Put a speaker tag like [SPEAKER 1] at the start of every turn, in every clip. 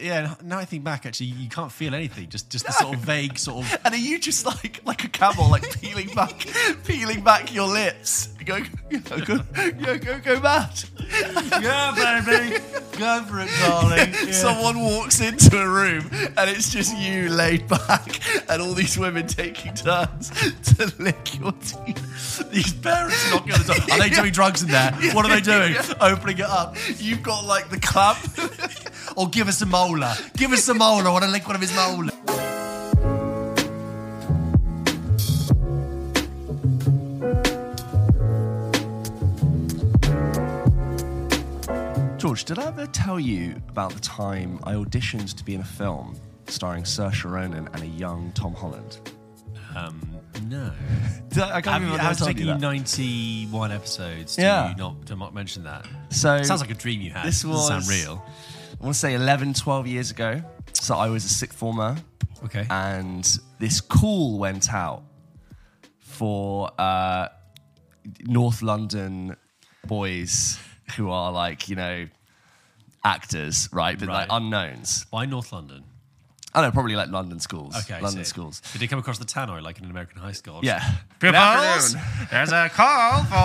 [SPEAKER 1] yeah, now I think back, actually, you can't feel anything. Just just the sort of vague sort of.
[SPEAKER 2] And are you just like like a camel, like peeling back, peeling back your lips? Go, go, go, go, go, go mad.
[SPEAKER 1] yeah, baby, go for it, darling. Yeah.
[SPEAKER 2] Someone walks into a room and it's just you laid back and all these women taking turns to lick your teeth.
[SPEAKER 1] These parents knocking on the door. Are they doing drugs in there? What are they doing? Opening it up.
[SPEAKER 2] You've got like the clamp.
[SPEAKER 1] Or give us a molar. Give us a molar. I want to lick one of his molars.
[SPEAKER 2] George, did I ever tell you about the time I auditioned to be in a film starring Saoirse Ronan and a young Tom Holland?
[SPEAKER 1] Um, no.
[SPEAKER 2] Did I, I can't
[SPEAKER 1] Have you,
[SPEAKER 2] remember.
[SPEAKER 1] how's
[SPEAKER 2] if
[SPEAKER 1] it
[SPEAKER 2] I told
[SPEAKER 1] taking
[SPEAKER 2] you
[SPEAKER 1] you
[SPEAKER 2] that.
[SPEAKER 1] 91 episodes to
[SPEAKER 2] Yeah.
[SPEAKER 1] not, to not mention that?
[SPEAKER 2] So
[SPEAKER 1] Sounds like a dream you had.
[SPEAKER 2] this was
[SPEAKER 1] Doesn't sound real.
[SPEAKER 2] I want to say 11, 12 years ago. So I was a sixth former,
[SPEAKER 1] Okay.
[SPEAKER 2] and this call went out for uh, North London boys who are like you know actors, right? But
[SPEAKER 1] Right.
[SPEAKER 2] like unknowns.
[SPEAKER 1] Why North London?
[SPEAKER 2] I don't know, probably like London schools.
[SPEAKER 1] Okay. I
[SPEAKER 2] London
[SPEAKER 1] see.
[SPEAKER 2] schools.
[SPEAKER 1] Did they come across the tannoy like in an American high school?
[SPEAKER 2] Yeah.
[SPEAKER 1] Pupils,
[SPEAKER 2] Good afternoon.
[SPEAKER 1] there's a call for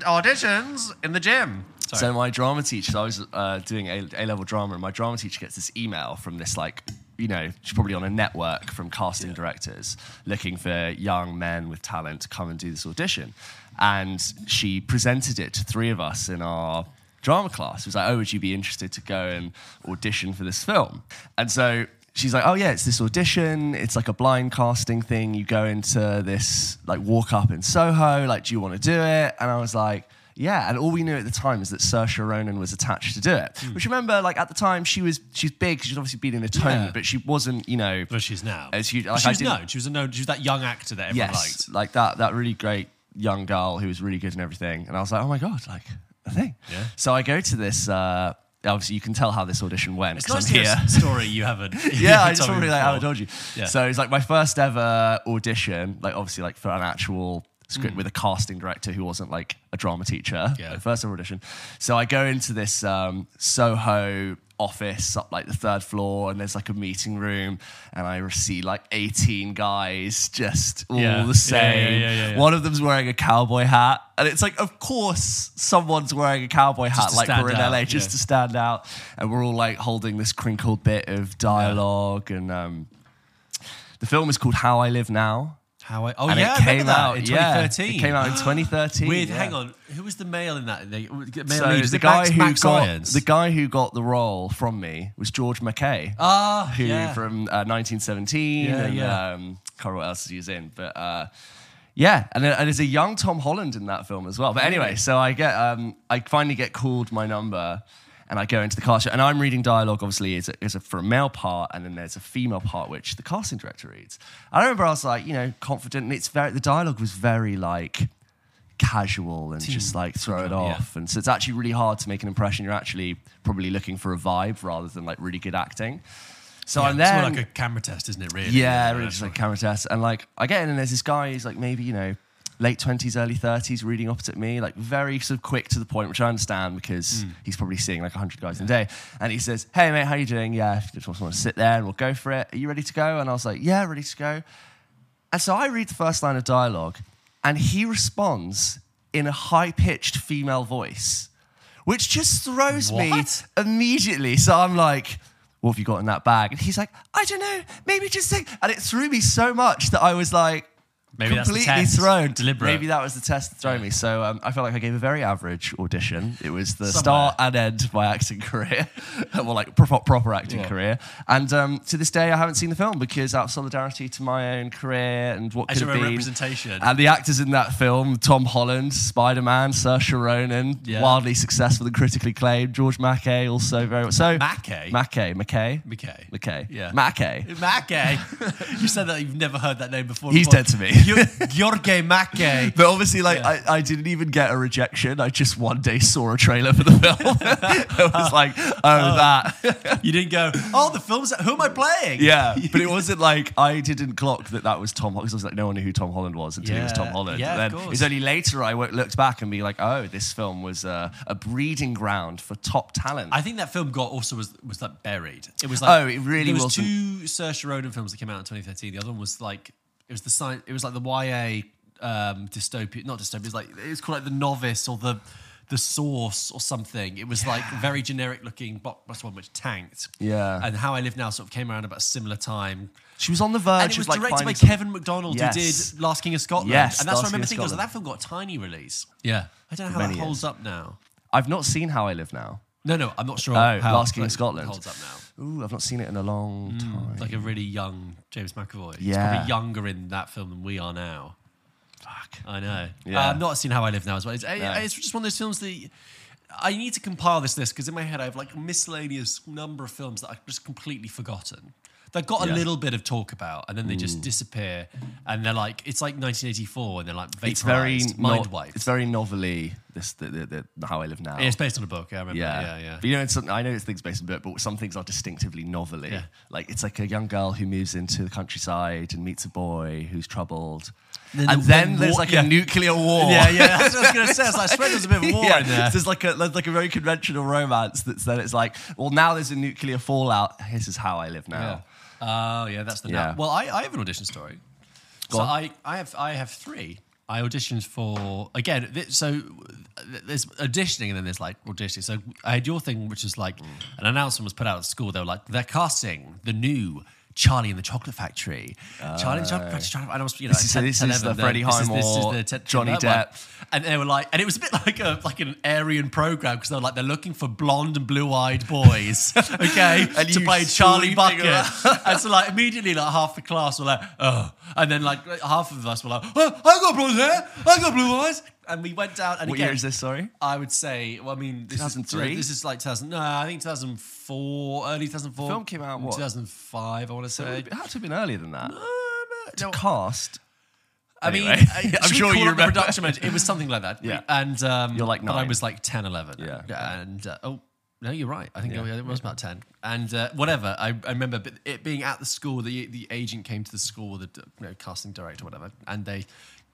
[SPEAKER 1] auditions in the gym. Sorry.
[SPEAKER 2] So my drama teacher, so I was uh, doing A level drama, and my drama teacher gets this email from this like, you know, she's probably on a network from casting directors looking for young men with talent to come and do this audition, and she presented it to three of us in our drama class. It was like, oh, would you be interested to go and audition for this film? And so. She's like, oh yeah, it's this audition. It's like a blind casting thing. You go into this like walk up in Soho. Like, do you want to do it? And I was like, yeah, and all we knew at the time is that Saoirse Ronan was attached to do it.
[SPEAKER 1] Hmm.
[SPEAKER 2] Which remember, like at the time, she was she's big. She's obviously been in atonement,
[SPEAKER 1] Yeah.
[SPEAKER 2] but she wasn't, you know,
[SPEAKER 1] But she's now.
[SPEAKER 2] As you-
[SPEAKER 1] But
[SPEAKER 2] like,
[SPEAKER 1] she
[SPEAKER 2] I
[SPEAKER 1] was
[SPEAKER 2] didn't-
[SPEAKER 1] known. She was a known. She was that young actor that everyone
[SPEAKER 2] yes,
[SPEAKER 1] liked.
[SPEAKER 2] like that that really great young girl who was really good and everything. And I was like, oh my god, like a thing.
[SPEAKER 1] Yeah.
[SPEAKER 2] So I go to this. Uh, obviously, you can tell how this audition went
[SPEAKER 1] It's
[SPEAKER 2] 'cause
[SPEAKER 1] nice
[SPEAKER 2] I'm
[SPEAKER 1] to hear
[SPEAKER 2] here.
[SPEAKER 1] a story you haven't.
[SPEAKER 2] yeah, I just
[SPEAKER 1] told me
[SPEAKER 2] probably like how I
[SPEAKER 1] before.
[SPEAKER 2] told you.
[SPEAKER 1] Yeah.
[SPEAKER 2] So it's like my first ever audition, like obviously like for an actual script with a casting director who wasn't like a drama teacher.
[SPEAKER 1] Mm. Yeah.
[SPEAKER 2] Like, first ever audition. So I go into this um, Soho office up like the third floor and there's like a meeting room and I see like 18 guys just all
[SPEAKER 1] Yeah.
[SPEAKER 2] the
[SPEAKER 1] Yeah,
[SPEAKER 2] same.
[SPEAKER 1] yeah, yeah, yeah, yeah.
[SPEAKER 2] One of them's wearing a cowboy hat and it's like of course someone's wearing a cowboy hat
[SPEAKER 1] to
[SPEAKER 2] like
[SPEAKER 1] stand
[SPEAKER 2] we're in
[SPEAKER 1] out,
[SPEAKER 2] LA just
[SPEAKER 1] yeah.
[SPEAKER 2] to to stand out and we're all like holding this crinkled bit of dialogue and um, the film is called how i live now
[SPEAKER 1] How I? Oh
[SPEAKER 2] and
[SPEAKER 1] yeah,
[SPEAKER 2] it
[SPEAKER 1] I remember
[SPEAKER 2] came
[SPEAKER 1] that
[SPEAKER 2] out
[SPEAKER 1] in
[SPEAKER 2] yeah,
[SPEAKER 1] 2013.
[SPEAKER 2] it came out in 2013
[SPEAKER 1] With
[SPEAKER 2] yeah.
[SPEAKER 1] hang on, who was the male in that? The, male
[SPEAKER 2] so
[SPEAKER 1] lead? Was
[SPEAKER 2] the
[SPEAKER 1] it
[SPEAKER 2] guy
[SPEAKER 1] Max,
[SPEAKER 2] who
[SPEAKER 1] Max
[SPEAKER 2] got
[SPEAKER 1] Irons?
[SPEAKER 2] the guy who got the role from me was George McKay,
[SPEAKER 1] Ah,
[SPEAKER 2] who
[SPEAKER 1] yeah.
[SPEAKER 2] from uh, 1917
[SPEAKER 1] Yeah,
[SPEAKER 2] and
[SPEAKER 1] yeah.
[SPEAKER 2] um, can't remember what else he was in, but uh, yeah, and, uh, and there's a young Tom Holland in that film as well. But anyway, so I get um, I finally get called my number. And I go into the casting, and I'm reading dialogue. Obviously, it's a, it's a for a male part, and then there's a female part which the casting director reads. I remember I was like, you know, confident, and it's very the dialogue was very like casual and just like throw it
[SPEAKER 1] drama, yeah.
[SPEAKER 2] off. And so it's actually really hard to make an impression. You're actually probably looking for a vibe rather than like really good acting. So I'm
[SPEAKER 1] It's
[SPEAKER 2] there.
[SPEAKER 1] more like a camera test, isn't it? Really?
[SPEAKER 2] yeah, really just like camera test. And like I get in and there's this guy who's like maybe, you know, late twenties, early thirties, reading opposite me, like very sort of quick to the point, which I understand because
[SPEAKER 1] Hmm.
[SPEAKER 2] he's probably seeing like hundred guys in a day. And he says, Hey mate, how you doing? Yeah, if you just want to sit there and we'll go for it. Are you ready to go? And I was like, Yeah, ready to go. And so I read the first line of dialogue, and he responds in a high pitched female voice, which just throws me
[SPEAKER 1] What?
[SPEAKER 2] immediately. So I'm like, what have you got in that bag? And he's like, I don't know, maybe just think. And it threw me so much that I was like,
[SPEAKER 1] Maybe that's the
[SPEAKER 2] completely
[SPEAKER 1] test.
[SPEAKER 2] thrown.
[SPEAKER 1] Deliberate.
[SPEAKER 2] Maybe that was the test that threw me. So um, I felt like I gave a very average audition. It was the
[SPEAKER 1] Somewhere.
[SPEAKER 2] start and end of my acting career, well, like proper, proper acting
[SPEAKER 1] Yeah.
[SPEAKER 2] career. And um, to this day, I haven't seen the film because out of solidarity to my own career and what
[SPEAKER 1] As
[SPEAKER 2] could
[SPEAKER 1] your
[SPEAKER 2] have
[SPEAKER 1] own
[SPEAKER 2] been.
[SPEAKER 1] representation.
[SPEAKER 2] And the actors in that film, Tom Holland, Spider-Man, Saoirse Ronan,
[SPEAKER 1] Yeah.
[SPEAKER 2] wildly successful and critically acclaimed. George Mackay also very well. So
[SPEAKER 1] Mackay?
[SPEAKER 2] Mackay, Mackay,
[SPEAKER 1] McKay.
[SPEAKER 2] Mackay,
[SPEAKER 1] Yeah.
[SPEAKER 2] Mackay.
[SPEAKER 1] Mackay. you said that you've never heard that name before.
[SPEAKER 2] He's
[SPEAKER 1] before.
[SPEAKER 2] dead to me.
[SPEAKER 1] Jorge Macke.
[SPEAKER 2] But obviously, like I, I didn't even get a rejection. I just one day saw a trailer for the film. I was like, oh, that.
[SPEAKER 1] You didn't go, oh, the film's, who am I playing?
[SPEAKER 2] Yeah. But it wasn't like I didn't clock that that was Tom Holland. 'cause I was like, no one knew who Tom Holland was until it was
[SPEAKER 1] Yeah.
[SPEAKER 2] Tom Holland.
[SPEAKER 1] Yeah,
[SPEAKER 2] And
[SPEAKER 1] of
[SPEAKER 2] then
[SPEAKER 1] course.
[SPEAKER 2] it was only later I wo- looked back and be like, oh, this film was uh, a breeding ground for top talent.
[SPEAKER 1] I think that film got also was was like buried. It was like
[SPEAKER 2] Oh, it really
[SPEAKER 1] there was
[SPEAKER 2] wasn't.
[SPEAKER 1] two Saoirse Ronan films that came out in 2013. The other one was like it was the science. It was like the YA um, dystopia, not dystopia. It was like it was called like the novice or the the source or something. It was like very generic looking blockbuster one which tanked.
[SPEAKER 2] Yeah.
[SPEAKER 1] and How I Live Now sort of came around about a similar time.
[SPEAKER 2] she was on the verge
[SPEAKER 1] And it
[SPEAKER 2] of
[SPEAKER 1] was
[SPEAKER 2] like
[SPEAKER 1] directed by
[SPEAKER 2] finding some-
[SPEAKER 1] Kevin McDonald, who
[SPEAKER 2] Yes.
[SPEAKER 1] did Last King of Scotland.
[SPEAKER 2] Yes,
[SPEAKER 1] and that's what I
[SPEAKER 2] Last King
[SPEAKER 1] remember
[SPEAKER 2] of
[SPEAKER 1] thinking was like,
[SPEAKER 2] Scotland.
[SPEAKER 1] that film got a tiny release. Yeah, I don't know how
[SPEAKER 2] For
[SPEAKER 1] that
[SPEAKER 2] many
[SPEAKER 1] holds up now.
[SPEAKER 2] I've not seen How I Live Now.
[SPEAKER 1] No, no, I'm not sure.
[SPEAKER 2] Oh,
[SPEAKER 1] how
[SPEAKER 2] Last King of
[SPEAKER 1] it
[SPEAKER 2] Scotland.
[SPEAKER 1] holds up now.
[SPEAKER 2] Ooh, I've not seen it in a long
[SPEAKER 1] Mm.
[SPEAKER 2] time.
[SPEAKER 1] It's like a really young James McAvoy. He's
[SPEAKER 2] Yeah.
[SPEAKER 1] probably younger in that film than we are now.
[SPEAKER 2] Fuck.
[SPEAKER 1] I know.
[SPEAKER 2] Yeah.
[SPEAKER 1] Uh, I've not seen How I Live Now as well. It's, I-
[SPEAKER 2] No.
[SPEAKER 1] I- it's just one of those films that I need to compile this list because in my head I have like a miscellaneous number of films that I've just completely forgotten. They've got a
[SPEAKER 2] Yeah. Mm.
[SPEAKER 1] little bit of talk about and then they just disappear and they're like, it's like 1984 and they're like vaporized,
[SPEAKER 2] It's very
[SPEAKER 1] mind
[SPEAKER 2] no-
[SPEAKER 1] wiped.
[SPEAKER 2] It's very novelly. This the, the, the, how I live now.
[SPEAKER 1] Yeah, it's based on a book. Yeah, I remember.
[SPEAKER 2] Yeah.
[SPEAKER 1] Yeah, yeah.
[SPEAKER 2] But you know, it's, I know it's things based on book, but some things are distinctively novelly.
[SPEAKER 1] Yeah.
[SPEAKER 2] Like it's like a young girl who moves into the countryside and meets a boy who's troubled,
[SPEAKER 1] Then
[SPEAKER 2] and
[SPEAKER 1] the-
[SPEAKER 2] then
[SPEAKER 1] then
[SPEAKER 2] there's
[SPEAKER 1] war-
[SPEAKER 2] like
[SPEAKER 1] yeah.
[SPEAKER 2] a nuclear war.
[SPEAKER 1] Yeah, yeah. That's what I was going to say. I was like, I swear there's a bit of war
[SPEAKER 2] Yeah,
[SPEAKER 1] in there.
[SPEAKER 2] There's like a there's like a very conventional romance that's then it's like, well, now there's a nuclear fallout. This is how I live now.
[SPEAKER 1] Oh yeah. that's the
[SPEAKER 2] Yeah.
[SPEAKER 1] now. Well, I, I have an audition story. so
[SPEAKER 2] on.
[SPEAKER 1] I, I have I have three. I auditioned for again. Th- so th- there's auditioning and then there's like auditioning. So I had your thing, which is like an announcement was put out at school. They were like they're casting the new. Charlie and the Chocolate Factory. Charlie and the Chocolate Factory. Charlie- And I was, you know,
[SPEAKER 2] Oh. This is- so this is the Freddie Highmore, Johnny Depp.
[SPEAKER 1] and they were like, and it was a bit like a like an Aryan program because they were like they're looking for blonde and blue-eyed boys, okay,
[SPEAKER 2] And
[SPEAKER 1] to
[SPEAKER 2] you
[SPEAKER 1] play Charlie
[SPEAKER 2] screaming
[SPEAKER 1] Bucket. and so like immediately like half the class were like, oh, and then like half of us were like, oh, I got blonde hair, I got blue eyes, and we went down. And
[SPEAKER 2] What
[SPEAKER 1] again,
[SPEAKER 2] year is this? Sorry.
[SPEAKER 1] I would say, well, I mean, this is-
[SPEAKER 2] 2003?
[SPEAKER 1] this is like 2000. No, I think 2004, early 2004.
[SPEAKER 2] Film came out, what?
[SPEAKER 1] 2005, I want to
[SPEAKER 2] It
[SPEAKER 1] say.
[SPEAKER 2] would- it had to have been earlier than that.
[SPEAKER 1] Um,
[SPEAKER 2] To cast.
[SPEAKER 1] I mean,
[SPEAKER 2] Anyway,
[SPEAKER 1] I- should
[SPEAKER 2] I'm
[SPEAKER 1] we
[SPEAKER 2] sure
[SPEAKER 1] call
[SPEAKER 2] you
[SPEAKER 1] up the
[SPEAKER 2] remember.
[SPEAKER 1] Production manager? It was something like that.
[SPEAKER 2] Yeah.
[SPEAKER 1] And um,
[SPEAKER 2] You're like
[SPEAKER 1] but I
[SPEAKER 2] nine.
[SPEAKER 1] was like 10, 11.
[SPEAKER 2] Yeah.
[SPEAKER 1] And uh, oh, no, you're right. I think I it was about 10. And uh, whatever. I, I remember but it being at the school, the, the agent came to the school, the you know, casting director, whatever, and they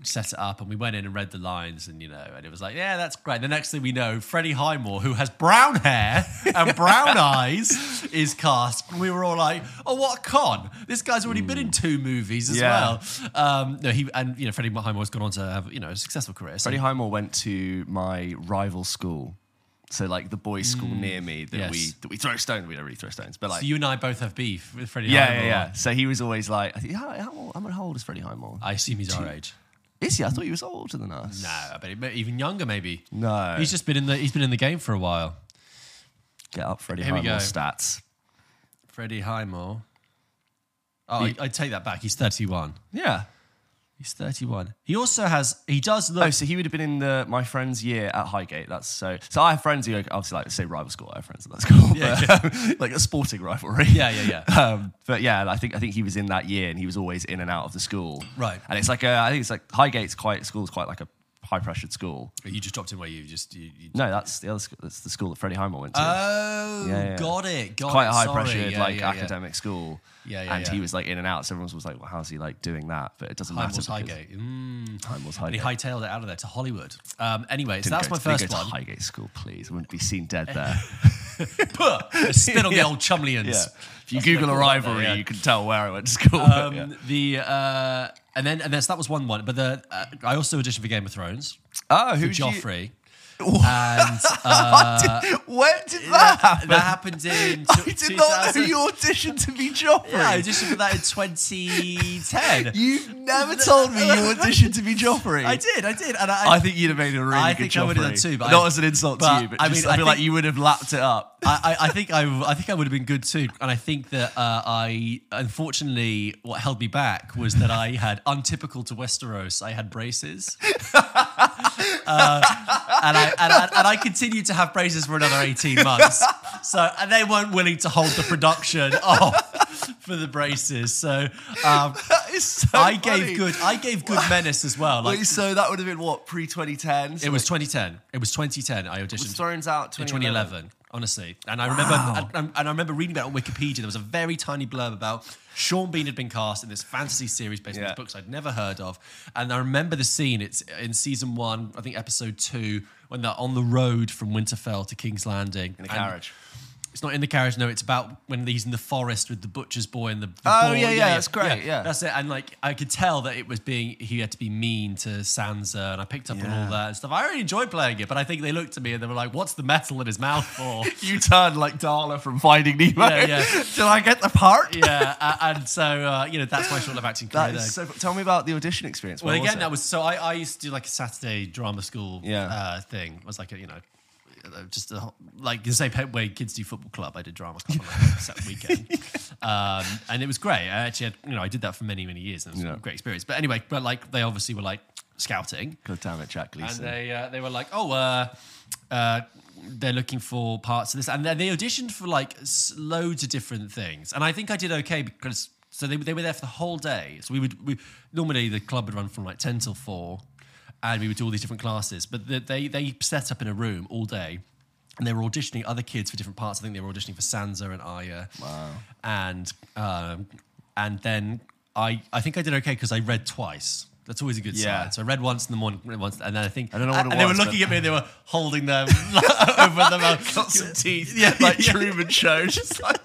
[SPEAKER 1] set it up and we went in and read the lines and you know and it was like yeah that's great the next thing we know freddie highmore who has brown hair and brown eyes is cast and we were all like oh what a con this guy's already been in two movies as
[SPEAKER 2] Hmm. Yeah.
[SPEAKER 1] well um, no, he and you know Freddie Highmore's gone on to have you know a successful career. So
[SPEAKER 2] Freddie Highmore went to my rival school. So like the boys' school near me that
[SPEAKER 1] Mm. yes.
[SPEAKER 2] we that we throw stones. We don't really throw stones, but like
[SPEAKER 1] you and I both have beef with Freddie
[SPEAKER 2] yeah,
[SPEAKER 1] Highmore.
[SPEAKER 2] yeah, yeah. So he was always like, I think, how, how, old, how old is Freddie Highmore?
[SPEAKER 1] I assume he's our age.
[SPEAKER 2] Is he? I thought he was older than us.
[SPEAKER 1] No, I bet he- but even younger maybe.
[SPEAKER 2] No.
[SPEAKER 1] he's just been in the he's been in the game for a while.
[SPEAKER 2] Get up Freddie
[SPEAKER 1] Here we
[SPEAKER 2] Highmore
[SPEAKER 1] go.
[SPEAKER 2] stats.
[SPEAKER 1] Freddie Highmore. Oh, I, I take that back. He's thirty-one.
[SPEAKER 2] Yeah.
[SPEAKER 1] He's thirty-one. He also has. He does
[SPEAKER 2] Oh,
[SPEAKER 1] look.
[SPEAKER 2] so he would have been in the my friend's year at Highgate. That's so. So I have friends who go- obviously like say rival school. I have friends at that school,
[SPEAKER 1] Yeah,
[SPEAKER 2] but, um, like a sporting rivalry.
[SPEAKER 1] Yeah, yeah, yeah.
[SPEAKER 2] Um, but yeah, I think I think he was in that year, and he was always in and out of the school.
[SPEAKER 1] Right.
[SPEAKER 2] And it's like a, I think it's like Highgate's quite school's quite like a high pressured school.
[SPEAKER 1] you just dropped in where you just. You, you,
[SPEAKER 2] No, that's the other school. That's the school that Freddie Highmore went to.
[SPEAKER 1] Oh,
[SPEAKER 2] Yeah, yeah.
[SPEAKER 1] got it. Got
[SPEAKER 2] quite
[SPEAKER 1] it.
[SPEAKER 2] a high
[SPEAKER 1] Sorry.
[SPEAKER 2] pressured
[SPEAKER 1] Yeah,
[SPEAKER 2] like
[SPEAKER 1] yeah, yeah.
[SPEAKER 2] academic school.
[SPEAKER 1] Yeah, yeah,
[SPEAKER 2] And
[SPEAKER 1] yeah.
[SPEAKER 2] he was like in and out. So everyone was like, well, how's he like doing that? But it doesn't
[SPEAKER 1] Highmore's
[SPEAKER 2] matter.
[SPEAKER 1] Highgate. Mm.
[SPEAKER 2] Highmore's
[SPEAKER 1] And
[SPEAKER 2] Highgate.
[SPEAKER 1] he hightailed it out of there to Hollywood. Um, anyway, so that's
[SPEAKER 2] Didn't go
[SPEAKER 1] my
[SPEAKER 2] to- didn't
[SPEAKER 1] first
[SPEAKER 2] go to
[SPEAKER 1] one.
[SPEAKER 2] Highgate School, please. I wouldn't be seen dead there.
[SPEAKER 1] Puh, spit on the old Chumleys.
[SPEAKER 2] Yeah. If you Google a
[SPEAKER 1] what I call it there,
[SPEAKER 2] rivalry,
[SPEAKER 1] yeah.
[SPEAKER 2] you can tell where I went to school.
[SPEAKER 1] Um,
[SPEAKER 2] Yeah.
[SPEAKER 1] The uh, and then and then, so that was one one. But the uh, I also auditioned for Game of Thrones.
[SPEAKER 2] Oh,
[SPEAKER 1] for
[SPEAKER 2] who did you-
[SPEAKER 1] Joffrey. Uh, And
[SPEAKER 2] when did that
[SPEAKER 1] that,
[SPEAKER 2] happen?
[SPEAKER 1] that happened in.
[SPEAKER 2] I did not know you auditioned to be Joffrey.
[SPEAKER 1] Yeah, I auditioned for that in 2010.
[SPEAKER 2] You've never told me you auditioned to be Joffrey.
[SPEAKER 1] I did, I did, and I,
[SPEAKER 2] I think you'd have made a really
[SPEAKER 1] I
[SPEAKER 2] good
[SPEAKER 1] think
[SPEAKER 2] Joffrey.
[SPEAKER 1] I would have done too, but
[SPEAKER 2] not
[SPEAKER 1] I-
[SPEAKER 2] as an insult
[SPEAKER 1] but
[SPEAKER 2] to you, but
[SPEAKER 1] I
[SPEAKER 2] I, just,
[SPEAKER 1] mean,
[SPEAKER 2] I
[SPEAKER 1] I
[SPEAKER 2] feel like
[SPEAKER 1] think-
[SPEAKER 2] you would have lapped it up.
[SPEAKER 1] I, I I think I, I think I would have been good too, and I think that uh, I unfortunately what held me back was that I had untypical to Westeros. I had braces, uh, and I and, I- and I continued to have braces for another eighteen months. So and they weren't willing to hold the production off for the braces. So um,
[SPEAKER 2] is so
[SPEAKER 3] I
[SPEAKER 2] funny.
[SPEAKER 3] gave good. I gave good menace as well. Like
[SPEAKER 2] Wait, so that would have been what pre 2010.
[SPEAKER 1] It was 2010. It was 2010. I auditioned.
[SPEAKER 2] Thrones out
[SPEAKER 1] in 2011,
[SPEAKER 2] 2011.
[SPEAKER 1] honestly. And I remember, and, and I remember reading about it on Wikipedia. There was a very tiny blurb about Sean Bean had been cast in this fantasy series based on
[SPEAKER 2] Yeah.
[SPEAKER 1] these books I'd never heard of. And I remember the scene. It's in season one, I think episode two, when they're on the road from Winterfell to King's Landing
[SPEAKER 2] in the
[SPEAKER 1] And
[SPEAKER 2] carriage.
[SPEAKER 1] It's not in the carriage. No, it's about when he's in the forest with the butcher's boy and the. the
[SPEAKER 2] Oh,
[SPEAKER 1] boy.
[SPEAKER 2] yeah, yeah, that's great, yeah.
[SPEAKER 1] that's it. And like I could tell that it was being he had to be mean to Sansa, and I picked up on
[SPEAKER 2] Yeah.
[SPEAKER 1] all that and stuff. I really enjoyed playing it, but I think they looked at me and they were like, "What's the metal in his mouth for?"
[SPEAKER 2] You turned like Darla from Finding Nemo.
[SPEAKER 1] Yeah, yeah.
[SPEAKER 2] Till I get the part?
[SPEAKER 1] yeah, uh, and so uh, you know that's my short-lived acting career.
[SPEAKER 2] That
[SPEAKER 1] there.
[SPEAKER 2] is so, tell me about the audition experience.
[SPEAKER 1] well,
[SPEAKER 2] When
[SPEAKER 1] again,
[SPEAKER 2] it?
[SPEAKER 1] that was so. I, I used to do like a Saturday drama school
[SPEAKER 2] Yeah.
[SPEAKER 1] uh, thing. It was like a you know. uh, Just a, whole- like the same way kids do football club. I did drama club on like a Saturday weekend, um, and it was great. I actually had, you know, I did that for many, many years, and it was
[SPEAKER 2] Yeah.
[SPEAKER 1] a great experience. But anyway, but like they obviously were like scouting,
[SPEAKER 2] God damn it, Jack
[SPEAKER 1] and
[SPEAKER 2] Gleason.
[SPEAKER 1] they uh, they were like, oh, uh, uh, they're looking for parts of this, and then they auditioned for like s- loads of different things, and I think I did okay because so they, they were there for the whole day. So we would we normally the club would run from like ten till four, and we would do all these different classes, but the, they they set up in a room all day. And they were auditioning other kids for different parts. I think they were auditioning for Sansa and Aya. Wow. And um, and then I I think I did okay because I read twice. That's always a good
[SPEAKER 2] Yeah.
[SPEAKER 1] sign. So I read once in the morning, read once, and then I think
[SPEAKER 2] I don't know what it
[SPEAKER 1] and they
[SPEAKER 2] was,
[SPEAKER 1] were looking
[SPEAKER 2] but-
[SPEAKER 1] at me and they were holding them over the mouth.
[SPEAKER 2] Got some teeth, yeah, like Truman Show. Just like,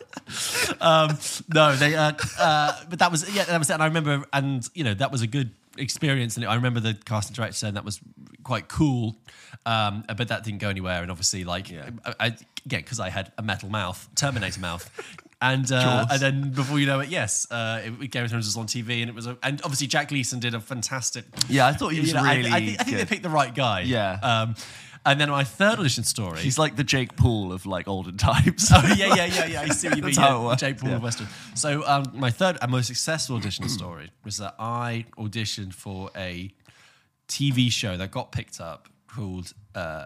[SPEAKER 1] Um, no, they. Uh, uh, but that was yeah, that was it. And I remember, and you know, that was a good experience. And I remember the casting director saying that was quite cool. Um, but that didn't go anywhere. And obviously, like
[SPEAKER 2] Yeah.
[SPEAKER 1] I, I, again, because I had a metal mouth, Terminator mouth. And, uh,
[SPEAKER 2] Jaws.
[SPEAKER 1] and then before you know it, yes, uh, it, Game of Thrones was on TV, and it was, a, and obviously Jack Leeson did a fantastic.
[SPEAKER 2] yeah, I thought he was
[SPEAKER 1] you know, I-
[SPEAKER 2] really.
[SPEAKER 1] I, think, I think they
[SPEAKER 2] good.
[SPEAKER 1] picked the right guy.
[SPEAKER 2] Yeah.
[SPEAKER 1] Um, and then my third audition story.
[SPEAKER 2] He's like the Jake Paul of like olden times.
[SPEAKER 1] Oh yeah, yeah, yeah, yeah. I see what you mean.
[SPEAKER 2] That's
[SPEAKER 1] yeah.
[SPEAKER 2] how it works,
[SPEAKER 1] Jake Paul
[SPEAKER 2] yeah.
[SPEAKER 1] of Western. So um, my third and most successful audition story was that I auditioned for a TV show that got picked up called. Uh,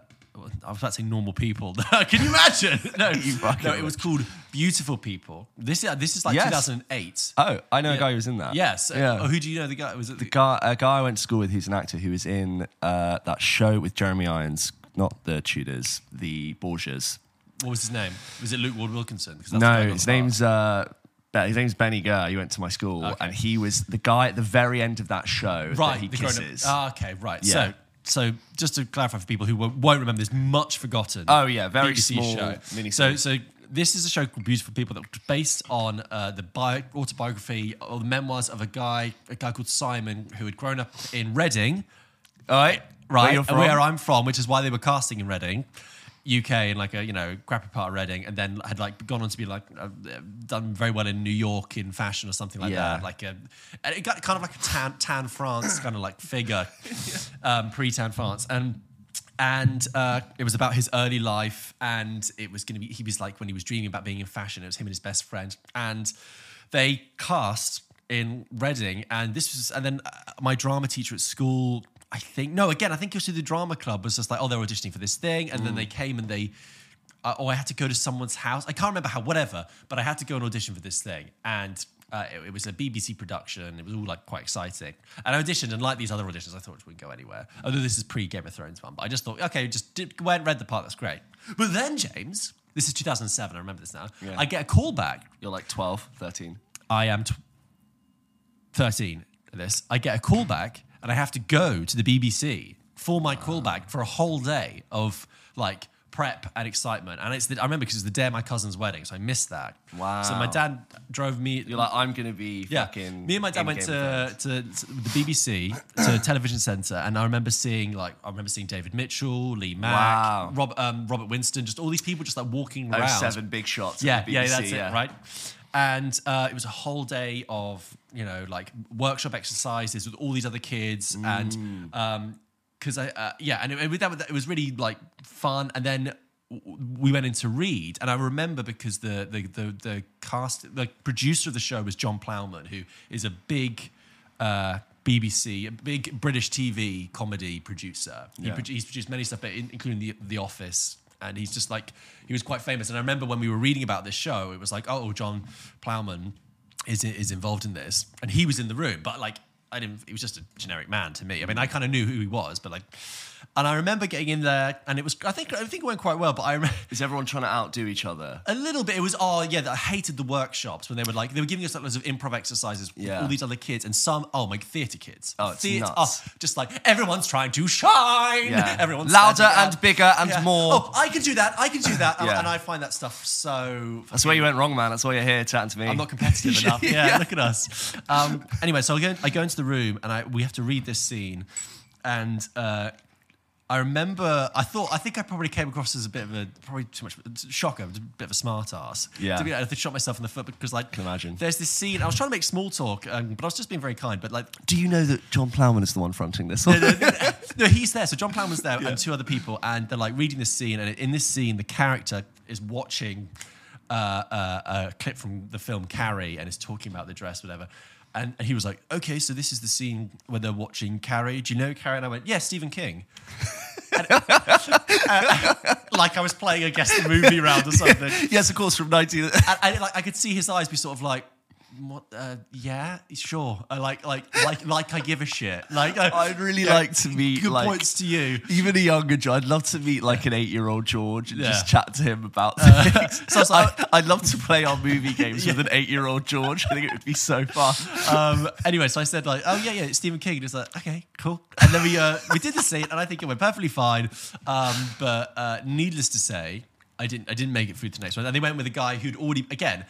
[SPEAKER 1] I was about to say normal people. Can you imagine? No,
[SPEAKER 2] fucking
[SPEAKER 1] no, it was called Beautiful People. This is this is like
[SPEAKER 2] Yes.
[SPEAKER 1] 2008.
[SPEAKER 2] Oh, I know a guy who was in that.
[SPEAKER 1] Yes.
[SPEAKER 2] Yeah.
[SPEAKER 1] Oh, who do you know? The guy was it the,
[SPEAKER 2] The guy, a guy I went to school with who's an actor who was in uh, that show with Jeremy Irons, not the Tudors, the Borgias.
[SPEAKER 1] what was his name? Was it Luke Ward Wilkinson? 'Cause that's the guy who
[SPEAKER 2] No,
[SPEAKER 1] got
[SPEAKER 2] his
[SPEAKER 1] the part.
[SPEAKER 2] name's uh, Be- his name's Benny Gurr. He went to my school,
[SPEAKER 1] Okay.
[SPEAKER 2] and he was the guy at the very end of that show that he
[SPEAKER 1] the grown-up-
[SPEAKER 2] kisses.
[SPEAKER 1] Ah, okay, right.
[SPEAKER 2] Yeah.
[SPEAKER 1] So, so just to clarify for people who won't won't remember this, much forgotten.
[SPEAKER 2] Oh, yeah, very
[SPEAKER 1] BBC
[SPEAKER 2] small
[SPEAKER 1] show.
[SPEAKER 2] miniseries.
[SPEAKER 1] So, so this is a show called Beautiful People that was based on uh, the bio- autobiography or the memoirs of a guy, a guy called Simon, who had grown up in Reading,
[SPEAKER 2] All right,
[SPEAKER 1] right,
[SPEAKER 2] Where you're from?
[SPEAKER 1] where I'm from, which is why they were casting in Reading. UK in like a you know crappy part of Reading, and then had like gone on to be like uh, done very well in New York in fashion or something like
[SPEAKER 2] Yeah.
[SPEAKER 1] that. Like a and it got kind of like a tan tan France kind of like figure, um, pre tan France, and and uh, it was about his early life, and it was going to be he was like when he was dreaming about being in fashion. It was him and his best friend, and they cast in Reading, and this was and then uh, my drama teacher at school. I think no. Again, I think it was through the drama club. Was just like, oh, they're auditioning for this thing, and then they came and they uh, or I had to go to someone's house. I can't remember how, whatever, but I had to go and audition for this thing. And uh, it, it was a BBC production. It was all like quite exciting. And I auditioned, and like these other auditions, I thought it wouldn't go anywhere. Although this is pre Game of Thrones one, but I just thought, okay, just did, went, read the part, that's great. But then, James, this is 2007, I remember this now, I get a call back.
[SPEAKER 2] You're like 12, 13.
[SPEAKER 1] I am t- 13 at this. I get a call back, and I have to go to the BBC for my callback for a whole day of like prep and excitement. And it's the, I remember because it was the day of my cousin's wedding, so I missed that.
[SPEAKER 2] Wow.
[SPEAKER 1] So my dad drove me.
[SPEAKER 2] You're like, I'm gonna be
[SPEAKER 1] yeah.
[SPEAKER 2] fucking.
[SPEAKER 1] Me and my dad
[SPEAKER 2] in
[SPEAKER 1] went
[SPEAKER 2] Game of
[SPEAKER 1] to, to to the BBC to Television Centre, and I remember seeing like I remember seeing David Mitchell, Lee Mack,
[SPEAKER 2] Wow.
[SPEAKER 1] Rob, um, Robert Winston, just all these people just like walking
[SPEAKER 2] Thrones.
[SPEAKER 1] around.
[SPEAKER 2] Oh, seven big shots. at
[SPEAKER 1] Yeah,
[SPEAKER 2] the
[SPEAKER 1] yeah,
[SPEAKER 2] BBC,
[SPEAKER 1] that's it, right? And uh, it was a whole day of you know like workshop exercises with all these other kids, and um, because I uh, yeah, and it, it, was- that was- it was really like fun, and then. w- We went in to read, and I remember because the the the, the cast, the producer of the show was John Plowman, who is a big uh, BBC, a big British TV comedy producer. He
[SPEAKER 2] Yeah.
[SPEAKER 1] produ- he's produced many stuff, but in, including the The Office. And he's just like he was quite famous. And I remember when we were reading about this show, it was like, oh, John Plowman is is involved in this, and he was in the room, but like I didn't. He was just a generic man to me. I mean, I kind of knew who he was, but like, and I remember getting in there, and it was. I think I think it went quite well, but I remember.
[SPEAKER 2] Is everyone trying to outdo each other?
[SPEAKER 1] A little bit. It was oh yeah. I hated the workshops when they were like they were giving us like loads of improv exercises with
[SPEAKER 2] Yeah.
[SPEAKER 1] all these other kids and some oh my theatre kids.
[SPEAKER 2] Oh, it's
[SPEAKER 1] Theatre-
[SPEAKER 2] nuts.
[SPEAKER 1] oh, just like everyone's trying to shine.
[SPEAKER 2] Yeah.
[SPEAKER 1] Everyone's
[SPEAKER 2] Louder
[SPEAKER 1] standing
[SPEAKER 2] and
[SPEAKER 1] out.
[SPEAKER 2] bigger and more.
[SPEAKER 1] Oh, I can do that. I can do that. And-
[SPEAKER 2] Yeah.
[SPEAKER 1] And I find that stuff so.
[SPEAKER 2] That's where you went wrong, man. That's why you're here chatting to me.
[SPEAKER 1] I'm not competitive enough. Yeah,
[SPEAKER 2] Yeah.
[SPEAKER 1] look at us. Um, anyway, so I go, I go into the room and I we have to read this scene, and uh, I remember I thought I think I probably came across as a bit of a probably too much shocker, a bit of a smart ass.
[SPEAKER 2] Yeah.
[SPEAKER 1] to be, honest, I shot myself in the foot because like
[SPEAKER 2] Can imagine.
[SPEAKER 1] There's this scene. I was trying to make small talk, um, but I was just being very kind. But like
[SPEAKER 2] Do you know that John Plowman is the one fronting this one?
[SPEAKER 1] no, he's there. So John Plowman was there and two other people, and they're like reading this scene. And in this scene, the character is watching uh, uh, a clip from the film Carrie and is talking about the dress, whatever. And, and he was like, "Okay, so this is the scene where they're watching Carrie. Do you know Carrie?" And I went, "Yeah, Stephen King." And- uh, like I was playing a guess the movie round or something.
[SPEAKER 2] yes, of course, from 19.
[SPEAKER 1] And I, like, I could see his eyes be sort of like, what? Uh, yeah, sure. Uh, like, like, like, like I give a shit. Like, uh,
[SPEAKER 2] I'd really
[SPEAKER 1] yeah,
[SPEAKER 2] like to meet
[SPEAKER 1] Good
[SPEAKER 2] like
[SPEAKER 1] points to you.
[SPEAKER 2] even a younger George. I'd love to meet like an eight-year-old George and
[SPEAKER 1] Yeah. Uh,
[SPEAKER 2] just chat to him about things.
[SPEAKER 1] so I was like-
[SPEAKER 2] I, would love to play our movie games with an eight-year-old George. I think it would be so fun.
[SPEAKER 1] Um, anyway, so I said like, oh yeah, yeah, it's Stephen King. And it's like, okay, cool. And then we uh, we did the scene, and I think it went perfectly fine. Um, but uh, needless to say. I didn't. I didn't make it through to the next one, and they went with a guy who'd already, again,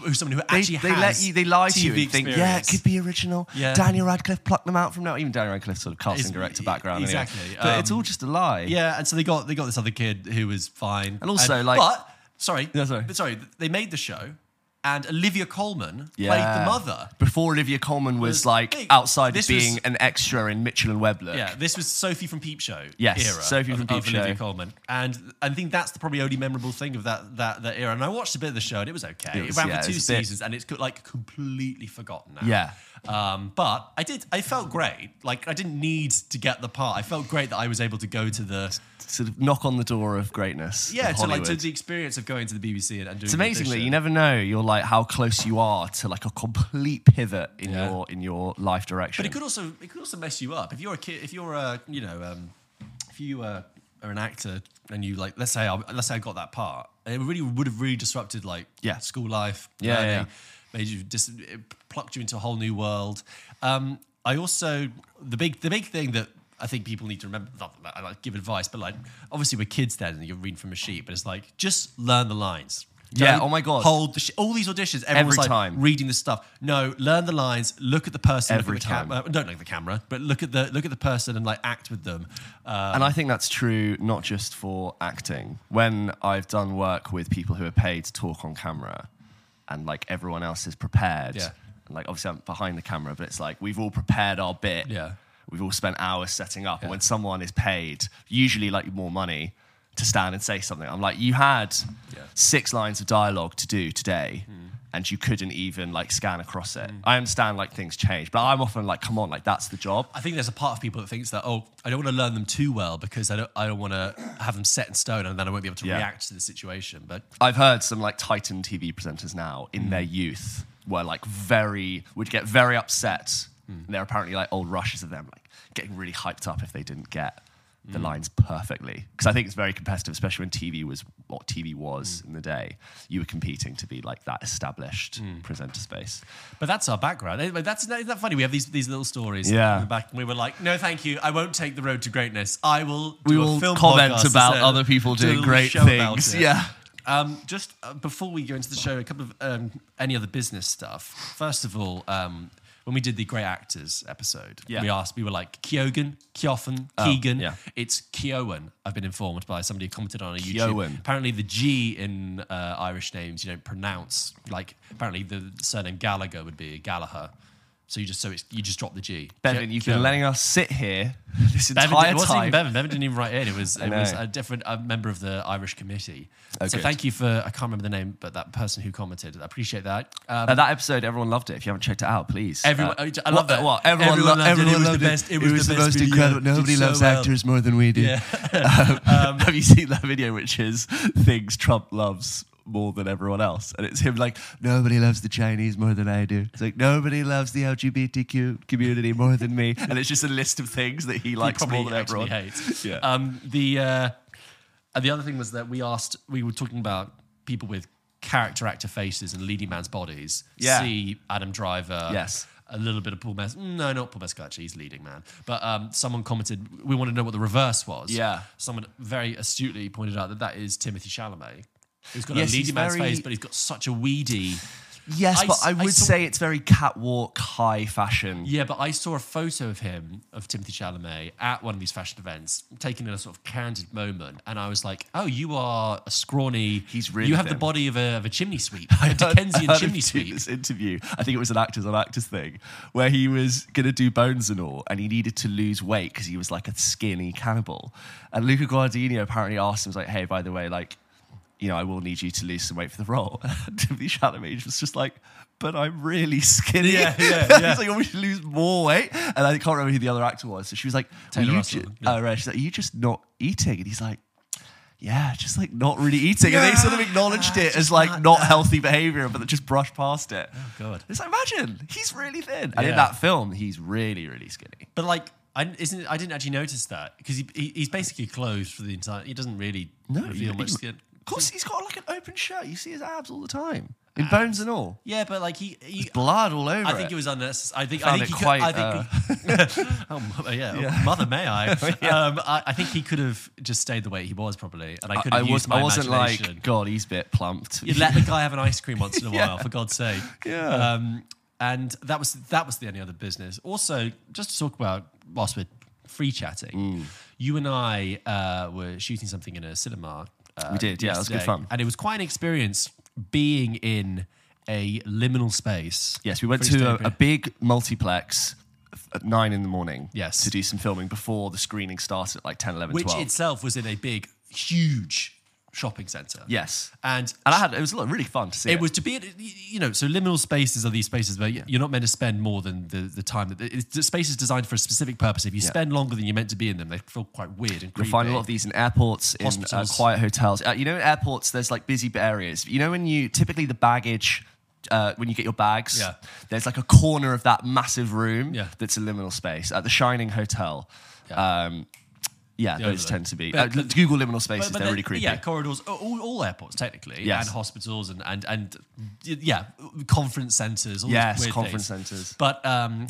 [SPEAKER 1] who's someone who
[SPEAKER 2] They,
[SPEAKER 1] actually
[SPEAKER 2] they
[SPEAKER 1] has
[SPEAKER 2] let you. They lie
[SPEAKER 1] TV
[SPEAKER 2] to you. And think,
[SPEAKER 1] experience.
[SPEAKER 2] yeah, it could be original.
[SPEAKER 1] Yeah.
[SPEAKER 2] Daniel Radcliffe plucked them out from now. Even Daniel Radcliffe's sort of casting
[SPEAKER 1] It's-
[SPEAKER 2] director background. anyway.
[SPEAKER 1] exactly,
[SPEAKER 2] But it's
[SPEAKER 1] um,
[SPEAKER 2] all just a lie.
[SPEAKER 1] Yeah, and so they got they got this other kid who was fine,
[SPEAKER 2] And also, like-
[SPEAKER 1] but sorry,
[SPEAKER 2] Yeah, sorry.
[SPEAKER 1] but sorry, they made the show, and Olivia Colman played
[SPEAKER 2] Yeah.
[SPEAKER 1] the mother.
[SPEAKER 2] Before Olivia Coleman was,
[SPEAKER 1] Was
[SPEAKER 2] like
[SPEAKER 1] big.
[SPEAKER 2] outside
[SPEAKER 1] This was-
[SPEAKER 2] being an extra in Mitchell and Webb.
[SPEAKER 1] Yeah, this was Sophie from Peep Show.
[SPEAKER 2] Yes,
[SPEAKER 1] era
[SPEAKER 2] Sophie from
[SPEAKER 1] of-
[SPEAKER 2] Peep
[SPEAKER 1] of Olivia
[SPEAKER 2] Show.
[SPEAKER 1] Colman, and I think that's the probably only memorable thing of that that that era. And I watched a bit of the show, and it was okay.
[SPEAKER 2] It
[SPEAKER 1] It,
[SPEAKER 2] was-
[SPEAKER 1] ran
[SPEAKER 2] yeah,
[SPEAKER 1] for
[SPEAKER 2] it
[SPEAKER 1] two
[SPEAKER 2] was a bit-
[SPEAKER 1] seasons, and it's co- like completely forgotten now.
[SPEAKER 2] Yeah.
[SPEAKER 1] Um, but I did. I felt great. Like I didn't need to get the part. I felt great that I was able to go to the
[SPEAKER 2] Sort of knock on the door of greatness.
[SPEAKER 1] yeah
[SPEAKER 2] of
[SPEAKER 1] to like to
[SPEAKER 2] Hollywood.
[SPEAKER 1] the experience of going to the BBC and, and doing.
[SPEAKER 2] It's amazing that
[SPEAKER 1] you
[SPEAKER 2] you
[SPEAKER 1] know.
[SPEAKER 2] never know. You're like how close you are to like a complete pivot in
[SPEAKER 1] Yeah.
[SPEAKER 2] your in your life direction.
[SPEAKER 1] But it could also it could also mess you up if you're a kid. If you're a you know um, if you uh, are an actor and you like let's say I, let's say I got that part, it really would have really disrupted like
[SPEAKER 2] Yeah.
[SPEAKER 1] school life.
[SPEAKER 2] Yeah, yeah, yeah.
[SPEAKER 1] made you dis- it plucked you into a whole new world. Um, I also the big the big thing that. I think people need to remember. Not that I like give advice, but like obviously we're kids then, and you're reading from a sheet. But it's like just learn the lines.
[SPEAKER 2] Yeah,
[SPEAKER 1] Don't
[SPEAKER 2] oh my God.
[SPEAKER 1] Hold the sh- all these auditions. Everyone's
[SPEAKER 2] Every
[SPEAKER 1] like
[SPEAKER 2] time.
[SPEAKER 1] reading the stuff. No, learn the lines. Look at the person. look at
[SPEAKER 2] Every
[SPEAKER 1] the
[SPEAKER 2] time.
[SPEAKER 1] camera. Uh, don't look at the camera, but look at the look at the person and like act with them. Uh,
[SPEAKER 2] and I think that's true not just for acting. When I've done work with people who are paid to talk on camera, and like everyone else is prepared.
[SPEAKER 1] Yeah.
[SPEAKER 2] And like obviously I'm behind the camera, but it's like we've all prepared our bit.
[SPEAKER 1] Yeah.
[SPEAKER 2] We've all spent hours setting up. And when someone is paid, usually like more money, to stand and say something, I'm like, you had six lines of dialogue to do today.
[SPEAKER 1] Hmm.
[SPEAKER 2] And you couldn't even like scan across it. I understand like things change, but I'm often like, come on, like that's the job.
[SPEAKER 1] I think there's a part of people that thinks that oh, I don't want to learn them too well because I don't I don't want to have them set in stone and then I won't be able to
[SPEAKER 2] Yeah.
[SPEAKER 1] react to the situation. But
[SPEAKER 2] I've heard some like Titan TV presenters now in their youth were like very would get very upset. And they're apparently like old rushes of them, like getting really hyped up if they didn't get the lines perfectly. Because I think it's very competitive, especially when TV was what TV was in the day. You were competing to be like that established presenter space.
[SPEAKER 1] but that's our background. Anyway, that's isn't that funny? We have these these little stories.
[SPEAKER 2] Yeah.
[SPEAKER 1] in the back. We were like, no, thank you. I won't take the road to greatness. I will. Do
[SPEAKER 2] We
[SPEAKER 1] a
[SPEAKER 2] will
[SPEAKER 1] film
[SPEAKER 2] comment
[SPEAKER 1] podcast
[SPEAKER 2] about
[SPEAKER 1] instead.
[SPEAKER 2] other people
[SPEAKER 1] Do a
[SPEAKER 2] doing
[SPEAKER 1] little
[SPEAKER 2] great
[SPEAKER 1] show about
[SPEAKER 2] things.
[SPEAKER 1] it.
[SPEAKER 2] Yeah.
[SPEAKER 1] Um, just uh, before we go into the show, a couple of um, any other business stuff. First of all, um, when we did the Great Actors episode,
[SPEAKER 2] Yeah. Oh,
[SPEAKER 1] we asked, we were like, Keoghan, Keoffen, Keegan.
[SPEAKER 2] yeah.
[SPEAKER 1] It's Keowen, I've been informed by somebody who commented on a YouTube.
[SPEAKER 2] Keowen.
[SPEAKER 1] Apparently, the G in uh, Irish names you don't pronounce. Like, apparently, the surname Gallagher would be Gallagher. So you just so it's you just drop the G.
[SPEAKER 2] Bevan,
[SPEAKER 1] Ke-
[SPEAKER 2] you've been
[SPEAKER 1] Keowen.
[SPEAKER 2] letting us sit here this
[SPEAKER 1] Bevan
[SPEAKER 2] entire
[SPEAKER 1] did, it wasn't
[SPEAKER 2] time.
[SPEAKER 1] even Bevan. Bevan didn't even write in. It was it was
[SPEAKER 2] know.
[SPEAKER 1] a different a member of the Irish committee. so
[SPEAKER 2] good.
[SPEAKER 1] thank you for I can't remember the name, but that person who commented, I appreciate that. Um,
[SPEAKER 2] Uh, that episode, everyone loved it. If you haven't checked it out, please.
[SPEAKER 1] Everyone-
[SPEAKER 2] Uh,
[SPEAKER 1] I love
[SPEAKER 2] what,
[SPEAKER 1] that.
[SPEAKER 2] What? Everyone,
[SPEAKER 1] Everyone
[SPEAKER 2] lo-
[SPEAKER 1] loved it.
[SPEAKER 2] everyone
[SPEAKER 1] It was the
[SPEAKER 2] loved
[SPEAKER 1] best- it was the best
[SPEAKER 2] most
[SPEAKER 1] video.
[SPEAKER 2] incredible.
[SPEAKER 1] It did
[SPEAKER 2] Nobody
[SPEAKER 1] so
[SPEAKER 2] loves
[SPEAKER 1] well.
[SPEAKER 2] actors more than we do. Um,
[SPEAKER 1] Yeah. Um,
[SPEAKER 2] Have you seen that video, which is things Trump loves? more than everyone else. And it's him like, nobody loves the Chinese more than I do. It's like, nobody loves the LGBTQ community more than me. And it's just a list of things that he likes more
[SPEAKER 1] probably
[SPEAKER 2] than
[SPEAKER 1] actually
[SPEAKER 2] everyone.
[SPEAKER 1] hates.
[SPEAKER 2] Yeah.
[SPEAKER 1] Um, the uh, and the other thing was that we asked, we were talking about people with character actor faces and leading man's bodies.
[SPEAKER 2] Yeah.
[SPEAKER 1] See Adam Driver.
[SPEAKER 2] Yes.
[SPEAKER 1] A little bit of Paul Mescal. No, not Paul Mescal. Actually, he's leading man. But um, someone commented, we want to know what the reverse was.
[SPEAKER 2] Yeah.
[SPEAKER 1] Someone very astutely pointed out that that is Timothy Chalamet. Who's got
[SPEAKER 2] Yes,
[SPEAKER 1] a
[SPEAKER 2] he's
[SPEAKER 1] leading man's
[SPEAKER 2] very-
[SPEAKER 1] face, but he's got such a weedy.
[SPEAKER 2] Yes,
[SPEAKER 1] I
[SPEAKER 2] but
[SPEAKER 1] s-
[SPEAKER 2] I
[SPEAKER 1] I
[SPEAKER 2] would
[SPEAKER 1] saw-
[SPEAKER 2] say it's very catwalk, high fashion.
[SPEAKER 1] Yeah, but I saw a photo of him, of Timothy Chalamet, at one of these fashion events, taken in a sort of candid moment, and I was like, "Oh, you are a scrawny.
[SPEAKER 2] He's really
[SPEAKER 1] You have the
[SPEAKER 2] thin.
[SPEAKER 1] body of a, of a chimney sweep,
[SPEAKER 2] I
[SPEAKER 1] a
[SPEAKER 2] heard-
[SPEAKER 1] Dickensian
[SPEAKER 2] I heard
[SPEAKER 1] chimney
[SPEAKER 2] him do
[SPEAKER 1] sweep."
[SPEAKER 2] This interview, I think it was an actors on actors thing, where he was gonna do bones and all, and he needed to lose weight because he was like a skinny cannibal. And Luca Guadagnino apparently asked him, was like, "Hey, by the way, like, you know, I will need you to lose some weight for the role." And Timothy Chalamet was just like, "But I'm really skinny."
[SPEAKER 1] Yeah, yeah, yeah.
[SPEAKER 2] He's like, "I want you to lose more weight." And I can't remember who the other actor was. So she was like,
[SPEAKER 1] Taylor
[SPEAKER 2] "Are you
[SPEAKER 1] Russell,
[SPEAKER 2] ju-
[SPEAKER 1] yeah.
[SPEAKER 2] oh, right. She's like, "Are you just not eating?" And he's like yeah, just like not really eating. And they sort of
[SPEAKER 1] Ah,
[SPEAKER 2] acknowledged it as like not, healthy behavior, but they just brushed past it. Oh,
[SPEAKER 1] God.
[SPEAKER 2] It's like, imagine, he's really thin. And
[SPEAKER 1] Yeah.
[SPEAKER 2] in that film, he's really, really skinny.
[SPEAKER 1] But like, I isn't. I didn't actually notice that because he, he he's basically clothed for the entire. He doesn't really reveal
[SPEAKER 2] he-
[SPEAKER 1] much
[SPEAKER 2] he-
[SPEAKER 1] skin.
[SPEAKER 2] Of course, he's got like an open shirt. You see his abs all the time, in bones and all.
[SPEAKER 1] Ah. Yeah, but like he. he
[SPEAKER 2] Blood all over.
[SPEAKER 1] I think
[SPEAKER 2] it.
[SPEAKER 1] it was unnecessary. I think
[SPEAKER 2] Found
[SPEAKER 1] I think
[SPEAKER 2] it
[SPEAKER 1] he
[SPEAKER 2] quite, uh,
[SPEAKER 1] Could, I think he, oh, mo- yeah, oh, mother may I? Um, I? I think he could have just stayed the way he was probably, and I could
[SPEAKER 2] I,
[SPEAKER 1] have used
[SPEAKER 2] was,
[SPEAKER 1] my
[SPEAKER 2] I wasn't
[SPEAKER 1] imagination.
[SPEAKER 2] like, God, he's a bit plumped.
[SPEAKER 1] you let the guy have an ice cream once in a
[SPEAKER 2] Yeah.
[SPEAKER 1] while, for God's sake.
[SPEAKER 2] Yeah.
[SPEAKER 1] Um, and that was that was the only other business. Also, just to talk about whilst we're free chatting,
[SPEAKER 2] Mm.
[SPEAKER 1] you and I uh, were shooting something in a cinema. Uh,
[SPEAKER 2] We did, yeah, it was good
[SPEAKER 1] yesterday,
[SPEAKER 2] fun.
[SPEAKER 1] and it was quite an experience being in a liminal space.
[SPEAKER 2] Yes, we went
[SPEAKER 1] Free
[SPEAKER 2] to
[SPEAKER 1] state,
[SPEAKER 2] a, a big multiplex at nine in the morning
[SPEAKER 1] Yes.
[SPEAKER 2] to do some filming before the screening started at like 10, 11,
[SPEAKER 1] which
[SPEAKER 2] 12.
[SPEAKER 1] itself was in a big, huge shopping center.
[SPEAKER 2] yes.
[SPEAKER 1] and
[SPEAKER 2] And I had, it was a lot- really fun to see.
[SPEAKER 1] It was to be, you know, so liminal spaces are these spaces where you're not meant to spend more than the, the time that it's, the space is designed for a specific purpose. If you spend longer than you're meant to be in them, they feel quite weird and creepy.
[SPEAKER 2] You'll find a lot of these in airports, in uh,
[SPEAKER 1] Hospitals.
[SPEAKER 2] quiet hotels. Uh, you know, in airports, there's like busy areas. You know, when you typically the baggage. Uh, when you get your bags,
[SPEAKER 1] Yeah.
[SPEAKER 2] there's like a corner of that massive room
[SPEAKER 1] Yeah.
[SPEAKER 2] that's a liminal space at the Shining Hotel.
[SPEAKER 1] Yeah.
[SPEAKER 2] Yeah, um, yeah those
[SPEAKER 1] overlook.
[SPEAKER 2] tend to be.
[SPEAKER 1] But-
[SPEAKER 2] uh, Google liminal spaces, they're
[SPEAKER 1] then-
[SPEAKER 2] really creepy.
[SPEAKER 1] Yeah, corridors, all, all airports technically,
[SPEAKER 2] Yes.
[SPEAKER 1] and hospitals, and and and yeah, conference centers. All these
[SPEAKER 2] Yes,
[SPEAKER 1] weird
[SPEAKER 2] conference
[SPEAKER 1] things.
[SPEAKER 2] centres.
[SPEAKER 1] But um,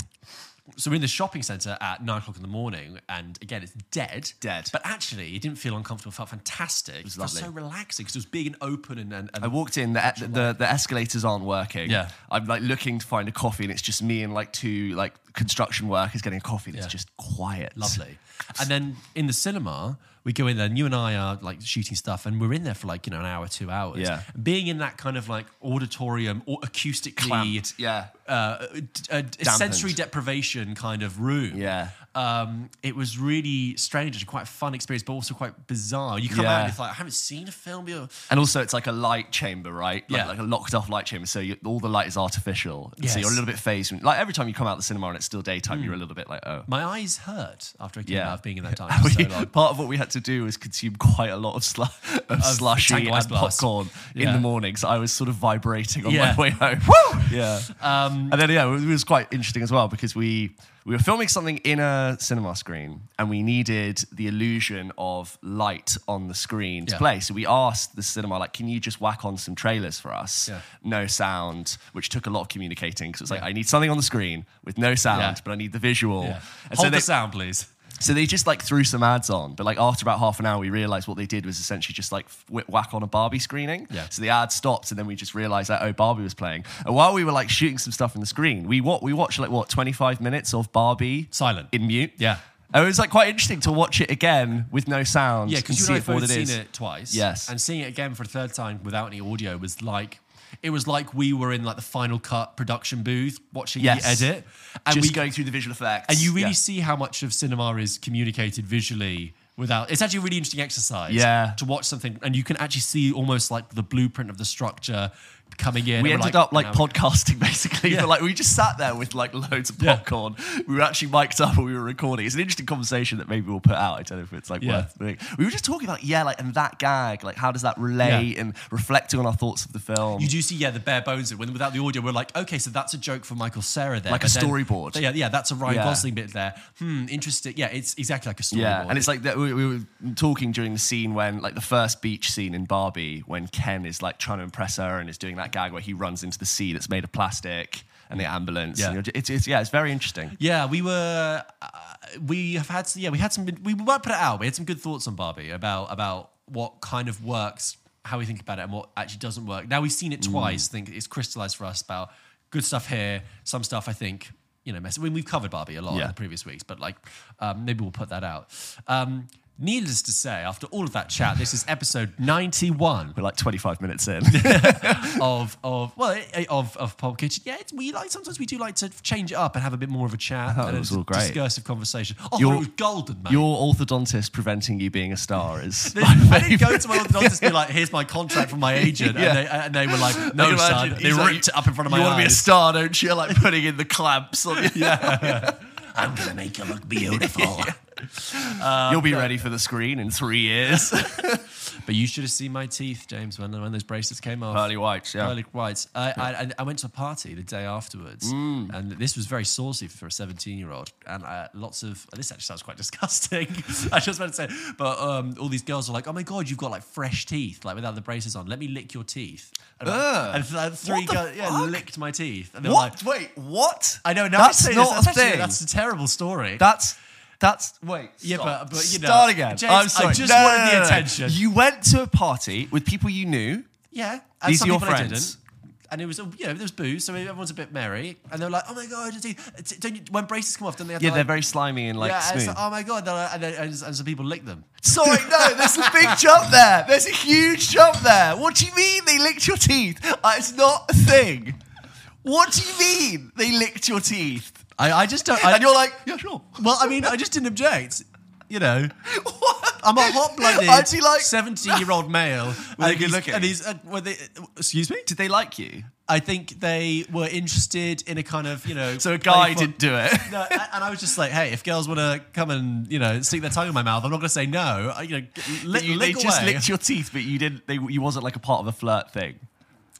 [SPEAKER 1] so we're in the shopping center at nine o'clock in the morning, and again, it's dead,
[SPEAKER 2] Dead.
[SPEAKER 1] But actually, it didn't feel uncomfortable. It felt fantastic. It was
[SPEAKER 2] lovely.
[SPEAKER 1] so relaxing because it was big and open, and and, and
[SPEAKER 2] I walked in, the, e, the, the escalators aren't working.
[SPEAKER 1] Yeah.
[SPEAKER 2] I'm like looking to find a coffee, and it's just me and like two like construction workers getting a coffee, and
[SPEAKER 1] Yeah.
[SPEAKER 2] it's just quiet.
[SPEAKER 1] Lovely. And then in the cinema, we go in there, and you and I are like shooting stuff, and we're in there for like you know an hour, two hours.
[SPEAKER 2] Yeah.
[SPEAKER 1] Being in that kind of like auditorium or acoustically,
[SPEAKER 2] Clamped, yeah.
[SPEAKER 1] uh, d- uh, d- sensory deprivation kind of room.
[SPEAKER 2] Yeah.
[SPEAKER 1] Um, it was really strange and quite a fun experience, but also quite bizarre. You come out
[SPEAKER 2] Yeah.
[SPEAKER 1] and it's like I haven't seen a film. Before.
[SPEAKER 2] And also, it's like a light chamber, right? Like,
[SPEAKER 1] Yeah.
[SPEAKER 2] like a locked off light chamber. So you, all the light is artificial.
[SPEAKER 1] Yes. Hmm.
[SPEAKER 2] So you're a little bit phased. When, like every time you come out of the cinema and it's still daytime, you're a little bit like, oh.
[SPEAKER 1] My eyes hurt after I came
[SPEAKER 2] Yeah.
[SPEAKER 1] out of being in that time for so
[SPEAKER 2] We-
[SPEAKER 1] long.
[SPEAKER 2] part of what we had to do was consume quite a lot of, slu- of slushy
[SPEAKER 1] Tango
[SPEAKER 2] and
[SPEAKER 1] Ice Blast.
[SPEAKER 2] popcorn
[SPEAKER 1] Yeah.
[SPEAKER 2] in the morning. So I was sort of vibrating on
[SPEAKER 1] Yeah.
[SPEAKER 2] my way home. Woo! Yeah.
[SPEAKER 1] Um,
[SPEAKER 2] and then, yeah, it was quite interesting as well because we, we were filming something in a cinema screen and we needed the illusion of light on the screen to
[SPEAKER 1] Yeah.
[SPEAKER 2] play. So we asked the cinema, like, can you just whack on some trailers for us?
[SPEAKER 1] Yeah.
[SPEAKER 2] No sound, which took a lot of communicating because it's like, I need something on the screen with no sound,
[SPEAKER 1] Yeah.
[SPEAKER 2] but I need the visual.
[SPEAKER 1] Yeah.
[SPEAKER 2] And so
[SPEAKER 1] Hold
[SPEAKER 2] they-
[SPEAKER 1] the sound, please.
[SPEAKER 2] so they just like threw some ads on, but like after about half an hour, we realized what they did was essentially just like whip whack on a Barbie screening.
[SPEAKER 1] Yeah.
[SPEAKER 2] So the ad stopped, and then we just realized that oh, Barbie was playing. And while we were like shooting some stuff in the screen, we what we watched like what twenty five minutes of Barbie
[SPEAKER 1] Silent.
[SPEAKER 2] in mute.
[SPEAKER 1] Yeah.
[SPEAKER 2] And it was like quite interesting to watch it again with no sound.
[SPEAKER 1] Yeah, because
[SPEAKER 2] and
[SPEAKER 1] you
[SPEAKER 2] see
[SPEAKER 1] and I
[SPEAKER 2] it for what
[SPEAKER 1] both
[SPEAKER 2] it
[SPEAKER 1] seen
[SPEAKER 2] is.
[SPEAKER 1] it twice.
[SPEAKER 2] Yes.
[SPEAKER 1] and seeing it again for a third time without any audio was like it was like we were in like the final cut production booth watching
[SPEAKER 2] Yes.
[SPEAKER 1] the edit, and
[SPEAKER 2] just
[SPEAKER 1] we
[SPEAKER 2] going through the visual effects.
[SPEAKER 1] and you really
[SPEAKER 2] Yeah.
[SPEAKER 1] see how much of cinema is communicated visually. Without, it's actually a really interesting exercise.
[SPEAKER 2] Yeah.
[SPEAKER 1] To watch something, and you can actually see almost like the blueprint of the structure coming in.
[SPEAKER 2] we
[SPEAKER 1] and we're
[SPEAKER 2] ended up like
[SPEAKER 1] "Now we
[SPEAKER 2] podcasting basically.
[SPEAKER 1] Yeah.
[SPEAKER 2] But like we just sat there with like loads of
[SPEAKER 1] Yeah.
[SPEAKER 2] popcorn. We were actually mic'd up and we were recording. It's an interesting conversation that maybe we'll put out. I don't know if it's like
[SPEAKER 1] Yeah.
[SPEAKER 2] worth doing. We were just talking about yeah, like and that gag, like how does that relate and reflecting on our thoughts of the film.
[SPEAKER 1] You do see, yeah, the bare bones of it. When without the audio, we're like, okay, so that's a joke for Michael Sarah there,
[SPEAKER 2] Like a
[SPEAKER 1] but then-
[SPEAKER 2] storyboard.
[SPEAKER 1] yeah, yeah, that's a Ryan
[SPEAKER 2] Yeah.
[SPEAKER 1] Gosling bit there. Hmm, interesting. Yeah, it's exactly like a storyboard.
[SPEAKER 2] Yeah, and it's like that we, we were talking during the scene when, like, the first beach scene in Barbie, when Ken is like trying to impress her and is doing that gag where he runs into the sea that's made of plastic and the ambulance.
[SPEAKER 1] Yeah.
[SPEAKER 2] and you're j- it's, it's yeah, it's very interesting.
[SPEAKER 1] Yeah, we were. Uh, we have had. Yeah, we had some. We might put it out. We had some good thoughts on Barbie about about what kind of works, how we think about it, and what actually doesn't work. Now we've seen it twice. I think it's crystallized for us about good stuff here. Some stuff I think you know. Mess- I mean, we've covered Barbie a lot in
[SPEAKER 2] Yeah.
[SPEAKER 1] the previous weeks, but like um, maybe we'll put that out. Um, needless to say, after all of that chat, this is episode ninety-one
[SPEAKER 2] We're like 25 minutes in.
[SPEAKER 1] of of well eh, of of pop kitchen. Yeah, it's, we like sometimes we do like to change it up and have a bit more of a chat.
[SPEAKER 2] thought
[SPEAKER 1] and
[SPEAKER 2] it was
[SPEAKER 1] a
[SPEAKER 2] all great.
[SPEAKER 1] Discursive conversation. Oh, I thought
[SPEAKER 2] Your-
[SPEAKER 1] it was golden, man.
[SPEAKER 2] Your orthodontist preventing you being a star is.
[SPEAKER 1] I didn't go to my orthodontist and be like, "Here's my contract from my agent,"
[SPEAKER 2] Yeah.
[SPEAKER 1] and, they, and they were like, "No,
[SPEAKER 2] Can you
[SPEAKER 1] son."
[SPEAKER 2] imagine?
[SPEAKER 1] They
[SPEAKER 2] He's
[SPEAKER 1] ripped
[SPEAKER 2] like,
[SPEAKER 1] it up in front of my
[SPEAKER 2] you
[SPEAKER 1] eyes.
[SPEAKER 2] want to be a star, don't you? Like putting in the clamps on you.
[SPEAKER 1] I'm gonna make you look beautiful.
[SPEAKER 2] You'll be ready for the screen in three years.
[SPEAKER 1] but you should have seen my teeth, James, when when those braces came off.
[SPEAKER 2] Pearly whites, yeah. Mm.
[SPEAKER 1] Early whites. I, I, and I went to a party the day afterwards, and this was very saucy for a 17 year old. And uh, lots of this actually sounds quite disgusting. I just about to say, but um, all these girls were like, "Oh my god, you've got like fresh teeth, like without the braces on. Let me lick your teeth." And, like-
[SPEAKER 2] Ugh.
[SPEAKER 1] and th- three
[SPEAKER 2] What the
[SPEAKER 1] girls, yeah,
[SPEAKER 2] fuck?
[SPEAKER 1] licked my teeth. And they were like,
[SPEAKER 2] What? Wait, what?
[SPEAKER 1] I know now
[SPEAKER 2] That's
[SPEAKER 1] I say
[SPEAKER 2] not
[SPEAKER 1] this, that's
[SPEAKER 2] a
[SPEAKER 1] actually-
[SPEAKER 2] thing.
[SPEAKER 1] That's a terrible story.
[SPEAKER 2] That's that's wait.
[SPEAKER 1] Yeah, but-
[SPEAKER 2] stop.
[SPEAKER 1] but, you know,
[SPEAKER 2] start again.
[SPEAKER 1] James, I
[SPEAKER 2] I'm sorry.
[SPEAKER 1] just wanted the attention.
[SPEAKER 2] You went to a party with people you knew.
[SPEAKER 1] Yeah,
[SPEAKER 2] These
[SPEAKER 1] some
[SPEAKER 2] are your
[SPEAKER 1] people I
[SPEAKER 2] friends?
[SPEAKER 1] didn't. And it was, you know, there was booze, so everyone's a bit merry. And they were like, "Oh my god, your teeth- it's- don't you, when braces come off, don't they have
[SPEAKER 2] Yeah,
[SPEAKER 1] to
[SPEAKER 2] they're
[SPEAKER 1] like,
[SPEAKER 2] very slimy and like
[SPEAKER 1] yeah?" and
[SPEAKER 2] smooth.
[SPEAKER 1] it's like, oh my god, and, I- and, then- and, and some people lick them.
[SPEAKER 2] sorry, no. There's a big jump there. There's a huge jump there. What do you mean they licked your teeth? Uh, it's not a thing. What do you mean they licked your teeth?
[SPEAKER 1] I, I just don't.
[SPEAKER 2] and you're like, yeah, sure.
[SPEAKER 1] well, I mean, I just didn't object. You know,
[SPEAKER 2] What?
[SPEAKER 1] I'm a hot-blooded,
[SPEAKER 2] I'd be like,
[SPEAKER 1] seventy-year-old male.
[SPEAKER 2] Were they
[SPEAKER 1] and he's-
[SPEAKER 2] good-looking?
[SPEAKER 1] And he's, uh, were they, excuse me.
[SPEAKER 2] Did they like you?
[SPEAKER 1] I think they were interested in a kind of, you know,
[SPEAKER 2] So a guy
[SPEAKER 1] playful-
[SPEAKER 2] didn't do it.
[SPEAKER 1] No, and and I was just like, hey, if girls want to come and you know stick their tongue in my mouth, I'm not going to say no. I, you know, g- lick,
[SPEAKER 2] You- they
[SPEAKER 1] lick
[SPEAKER 2] just
[SPEAKER 1] away.
[SPEAKER 2] licked your teeth, but you didn't. They, you wasn't like a part of a flirt thing.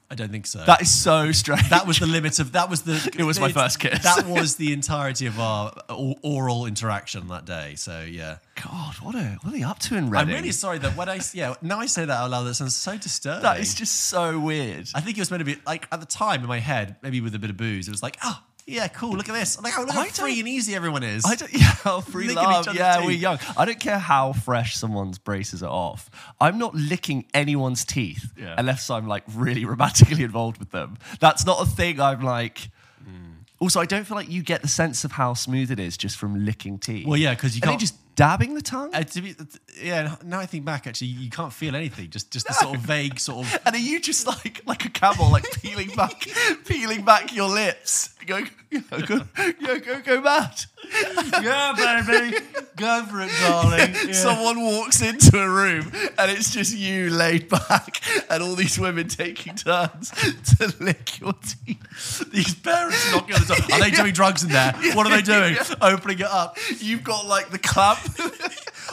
[SPEAKER 1] I don't think so.
[SPEAKER 2] That is so strange.
[SPEAKER 1] that was the limit of that was the.
[SPEAKER 2] It was my first kiss.
[SPEAKER 1] That was the entirety of our o- oral interaction that day. So yeah,
[SPEAKER 2] God, what a what are they up to in
[SPEAKER 1] I'm
[SPEAKER 2] Reading?
[SPEAKER 1] really sorry that when I yeah now I say that out loud, that sounds so disturbing.
[SPEAKER 2] that is just so weird.
[SPEAKER 1] I think it was meant to be like at the time in my head, maybe with a bit of booze, it was like, oh yeah, cool, look at this, like oh look how
[SPEAKER 2] I
[SPEAKER 1] free
[SPEAKER 2] don't-
[SPEAKER 1] and easy everyone is.
[SPEAKER 2] I don't, yeah, oh, free
[SPEAKER 1] Licking each
[SPEAKER 2] love.
[SPEAKER 1] other's
[SPEAKER 2] Yeah,
[SPEAKER 1] teeth.
[SPEAKER 2] we're young. I don't care how fresh someone's braces are off. I'm not licking anyone's teeth
[SPEAKER 1] Yeah.
[SPEAKER 2] unless I'm like really romantically involved with them. That's not a thing. I'm like.
[SPEAKER 1] Mm.
[SPEAKER 2] Also, I don't feel like you get the sense of how smooth it is just from licking teeth.
[SPEAKER 1] Well, yeah, 'cause you
[SPEAKER 2] Are they
[SPEAKER 1] can't-
[SPEAKER 2] just dabbing the tongue.
[SPEAKER 1] Uh, to be, yeah, now I think back, actually, you can't feel anything. Just, just the sort of vague sort of.
[SPEAKER 2] And are you just like like a camel, like peeling back, peeling back your lips, going, you know, go, go, go, go mad?
[SPEAKER 1] yeah, baby, go for it, darling.
[SPEAKER 2] Someone walks into a room and it's just you laid back, and all these women taking turns to lick your teeth.
[SPEAKER 1] These parents knocking on the door. Are they doing drugs in there? What are they doing? Opening it up.
[SPEAKER 2] You've got like the clamp.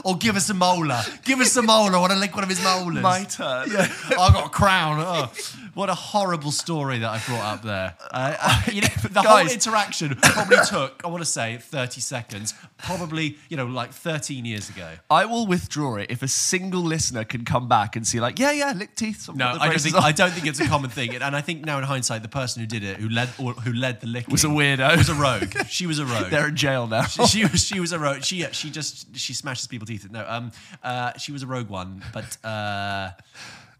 [SPEAKER 1] Or give us a molar. Give us a molar. I want to lick one of his molars.
[SPEAKER 2] My turn.
[SPEAKER 1] I got a crown. Oh, what a horrible story that I brought up there. I, I, you know, the whole
[SPEAKER 2] Guys.
[SPEAKER 1] interaction probably took, I want to say, 30 seconds. Probably, you know, like 13 years ago.
[SPEAKER 2] I will withdraw it if a single listener can come back and see, like, yeah, yeah, lick teeth. I've got
[SPEAKER 1] No,
[SPEAKER 2] the
[SPEAKER 1] I don't
[SPEAKER 2] braces
[SPEAKER 1] think
[SPEAKER 2] on.
[SPEAKER 1] I don't think it's a common thing, and I think now in hindsight, the person who did it, who led or who led the licking,
[SPEAKER 2] was a weirdo.
[SPEAKER 1] was a rogue. She was a rogue.
[SPEAKER 2] They're in jail now.
[SPEAKER 1] she was she was a rogue. She she just she smashes people's teeth. No, um, uh, she was a rogue one, but. Uh,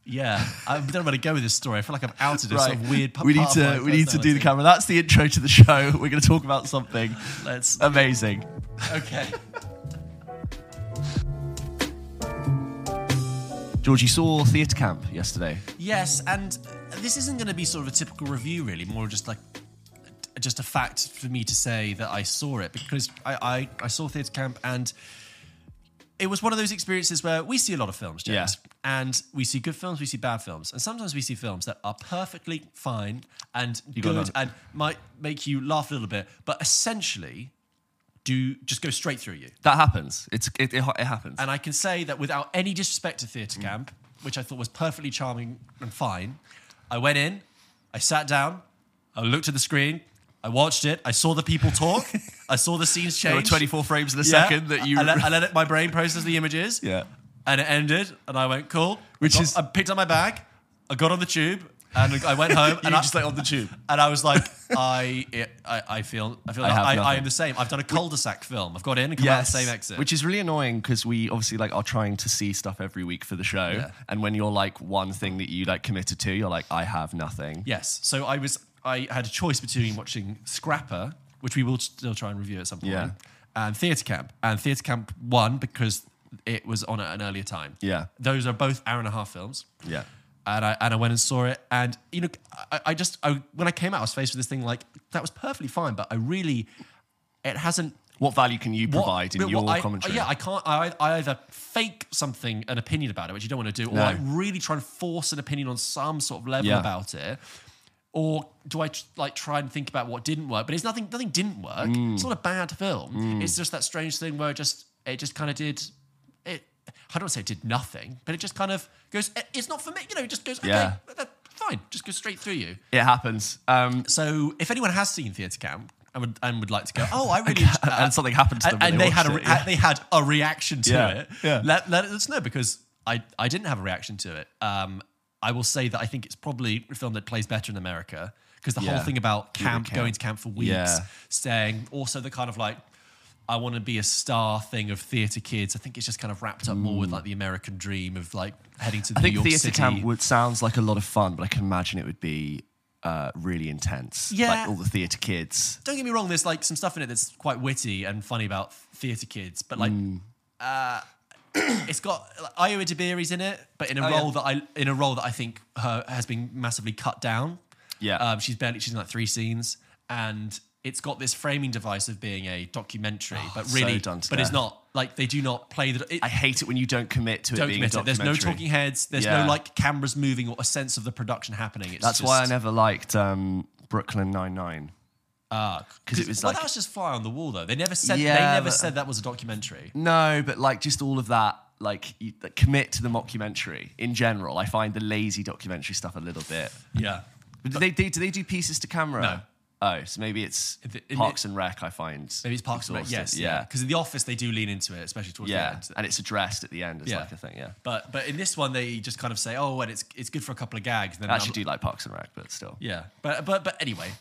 [SPEAKER 1] yeah, I don't know where to go with this story. I feel like I've outed a sort of weird. p-
[SPEAKER 2] We need
[SPEAKER 1] part of
[SPEAKER 2] to
[SPEAKER 1] my
[SPEAKER 2] we need to do
[SPEAKER 1] personality.
[SPEAKER 2] the camera. That's the intro to the show. We're going to talk about something
[SPEAKER 1] Let's
[SPEAKER 2] amazing.
[SPEAKER 1] okay.
[SPEAKER 2] George, you saw Theatre Camp yesterday.
[SPEAKER 1] Yes, and this isn't going to be sort of a typical review, really. More just like just a fact for me to say that I saw it because I I, I saw Theatre Camp and it was one of those experiences where we see a lot of films,
[SPEAKER 2] Yeah.
[SPEAKER 1] James, and we see good films, we see bad films, and sometimes we see films that are perfectly fine and
[SPEAKER 2] got
[SPEAKER 1] good
[SPEAKER 2] that.
[SPEAKER 1] and might make you laugh a little bit, but essentially do just go straight through you.
[SPEAKER 2] That happens. It's it, it, ha- it happens.
[SPEAKER 1] And I can say that without any disrespect to Theatre
[SPEAKER 2] Mm.
[SPEAKER 1] Camp, which I thought was perfectly charming and fine, I went in, I sat down, I looked at the screen, I watched it, I saw the people talk, I saw the scenes change.
[SPEAKER 2] there were 24 frames in a
[SPEAKER 1] Yeah.
[SPEAKER 2] second that you.
[SPEAKER 1] I let, I let it, my brain process the images.
[SPEAKER 2] yeah.
[SPEAKER 1] And it ended, and I went cool.
[SPEAKER 2] Which
[SPEAKER 1] I got-
[SPEAKER 2] is-
[SPEAKER 1] I picked up my bag, I got on the tube, and I went home,
[SPEAKER 2] You
[SPEAKER 1] and I
[SPEAKER 2] just like on the tube.
[SPEAKER 1] and I was like, I, it, I, I feel, I feel, like
[SPEAKER 2] have
[SPEAKER 1] I, I,
[SPEAKER 2] nothing.
[SPEAKER 1] am the same. I've done a cul-de-sac film. I've got in and come out the same exit.
[SPEAKER 2] Which is really annoying because we obviously like are trying to see stuff every week for the show. And when you're like one thing that you like committed to, you're like, I have nothing.
[SPEAKER 1] Yes. So I was I had a choice between watching Scrapper, which we will still try and review at some point,
[SPEAKER 2] Yeah.
[SPEAKER 1] and Theatre Camp. And Theatre Camp won because it was on at an earlier time.
[SPEAKER 2] Yeah.
[SPEAKER 1] Those are both hour and a half films.
[SPEAKER 2] Yeah.
[SPEAKER 1] And I and I went and saw it, and you know, I, I just I, when I came out, I was faced with this thing like that was perfectly fine, but I really, it hasn't
[SPEAKER 2] What value can you
[SPEAKER 1] what-
[SPEAKER 2] provide in
[SPEAKER 1] but what
[SPEAKER 2] your
[SPEAKER 1] I- oh,
[SPEAKER 2] commentary?
[SPEAKER 1] Yeah, I can't. I, I either fake something an opinion about it, which you don't want to do, or
[SPEAKER 2] No.
[SPEAKER 1] I really try and force an opinion on some sort of level
[SPEAKER 2] Yeah.
[SPEAKER 1] about it. Or do I tr- like try and think about what didn't work? But it's nothing. Nothing didn't work.
[SPEAKER 2] Mm.
[SPEAKER 1] It's not a bad film. It's just that strange thing where it just it just kind of did. It I don't wanna say it did nothing, but it just kind of goes. "Eh, It's not for me. You know, it just goes. Okay,
[SPEAKER 2] Yeah.
[SPEAKER 1] that- fine. Just goes straight through you.
[SPEAKER 2] it happens. Um,
[SPEAKER 1] So if anyone has seen Theatre Camp and would, and would like to go, oh, I really that."
[SPEAKER 2] and something happened to them
[SPEAKER 1] and,
[SPEAKER 2] when
[SPEAKER 1] and
[SPEAKER 2] they
[SPEAKER 1] they, had a
[SPEAKER 2] watched
[SPEAKER 1] re-
[SPEAKER 2] it, yeah.
[SPEAKER 1] they had a reaction to
[SPEAKER 2] Yeah,
[SPEAKER 1] it.
[SPEAKER 2] yeah.
[SPEAKER 1] Let, let us know because I, I didn't have a reaction to it. Um, I will say that I think it's probably a film that plays better in America because the
[SPEAKER 2] Yeah.
[SPEAKER 1] whole thing about camp,
[SPEAKER 2] camp.
[SPEAKER 1] going to camp for weeks,
[SPEAKER 2] Yeah.
[SPEAKER 1] staying, also the kind of like I want to be a star thing of theatre kids. I think it's just kind of wrapped up more with like the American dream of like heading to the
[SPEAKER 2] Mm. I
[SPEAKER 1] New
[SPEAKER 2] think
[SPEAKER 1] York
[SPEAKER 2] theatre
[SPEAKER 1] City.
[SPEAKER 2] camp would, sounds like a lot of fun, but I can imagine it would be uh, really intense.
[SPEAKER 1] Yeah.
[SPEAKER 2] Like all the theatre kids.
[SPEAKER 1] don't get me wrong, there's like some stuff in it that's quite witty and funny about theatre kids, but like,
[SPEAKER 2] Mm.
[SPEAKER 1] uh, it's got like, Iowa DeBeery's in it, but in a
[SPEAKER 2] Oh, yeah.
[SPEAKER 1] role that I in a role that I think her has been massively cut down.
[SPEAKER 2] Yeah.
[SPEAKER 1] um, she's barely she's in like three scenes, and it's got this framing device of being a documentary, but
[SPEAKER 2] Oh, so
[SPEAKER 1] really,
[SPEAKER 2] done to
[SPEAKER 1] but it's
[SPEAKER 2] death.
[SPEAKER 1] not like they do not play the. It,
[SPEAKER 2] I hate it when you don't commit to it
[SPEAKER 1] don't
[SPEAKER 2] being
[SPEAKER 1] commit
[SPEAKER 2] a
[SPEAKER 1] it. There's no
[SPEAKER 2] documentary.
[SPEAKER 1] talking heads. There's
[SPEAKER 2] Yeah.
[SPEAKER 1] no like cameras moving or a sense of the production happening. It's
[SPEAKER 2] That's why I
[SPEAKER 1] just-
[SPEAKER 2] never liked um, Brooklyn Nine Nine.
[SPEAKER 1] Ah,
[SPEAKER 2] 'Cause it was
[SPEAKER 1] well,
[SPEAKER 2] like-
[SPEAKER 1] that was just fly on the wall though. They never said
[SPEAKER 2] Yeah,
[SPEAKER 1] they never
[SPEAKER 2] but- uh,
[SPEAKER 1] said that was a documentary.
[SPEAKER 2] No, but like just all of that, like you, like, commit to the mockumentary in general. I find the lazy documentary stuff a little bit.
[SPEAKER 1] Yeah.
[SPEAKER 2] But do they do, do they do pieces to camera?
[SPEAKER 1] No.
[SPEAKER 2] Oh, so maybe it's
[SPEAKER 1] In the- in
[SPEAKER 2] Parks and Rec. I find
[SPEAKER 1] Maybe it's Parks and Rec. Yes,
[SPEAKER 2] exhausted.
[SPEAKER 1] yeah.
[SPEAKER 2] yeah,
[SPEAKER 1] Because in The Office, they do lean into it, especially towards
[SPEAKER 2] yeah,
[SPEAKER 1] the end.
[SPEAKER 2] and it's addressed at the end. It's
[SPEAKER 1] Yeah.
[SPEAKER 2] like a thing. Yeah,
[SPEAKER 1] But but in this one, they just kind of say, "Oh, and it's it's good for a couple of gags." Then
[SPEAKER 2] I actually
[SPEAKER 1] I'm-
[SPEAKER 2] do like Parks and Rec, but still.
[SPEAKER 1] Yeah. But but but anyway,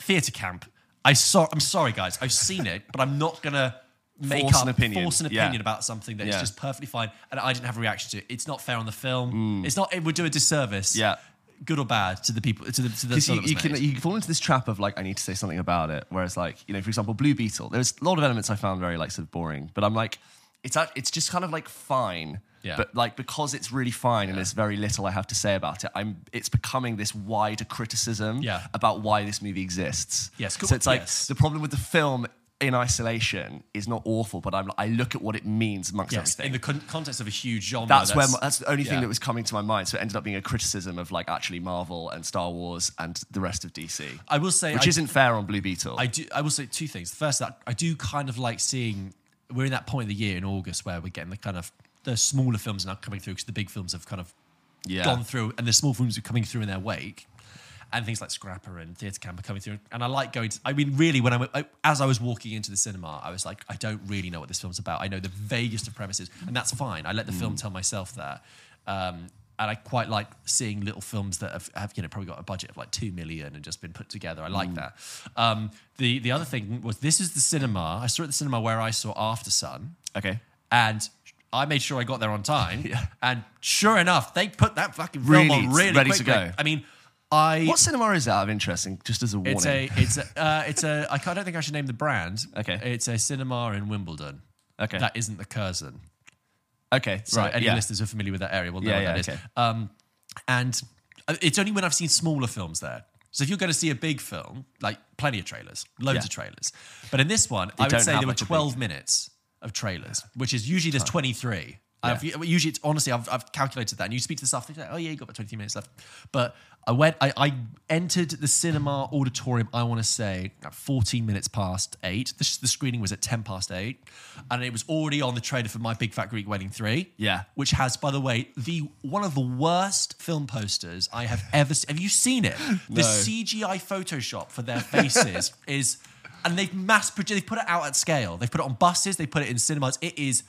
[SPEAKER 1] theatre camp. I saw. I'm sorry, guys. I've seen it, but I'm not gonna make
[SPEAKER 2] Force
[SPEAKER 1] up
[SPEAKER 2] an opinion.
[SPEAKER 1] force an
[SPEAKER 2] Yeah.
[SPEAKER 1] opinion about something that is
[SPEAKER 2] Yeah.
[SPEAKER 1] just perfectly fine, and I didn't have a reaction to. it. It's not fair on the film. It's not. It would do a disservice.
[SPEAKER 2] Mm. Yeah.
[SPEAKER 1] Good or bad to the people to the to the.
[SPEAKER 2] Because
[SPEAKER 1] film
[SPEAKER 2] you,
[SPEAKER 1] that was
[SPEAKER 2] you can
[SPEAKER 1] made.
[SPEAKER 2] you fall into this trap of like I need to say something about it, whereas like you know for example Blue Beetle, there's a lot of elements I found very like sort of boring, but I'm like it's act- it's just kind of like fine,
[SPEAKER 1] Yeah.
[SPEAKER 2] but like because it's really fine and there's very little I have to say about it, I'm it's becoming this wider criticism
[SPEAKER 1] Yeah.
[SPEAKER 2] about why this movie exists.
[SPEAKER 1] Yes, cool.
[SPEAKER 2] so it's like
[SPEAKER 1] Yes.
[SPEAKER 2] the problem with the film in isolation is not awful, but I'm I look at what it means amongst
[SPEAKER 1] yes,
[SPEAKER 2] everything.
[SPEAKER 1] in the con- context of a huge genre.
[SPEAKER 2] That's, where my, that's the only thing
[SPEAKER 1] yeah.
[SPEAKER 2] that was coming to my mind. So it ended up being a criticism of like actually Marvel and Star Wars and the rest of DC
[SPEAKER 1] I will say,
[SPEAKER 2] which
[SPEAKER 1] I-
[SPEAKER 2] isn't fair on Blue Beetle.
[SPEAKER 1] I do. I will say two things. The first, that I do kind of like seeing we're in that point of the year in August where we're getting the kind of the smaller films now coming through because the big films have kind of
[SPEAKER 2] yeah,
[SPEAKER 1] gone through and the small films are coming through in their wake. And things like Scrapper and Theatre Camp are coming through. And I like going to, I mean, really, when I, went- I, as I was walking into the cinema, I was like, I don't really know what this film's about. I know the vaguest of premises, and that's fine. I let the film tell myself that. Um, and I quite like seeing little films that have, have, you know, probably got a budget of like two million and just been put together. I like that. Um, the, the other thing was this is the cinema. I saw it at the cinema where I saw After Sun
[SPEAKER 2] okay.
[SPEAKER 1] and I made sure I got there on time. And sure enough, they put that fucking film
[SPEAKER 2] Really,
[SPEAKER 1] on
[SPEAKER 2] it's
[SPEAKER 1] really
[SPEAKER 2] ready to
[SPEAKER 1] quickly.
[SPEAKER 2] go.
[SPEAKER 1] I mean, I
[SPEAKER 2] What cinema is that of interest? and Just as a warning,
[SPEAKER 1] it's a it's a uh, it's a I, can't- I don't think I should name the brand.
[SPEAKER 2] Okay.
[SPEAKER 1] it's a cinema in Wimbledon.
[SPEAKER 2] Okay.
[SPEAKER 1] that isn't the Curzon.
[SPEAKER 2] okay,
[SPEAKER 1] So
[SPEAKER 2] right?
[SPEAKER 1] any
[SPEAKER 2] yeah.
[SPEAKER 1] listeners who are familiar with that area will know
[SPEAKER 2] Yeah,
[SPEAKER 1] what
[SPEAKER 2] yeah,
[SPEAKER 1] that is.
[SPEAKER 2] okay.
[SPEAKER 1] Um, and uh, it's only when I've seen smaller films there. So if you're going to see a big film, like plenty of trailers, loads
[SPEAKER 2] Yeah.
[SPEAKER 1] of trailers, but in this one, I
[SPEAKER 2] don't
[SPEAKER 1] would say
[SPEAKER 2] have
[SPEAKER 1] there were
[SPEAKER 2] like a big-
[SPEAKER 1] 12 minutes of trailers, which is usually there's 23. I've, usually it's honestly I've, I've calculated that and you speak to the staff they like oh yeah you got about 23 minutes left but I went I, I entered the cinema auditorium I want to say at 14 minutes past 8 the, the screening was at 10 past 8 and it was already on the trailer for My Big Fat Greek Wedding 3
[SPEAKER 2] Yeah.
[SPEAKER 1] which has by the way the one of the worst film posters I have ever seen have you seen it the
[SPEAKER 2] No.
[SPEAKER 1] CGI Photoshop for their faces is and they've mass produced they've put it out at scale they've put it on buses they put it in cinemas it is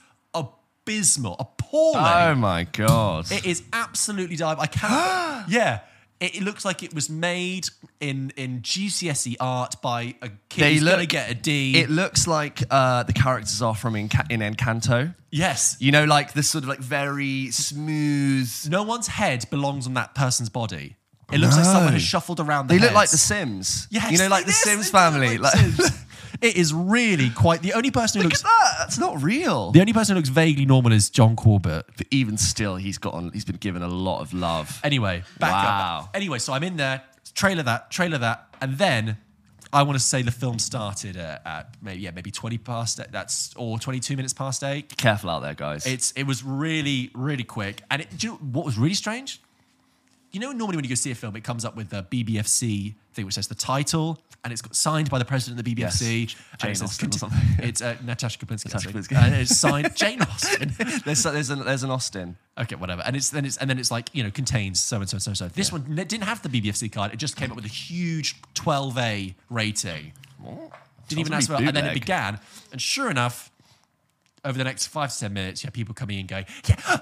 [SPEAKER 1] abysmal appalling
[SPEAKER 2] Oh my god.
[SPEAKER 1] it is absolutely dive. I can't. yeah. It, it looks like it was made in in GCSE E art by a kid
[SPEAKER 2] They
[SPEAKER 1] who's gonna
[SPEAKER 2] look-
[SPEAKER 1] get a D.
[SPEAKER 2] It looks like uh, the characters are from Enca- in Encanto.
[SPEAKER 1] yes.
[SPEAKER 2] You know, like this sort of like very smooth.
[SPEAKER 1] No one's head belongs on that person's body. It looks like
[SPEAKER 2] No.
[SPEAKER 1] someone has shuffled around.
[SPEAKER 2] They
[SPEAKER 1] their
[SPEAKER 2] look like The
[SPEAKER 1] heads.
[SPEAKER 2] Sims.
[SPEAKER 1] Yes,
[SPEAKER 2] you know, like
[SPEAKER 1] it
[SPEAKER 2] The
[SPEAKER 1] is,
[SPEAKER 2] Sims
[SPEAKER 1] they do look
[SPEAKER 2] family.
[SPEAKER 1] like
[SPEAKER 2] Like,
[SPEAKER 1] Sims. it is really quite the only person who
[SPEAKER 2] look
[SPEAKER 1] looks.
[SPEAKER 2] at that. That's not real.
[SPEAKER 1] The only person who looks vaguely normal is John Corbett.
[SPEAKER 2] But even still, he's got on. He's been given a lot of love.
[SPEAKER 1] Anyway, back
[SPEAKER 2] Wow.
[SPEAKER 1] up. Anyway, so I'm in there, trailer that, trailer that, and then I want to say the film started at, at maybe yeah maybe 20 past eight, that's or 22 minutes past eight.
[SPEAKER 2] Careful out there, guys.
[SPEAKER 1] It's it was really really quick, and it, do you know what was really strange? You know, normally when you go see a film, it comes up with the BBFC thing, which says the title, and it's got signed by the president of the BBFC.
[SPEAKER 2] Yes.
[SPEAKER 1] and it
[SPEAKER 2] Jane
[SPEAKER 1] says
[SPEAKER 2] Austen or
[SPEAKER 1] conti-
[SPEAKER 2] something.
[SPEAKER 1] It's uh, Natasha Kaplinsky.
[SPEAKER 2] Natasha
[SPEAKER 1] I think.
[SPEAKER 2] Kaplinsky.
[SPEAKER 1] And it's signed Jane Austen.
[SPEAKER 2] there's there's an there's an Austin.
[SPEAKER 1] Okay, whatever. And it's then it's and then it's like you know contains so and so and so and so. This one n- didn't have the BBFC card. It just came up with a huge 12A rating. Didn't even
[SPEAKER 2] Sounds
[SPEAKER 1] ask
[SPEAKER 2] a bit
[SPEAKER 1] about. And then it
[SPEAKER 2] bootleg.
[SPEAKER 1] began. And sure enough, over the next five to ten minutes, you have people coming in going, "Yeah, oh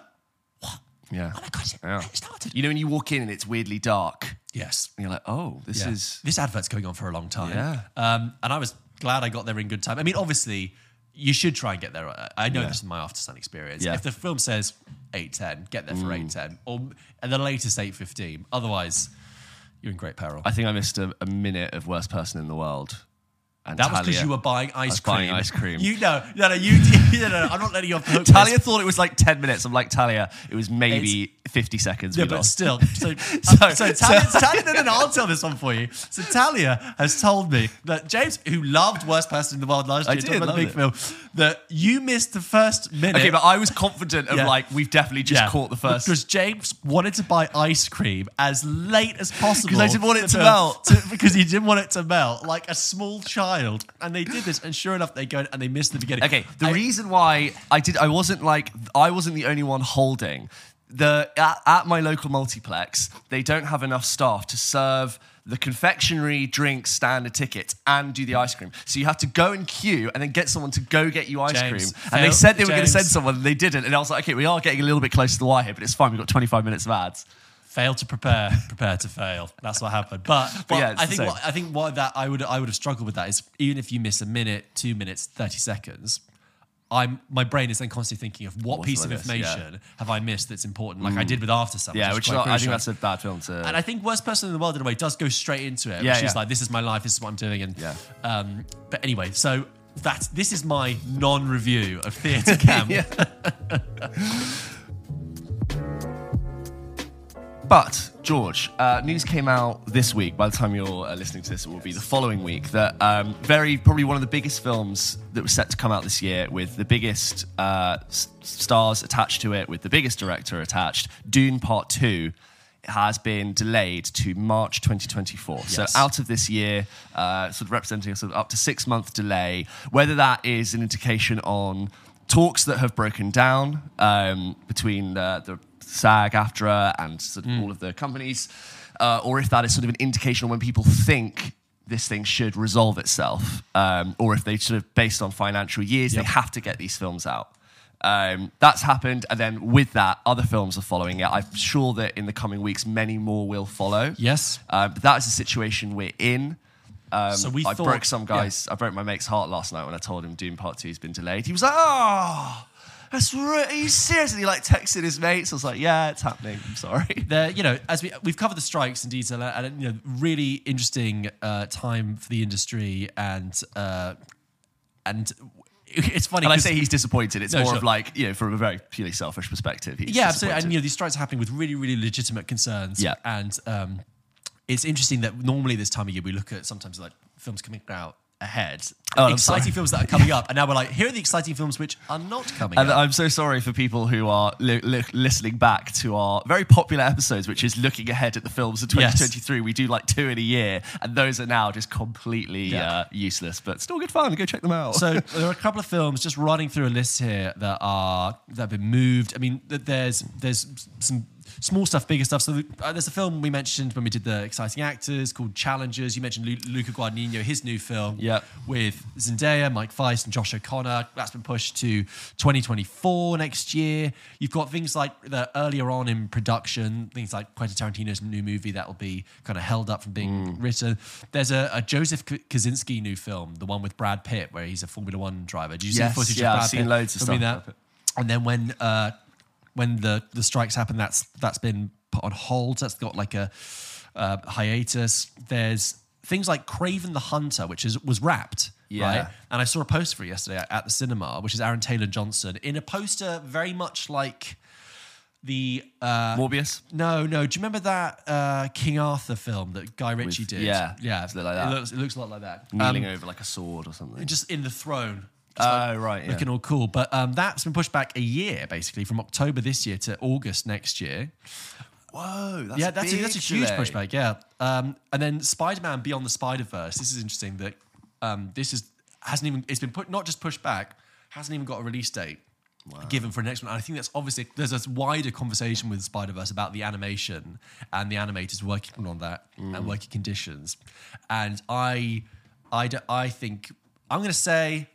[SPEAKER 2] Yeah.
[SPEAKER 1] my god, it-
[SPEAKER 2] Yeah.
[SPEAKER 1] it started."
[SPEAKER 2] You know when you walk in and it's weirdly dark, and
[SPEAKER 1] Yes,
[SPEAKER 2] you're like, oh, this
[SPEAKER 1] Yeah.
[SPEAKER 2] is
[SPEAKER 1] this advert's going on for a long time.
[SPEAKER 2] Yeah.
[SPEAKER 1] Um, and I was glad I got there in good time. I mean, obviously, you should try and get there. I- I know this is my after sun experience.
[SPEAKER 2] Yeah. Mm.
[SPEAKER 1] If the film says eight ten, get there for eight ten, or at the latest eight fifteen. Otherwise, you're in great peril.
[SPEAKER 2] I think I missed a, a minute of worst person in the world. And
[SPEAKER 1] that was because
[SPEAKER 2] Talia-
[SPEAKER 1] you were buying ice
[SPEAKER 2] was
[SPEAKER 1] cream.
[SPEAKER 2] buying ice cream.
[SPEAKER 1] You know, no, no, you, no, no, no, I'm not letting you off the hook. for
[SPEAKER 2] Talia
[SPEAKER 1] this.
[SPEAKER 2] thought it was like ten minutes. I'm like Talia. It was maybe fifty seconds.
[SPEAKER 1] Yeah,
[SPEAKER 2] we
[SPEAKER 1] but
[SPEAKER 2] lost.
[SPEAKER 1] still. So, uh, so,
[SPEAKER 2] So-
[SPEAKER 1] Talia, Talia, no, no, no, I'll tell this one for you. So Talia has told me that James, who loved Worst Person in the World last year,
[SPEAKER 2] I
[SPEAKER 1] talking
[SPEAKER 2] did
[SPEAKER 1] about the big
[SPEAKER 2] love
[SPEAKER 1] film, that you missed the first minute.
[SPEAKER 2] okay, but I was confident of
[SPEAKER 1] Yeah.
[SPEAKER 2] like we've definitely just caught the first.
[SPEAKER 1] Because James wanted to buy ice cream as late as possible.
[SPEAKER 2] 'Cause I didn't want it to
[SPEAKER 1] film-
[SPEAKER 2] melt.
[SPEAKER 1] to- because he didn't want it to melt, like a small child. And they did this, and sure enough, they go and they missed the beginning.
[SPEAKER 2] Okay, the
[SPEAKER 1] I-
[SPEAKER 2] reason why I did I wasn't like I wasn't the only one holding the at, at my local multiplex. They don't have enough staff to serve the confectionery, drinks, standard tickets, and do the ice cream. So you have to go and queue, and then get someone to go get you ice
[SPEAKER 1] James,
[SPEAKER 2] cream. And they
[SPEAKER 1] fail-
[SPEAKER 2] said they were going to
[SPEAKER 1] James.
[SPEAKER 2] send someone, and they didn't. And I was like, okay, we are getting a little bit close to the wire here, but it's fine. We've got 25 minutes of ads.
[SPEAKER 1] fail to prepare, prepare to fail. That's what happened. But, but
[SPEAKER 2] yeah, it's
[SPEAKER 1] I
[SPEAKER 2] the
[SPEAKER 1] think
[SPEAKER 2] same.
[SPEAKER 1] what, I think what that I would I would have struggled with that is even if you miss a minute, two minutes, thirty seconds. I'm my brain is then constantly thinking of what
[SPEAKER 2] What's
[SPEAKER 1] piece
[SPEAKER 2] like
[SPEAKER 1] of
[SPEAKER 2] this? Yeah. Mm.
[SPEAKER 1] information have I missed that's important, like I did with After Sun.
[SPEAKER 2] Yeah, which is not,
[SPEAKER 1] quite
[SPEAKER 2] I think
[SPEAKER 1] crucial.
[SPEAKER 2] that's a bad film to.
[SPEAKER 1] And I think worst person in the world in a way does go straight into it.
[SPEAKER 2] Yeah,
[SPEAKER 1] she's
[SPEAKER 2] yeah.
[SPEAKER 1] like, this is my life, this is what I'm doing, and
[SPEAKER 2] Yeah.
[SPEAKER 1] um, but anyway, so that's this is my non-review of theatre camp.
[SPEAKER 2] Yeah. But George, uh, news came out this week. By the time you're uh, listening to this, it will be the following week. That um, very probably one of the biggest films that was set to come out this year, with the biggest uh, s- stars attached to it, with the biggest director attached. Dune Part Two has been delayed to March 2024.
[SPEAKER 1] Yes.
[SPEAKER 2] So out of this year, uh, sort of representing a sort of up to six month delay. Whether that is an indication on talks that have broken down um, between the, the SAG, AFTRA, and sort of all of the companies, uh, or if that is sort of an indication on when people think this thing should resolve itself, um, or if they sort of based on financial years, they have to get these films out. Um, that's happened, and then with that, other films are following it. I'm sure that in the coming weeks, many more will follow.
[SPEAKER 1] Yes.
[SPEAKER 2] Uh, but that is the situation we're in. Um,
[SPEAKER 1] So we
[SPEAKER 2] I
[SPEAKER 1] thought-
[SPEAKER 2] broke some guys. I broke my mate's heart last night when I told him Doom Part Two has been delayed. He was like, "Oh, that's re- are you seriously like texting his mates?" I was like, "Yeah, it's happening. I'm sorry."
[SPEAKER 1] the you know as we we've covered the strikes in detail and, and you know really interesting uh, time for the industry and uh, and it's funny
[SPEAKER 2] And I
[SPEAKER 1] 'cause-
[SPEAKER 2] say he's disappointed. It's
[SPEAKER 1] No,
[SPEAKER 2] more
[SPEAKER 1] sure.
[SPEAKER 2] of like you know, from a very purely selfish perspective. He's
[SPEAKER 1] yeah absolutely and
[SPEAKER 2] disappointed.
[SPEAKER 1] you know these strikes are happening with really really legitimate concerns
[SPEAKER 2] Yeah.
[SPEAKER 1] and um, it's interesting that normally this time of year we look at sometimes like films coming out ahead.
[SPEAKER 2] Oh, I'm
[SPEAKER 1] exciting
[SPEAKER 2] sorry.
[SPEAKER 1] films that are coming up, and now we're like, here are the exciting films which are not coming
[SPEAKER 2] And
[SPEAKER 1] up.
[SPEAKER 2] I'm so sorry for people who are li- li- listening back to our very popular episodes, which is looking ahead at the films of
[SPEAKER 1] Yes.
[SPEAKER 2] 2023. We do like two in a year, and those are now just completely
[SPEAKER 1] Yeah.
[SPEAKER 2] uh, useless, but still good fun. Go check them out.
[SPEAKER 1] so there are a couple of films just running through a list here that are that have been moved. I mean, th- there's there's some small stuff, bigger stuff. So uh, there's a film we mentioned when we did the exciting actors called Challengers. You mentioned Lu- Luca Guadagnino, his new film
[SPEAKER 2] Yep.
[SPEAKER 1] with Zendaya, Mike Feist, and Josh O'Connor. That's been pushed to 2024 next year. You've got things like the earlier on in production, things like Quentin Tarantino's new movie that will be kind of held up from being
[SPEAKER 2] Mm.
[SPEAKER 1] written. There's a, a Joseph K- Kaczynski new film, the one with Brad Pitt, where he's a Formula One driver. Did you
[SPEAKER 2] Yes,
[SPEAKER 1] see footage
[SPEAKER 2] yeah,
[SPEAKER 1] of
[SPEAKER 2] I've
[SPEAKER 1] Brad
[SPEAKER 2] seen
[SPEAKER 1] Pitt
[SPEAKER 2] loads of
[SPEAKER 1] filming
[SPEAKER 2] stuff.
[SPEAKER 1] that? And then when uh, when the the strikes happen, that's that's been put on hold. That's got like a uh, hiatus. There's things like Craven the Hunter, which is was wrapped.
[SPEAKER 2] Yeah.
[SPEAKER 1] Right. And I saw a poster for it yesterday at the cinema, which is Aaron Taylor Johnson in a poster very much like the uh,
[SPEAKER 2] Morbius.
[SPEAKER 1] no, no. Do you remember that uh, King Arthur film that Guy Ritchie did?
[SPEAKER 2] yeah,
[SPEAKER 1] yeah.
[SPEAKER 2] it's a bit like that.
[SPEAKER 1] It looks, it looks a lot like that. Um,
[SPEAKER 2] Kneeling over like a sword or something.
[SPEAKER 1] Just in the throne.
[SPEAKER 2] Oh, right. Yeah.
[SPEAKER 1] Looking all cool, but um, that's been pushed back a year, basically, from October this year to August next year.
[SPEAKER 2] Whoa, that's
[SPEAKER 1] yeah, that's a, that's a huge
[SPEAKER 2] delay.
[SPEAKER 1] pushback. Yeah, um, and then Spider Man Beyond the Spider Verse. This is interesting that um, this is hasn't even it's been put not just pushed back, hasn't even got a release date given for the next one. And I think that's obviously there's this wider conversation with Spider Verse about the animation and the animators working on that
[SPEAKER 2] Mm.
[SPEAKER 1] and working conditions. And I, I, d- I think I'm going to say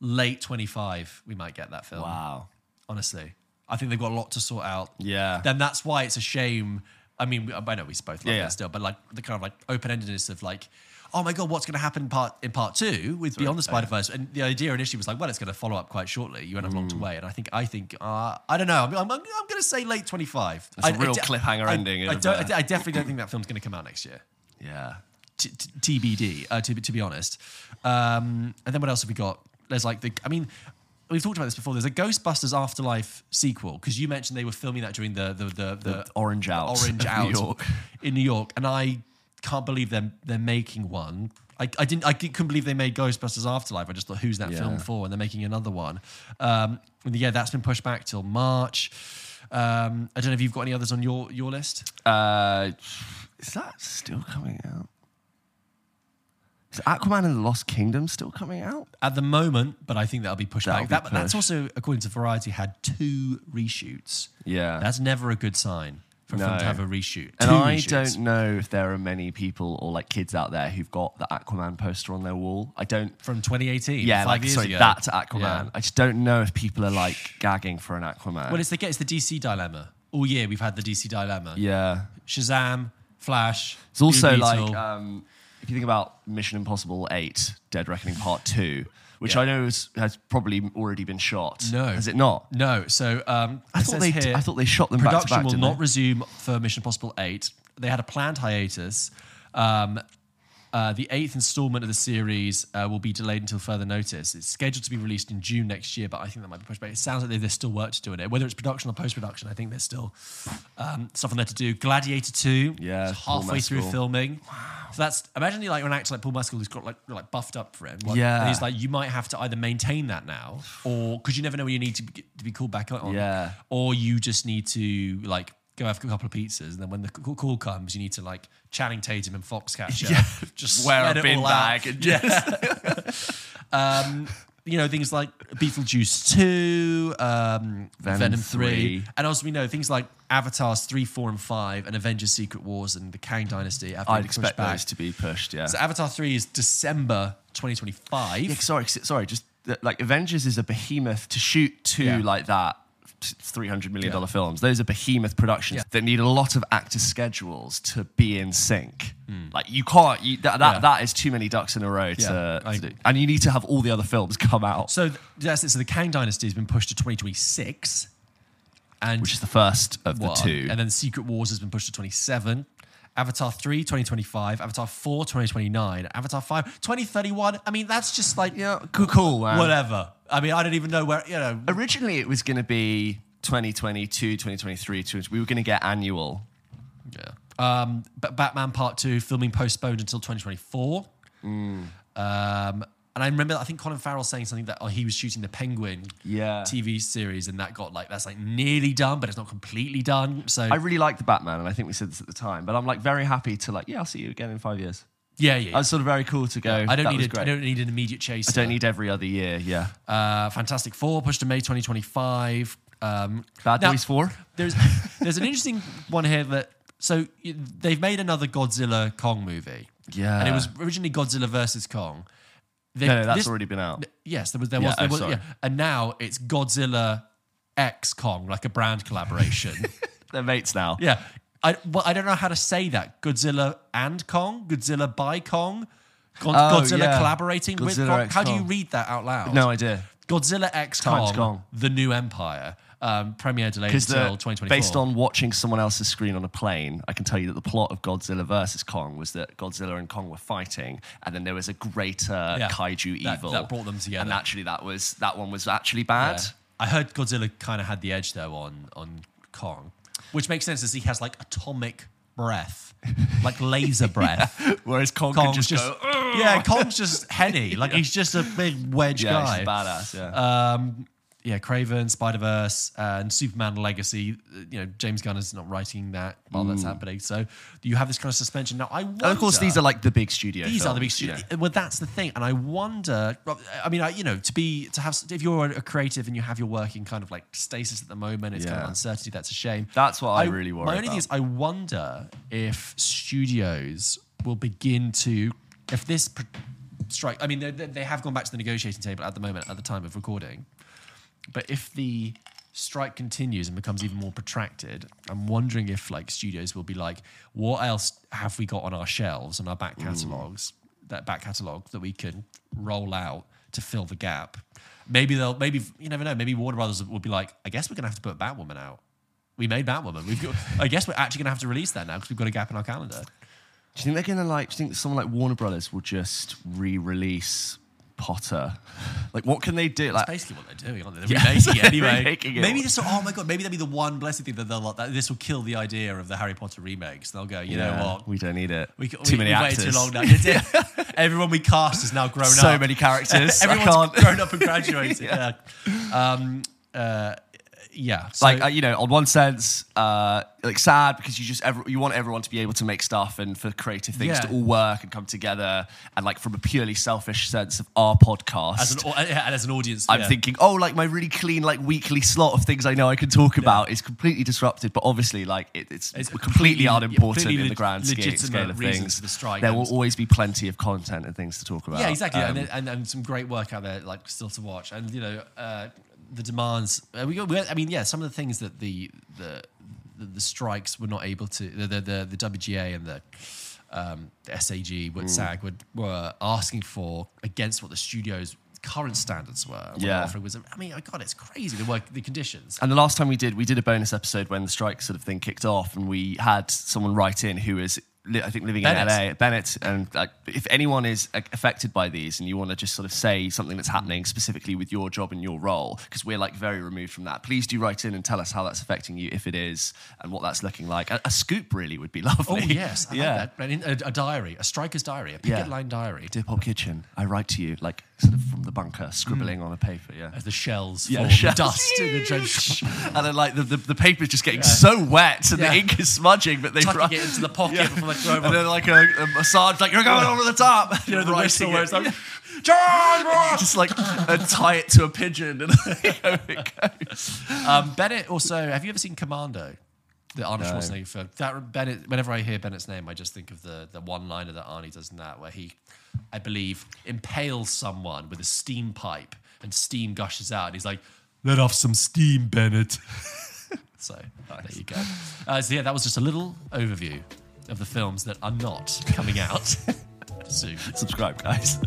[SPEAKER 1] late 25 we might get that film
[SPEAKER 2] Wow.
[SPEAKER 1] honestly. I think they've got a lot to sort out.
[SPEAKER 2] Yeah.
[SPEAKER 1] Then that's why it's a shame. I mean, we- I know we both like
[SPEAKER 2] Yeah, yeah.
[SPEAKER 1] that still, but like the kind of like open endedness of like, oh my god, what's going to happen in part in part two with Beyond the Spider Verse? And the idea initially was like, well, it's going to follow up quite shortly. You won't have long
[SPEAKER 2] Mm.
[SPEAKER 1] to wait. And I think I think uh, I don't know. I'm, I'm, I'm going to say late 25.
[SPEAKER 2] That's
[SPEAKER 1] a
[SPEAKER 2] a real cliffhanger ending,
[SPEAKER 1] I,
[SPEAKER 2] isn't
[SPEAKER 1] don't, I
[SPEAKER 2] it?
[SPEAKER 1] d- I definitely don't think that film's going to come out next year.
[SPEAKER 2] Yeah.
[SPEAKER 1] T- t- TBD. Uh, to, be- to be honest, um, and then what else have we got? There's like the. I mean, we've talked about this before. There's a Ghostbusters Afterlife sequel because you mentioned they were filming that during the the the, the,
[SPEAKER 2] Uh, orange out
[SPEAKER 1] orange
[SPEAKER 2] of
[SPEAKER 1] out
[SPEAKER 2] New York.
[SPEAKER 1] in New York, and I can't believe they're they're making one. I, I didn't I couldn't believe they made Ghostbusters Afterlife. I just thought, who's that film
[SPEAKER 2] Yeah.
[SPEAKER 1] for? And they're making another one. Um, and yeah, that's been pushed back till March. Um, I don't know if you've got any others on your your list.
[SPEAKER 2] Uh, is that still coming out? Is Aquaman and the Lost Kingdom still coming out?
[SPEAKER 1] At the moment, but I think that'll be pushed
[SPEAKER 2] That'll
[SPEAKER 1] back.
[SPEAKER 2] be
[SPEAKER 1] That, That's
[SPEAKER 2] pushed.
[SPEAKER 1] also, according to Variety, had two reshoots.
[SPEAKER 2] Yeah.
[SPEAKER 1] That's never a good sign for a film
[SPEAKER 2] No.
[SPEAKER 1] to have a reshoot.
[SPEAKER 2] and
[SPEAKER 1] Two
[SPEAKER 2] I
[SPEAKER 1] reshoots.
[SPEAKER 2] don't know if there are many people or like kids out there who've got the Aquaman poster on their wall. I don't.
[SPEAKER 1] From 2018,
[SPEAKER 2] Yeah,
[SPEAKER 1] five
[SPEAKER 2] like
[SPEAKER 1] years
[SPEAKER 2] sorry,
[SPEAKER 1] ago.
[SPEAKER 2] that Aquaman.
[SPEAKER 1] Yeah.
[SPEAKER 2] I just don't know if people are like gagging for an Aquaman.
[SPEAKER 1] Well, it's the, it's the DC dilemma. All year we've had the DC dilemma.
[SPEAKER 2] yeah,
[SPEAKER 1] Shazam, Flash.
[SPEAKER 2] it's also
[SPEAKER 1] Blue
[SPEAKER 2] like
[SPEAKER 1] Beetle.
[SPEAKER 2] um, if you think about Mission Impossible Eight: Dead Reckoning Part Two, which
[SPEAKER 1] Yeah.
[SPEAKER 2] I know is, has probably already been shot.
[SPEAKER 1] No.
[SPEAKER 2] has it not?
[SPEAKER 1] no. So um,
[SPEAKER 2] I
[SPEAKER 1] it
[SPEAKER 2] thought
[SPEAKER 1] says
[SPEAKER 2] they
[SPEAKER 1] here-
[SPEAKER 2] I thought they shot them back to
[SPEAKER 1] production
[SPEAKER 2] back.
[SPEAKER 1] will
[SPEAKER 2] didn't
[SPEAKER 1] not
[SPEAKER 2] they?
[SPEAKER 1] resume for Mission Impossible 8. They had a planned hiatus. Um, uh, the eighth installment of the series uh, will be delayed until further notice. It's scheduled to be released in June next year, but I think that might be pushed back. It sounds like there- there's still work to do in it, whether it's production or post production. I think there's still um, stuff on there to do. Gladiator 2,
[SPEAKER 2] Yeah,
[SPEAKER 1] it's
[SPEAKER 2] Paul
[SPEAKER 1] halfway through
[SPEAKER 2] Mescal.
[SPEAKER 1] filming. So that's imagine you like an actor like Paul Mescal who's got like like buffed up for him. Like,
[SPEAKER 2] Yeah.
[SPEAKER 1] and he's like you might have to either maintain that now, or because you never know when you need to be, to be called back on on.
[SPEAKER 2] Yeah.
[SPEAKER 1] Or you just need to like go have a couple of pizzas, and then when the c- call comes, you need to like Channing Tatum and Foxcatcher. Yeah. Just
[SPEAKER 2] Wear
[SPEAKER 1] sweat
[SPEAKER 2] a
[SPEAKER 1] it
[SPEAKER 2] bin
[SPEAKER 1] all out.
[SPEAKER 2] bag and
[SPEAKER 1] Yeah. um, you know things like Beetlejuice two, um, Venom,
[SPEAKER 2] Venom
[SPEAKER 1] three,
[SPEAKER 2] 3.
[SPEAKER 1] and also we know things like Avatars three, four, and five, and Avengers: Secret Wars and the Kang Dynasty. Have been
[SPEAKER 2] I'd
[SPEAKER 1] pushed
[SPEAKER 2] expect
[SPEAKER 1] back.
[SPEAKER 2] those to be pushed. Yeah.
[SPEAKER 1] So Avatar 3 is December 2025.
[SPEAKER 2] Yeah, sorry, s- sorry. Just th- like Avengers is a behemoth to shoot two
[SPEAKER 1] Yeah.
[SPEAKER 2] like that. Three hundred million
[SPEAKER 1] Yeah.
[SPEAKER 2] dollar films. Those are behemoth productions
[SPEAKER 1] Yeah.
[SPEAKER 2] that need a lot of actor schedules to be in sync. Like you can't. You, that that,
[SPEAKER 1] Hmm. Yeah.
[SPEAKER 2] that is too many ducks in a row to,
[SPEAKER 1] Yeah, I
[SPEAKER 2] to do.
[SPEAKER 1] agree.
[SPEAKER 2] and you need to have all the other films come out,
[SPEAKER 1] So th- that's it. So the Kang Dynasty has been pushed to 2026. And
[SPEAKER 2] which is the first of
[SPEAKER 1] one.
[SPEAKER 2] the two.
[SPEAKER 1] And then Secret Wars has been pushed to 27. Avatar 3, 2025. Avatar 4, 2029. Avatar 5, 2031. I mean, that's just like
[SPEAKER 2] yeah, cool, cool man.
[SPEAKER 1] whatever. I mean, I don't even know where, you know.
[SPEAKER 2] Originally, it was going to be 2022, 2023. 20, we were going to get annual. Mm.
[SPEAKER 1] Um, but Batman Part 2 filming postponed until 2024. Um, and I remember, I think Colin Farrell saying something that oh, he was shooting the Penguin
[SPEAKER 2] Yeah.
[SPEAKER 1] TV series, and that got like that's like nearly done, but it's not completely done. So
[SPEAKER 2] I really like the Batman, and I think we said this at the time, but I'm like very happy to like, yeah, I'll see you again in five years.
[SPEAKER 1] yeah, yeah. yeah.
[SPEAKER 2] That's sort of very cool to go.
[SPEAKER 1] I don't
[SPEAKER 2] that was
[SPEAKER 1] need a,
[SPEAKER 2] great.
[SPEAKER 1] I don't need an immediate chase.
[SPEAKER 2] I don't need every other year. Yeah.
[SPEAKER 1] uh, Fantastic Four pushed to May 2025. Um,
[SPEAKER 2] Bad
[SPEAKER 1] now-
[SPEAKER 2] Boys Four.
[SPEAKER 1] There's there's an interesting one here that so y- they've made another Godzilla Kong movie.
[SPEAKER 2] Yeah.
[SPEAKER 1] and it was originally Godzilla versus Kong. They-
[SPEAKER 2] Uh. No, no, that's
[SPEAKER 1] this-
[SPEAKER 2] already been out.
[SPEAKER 1] Yes, there was there
[SPEAKER 2] Yeah,
[SPEAKER 1] was, there
[SPEAKER 2] oh,
[SPEAKER 1] was
[SPEAKER 2] sorry.
[SPEAKER 1] yeah. and now it's Godzilla X Kong, like a brand collaboration.
[SPEAKER 2] They're mates now.
[SPEAKER 1] yeah, I well, I don't know how to say that. Godzilla and Kong, Godzilla by Kong, Gon-
[SPEAKER 2] Oh,
[SPEAKER 1] Godzilla
[SPEAKER 2] yeah.
[SPEAKER 1] collaborating with
[SPEAKER 2] Godzilla
[SPEAKER 1] Kong.
[SPEAKER 2] X
[SPEAKER 1] How do you
[SPEAKER 2] Kong.
[SPEAKER 1] read that out loud?
[SPEAKER 2] No idea.
[SPEAKER 1] Godzilla X
[SPEAKER 2] Time's
[SPEAKER 1] Kong,
[SPEAKER 2] Kong.
[SPEAKER 1] the new empire. Um, premiere delayed
[SPEAKER 2] Because
[SPEAKER 1] until 2024.
[SPEAKER 2] based on watching someone else's screen on a plane, I can tell you that the plot of Godzilla versus Kong was that Godzilla and Kong were fighting, and then there was a greater kaiju
[SPEAKER 1] that-
[SPEAKER 2] evil
[SPEAKER 1] that brought them together.
[SPEAKER 2] And actually, that was that one was actually bad.
[SPEAKER 1] I heard Godzilla kind of had the edge though on on Kong, which makes sense as he has like atomic breath, like laser breath.
[SPEAKER 2] Whereas Kong, could
[SPEAKER 1] Kong's
[SPEAKER 2] just,
[SPEAKER 1] just,
[SPEAKER 2] go. "Oh,
[SPEAKER 1] yeah, Kong's just henny, like he's just a big wedge
[SPEAKER 2] Yeah,
[SPEAKER 1] guy.
[SPEAKER 2] he's badass. Yeah.
[SPEAKER 1] yeah, Craven, Spider Verse, and Superman Legacy. uh, You know, James Gunner's not writing that while that's happening, so you have this kind of suspension now. I wonder,
[SPEAKER 2] Mm. and of course, these are like the big studio.
[SPEAKER 1] these are the big
[SPEAKER 2] films, you know.
[SPEAKER 1] studios. Well, that's the thing, and I wonder. I mean, I, you know, to be to have if you're a creative and you have your work in kind of like stasis at the moment, it's kind of
[SPEAKER 2] Yeah.
[SPEAKER 1] uncertainty. That's a shame.
[SPEAKER 2] That's what I really worry
[SPEAKER 1] My only thing is, I
[SPEAKER 2] about.
[SPEAKER 1] wonder if studios will begin to if this pr- strike. I mean, they, they they have gone back to the negotiating table at the moment, at the time of recording. But if the strike continues and becomes even more protracted, I'm wondering if like studios will be like, what else have we got on our shelves and our back
[SPEAKER 2] Mm.
[SPEAKER 1] catalogs, that back catalog that we can roll out to fill the gap? Maybe they'll, maybe you never know. Maybe Warner Brothers will be like, I guess we're gonna have to put Batwoman out. We made Batwoman. We've got. I guess we're actually gonna have to release that now because we've got a gap in our calendar.
[SPEAKER 2] Do you think they're gonna like? Do you think someone like Warner Brothers will just re-release Potter? Like, what can they do? Like,
[SPEAKER 1] Basically, what they're doing, aren't they? They're
[SPEAKER 2] Yeah.
[SPEAKER 1] remaking it anyway.
[SPEAKER 2] Remaking it.
[SPEAKER 1] Maybe this. Will, oh my god. Maybe that'll be the one blessed thing that they'll. That this will kill the idea of the Harry Potter remakes. They'll go. You
[SPEAKER 2] yeah,
[SPEAKER 1] know what?
[SPEAKER 2] We don't need it.
[SPEAKER 1] We,
[SPEAKER 2] too
[SPEAKER 1] too we,
[SPEAKER 2] many
[SPEAKER 1] we've
[SPEAKER 2] actors.
[SPEAKER 1] Waited too long now. It's- yeah. Everyone we cast has now grown
[SPEAKER 2] so
[SPEAKER 1] up.
[SPEAKER 2] many characters. I
[SPEAKER 1] Everyone's
[SPEAKER 2] can't.
[SPEAKER 1] grown up and graduated. yeah. Um, uh, yeah. So,
[SPEAKER 2] like uh, you know, on one sense, uh, like sad because you just ever, you want everyone to be able to make stuff and for creative things
[SPEAKER 1] Yeah.
[SPEAKER 2] to all work and come together. And like from a purely selfish sense of our podcast,
[SPEAKER 1] as an, au- yeah, and as an audience,
[SPEAKER 2] I'm
[SPEAKER 1] yeah.
[SPEAKER 2] thinking, oh, like my really clean like weekly slot of things I know I can talk about is completely disrupted. But obviously, like it, it's,
[SPEAKER 1] It's completely-
[SPEAKER 2] completely unimportant
[SPEAKER 1] completely
[SPEAKER 2] in the grand
[SPEAKER 1] leg-
[SPEAKER 2] scale,
[SPEAKER 1] legitimate
[SPEAKER 2] scale of
[SPEAKER 1] reasons
[SPEAKER 2] things.
[SPEAKER 1] for the strike
[SPEAKER 2] there
[SPEAKER 1] and-
[SPEAKER 2] will always be plenty of content and things to talk about.
[SPEAKER 1] Yeah, exactly.
[SPEAKER 2] Um,
[SPEAKER 1] and, then- and and some great work out there, like still to watch. And you know, uh, the demands. uh, We, got- we, got- I mean, yeah, some of the things that the the the, the strikes were not able to. The the the, the WGA and the. Um, the SAG,
[SPEAKER 2] Mm.
[SPEAKER 1] what SAG would, were asking for against what the studio's current standards were. What they
[SPEAKER 2] Yeah.
[SPEAKER 1] offered was, I mean, oh God, it's crazy the work, the conditions.
[SPEAKER 2] And the last time we did, we did a bonus episode when the strike sort of thing kicked off, and we had someone write in who is, li- I think, living
[SPEAKER 1] Bennett.
[SPEAKER 2] in LA, Bennett. And like, if anyone is like, affected by these, and you want to just sort of say something that's happening specifically with your job and your role, because we're like very removed from that, please do write in and tell us how that's affecting you, if it is, and what that's looking like. A, a scoop really would be
[SPEAKER 1] Oh
[SPEAKER 2] lovely.
[SPEAKER 1] yes, I like that. And in- A, a diary, a striker's diary, a picket
[SPEAKER 2] Yeah.
[SPEAKER 1] line diary,
[SPEAKER 2] Dear Pop Kitchen, I write to you like sort of from the bunker, scribbling
[SPEAKER 1] Mm.
[SPEAKER 2] on a paper. Yeah.
[SPEAKER 1] as the shells
[SPEAKER 2] Yeah,
[SPEAKER 1] fall,
[SPEAKER 2] shells.
[SPEAKER 1] the dust in the trench.
[SPEAKER 2] and then like the, the, the paper's just getting so wet and
[SPEAKER 1] Yeah.
[SPEAKER 2] the ink is smudging, but they
[SPEAKER 1] tucking
[SPEAKER 2] write-
[SPEAKER 1] it into the pocket
[SPEAKER 2] Yeah.
[SPEAKER 1] before they throw it.
[SPEAKER 2] And then like a, a massage, like you're going over the top.
[SPEAKER 1] You know, the
[SPEAKER 2] Writing
[SPEAKER 1] whistle where it's
[SPEAKER 2] it.
[SPEAKER 1] like,
[SPEAKER 2] John, Ross!" just like and tie it to a pigeon, and over it goes.
[SPEAKER 1] Um, Bennett also, have you ever seen Commando? The Arnold Schwarzenegger film. That Bennett. Whenever I hear Bennett's name, I just think of the the one liner that Arnie does in that, where he, I believe, impales someone with a steam pipe, and steam gushes out, and he's like, "Let off some steam, Bennett." so there you go. Uh, so yeah, that was just a little overview of the films that are not coming out soon.
[SPEAKER 2] Subscribe, guys.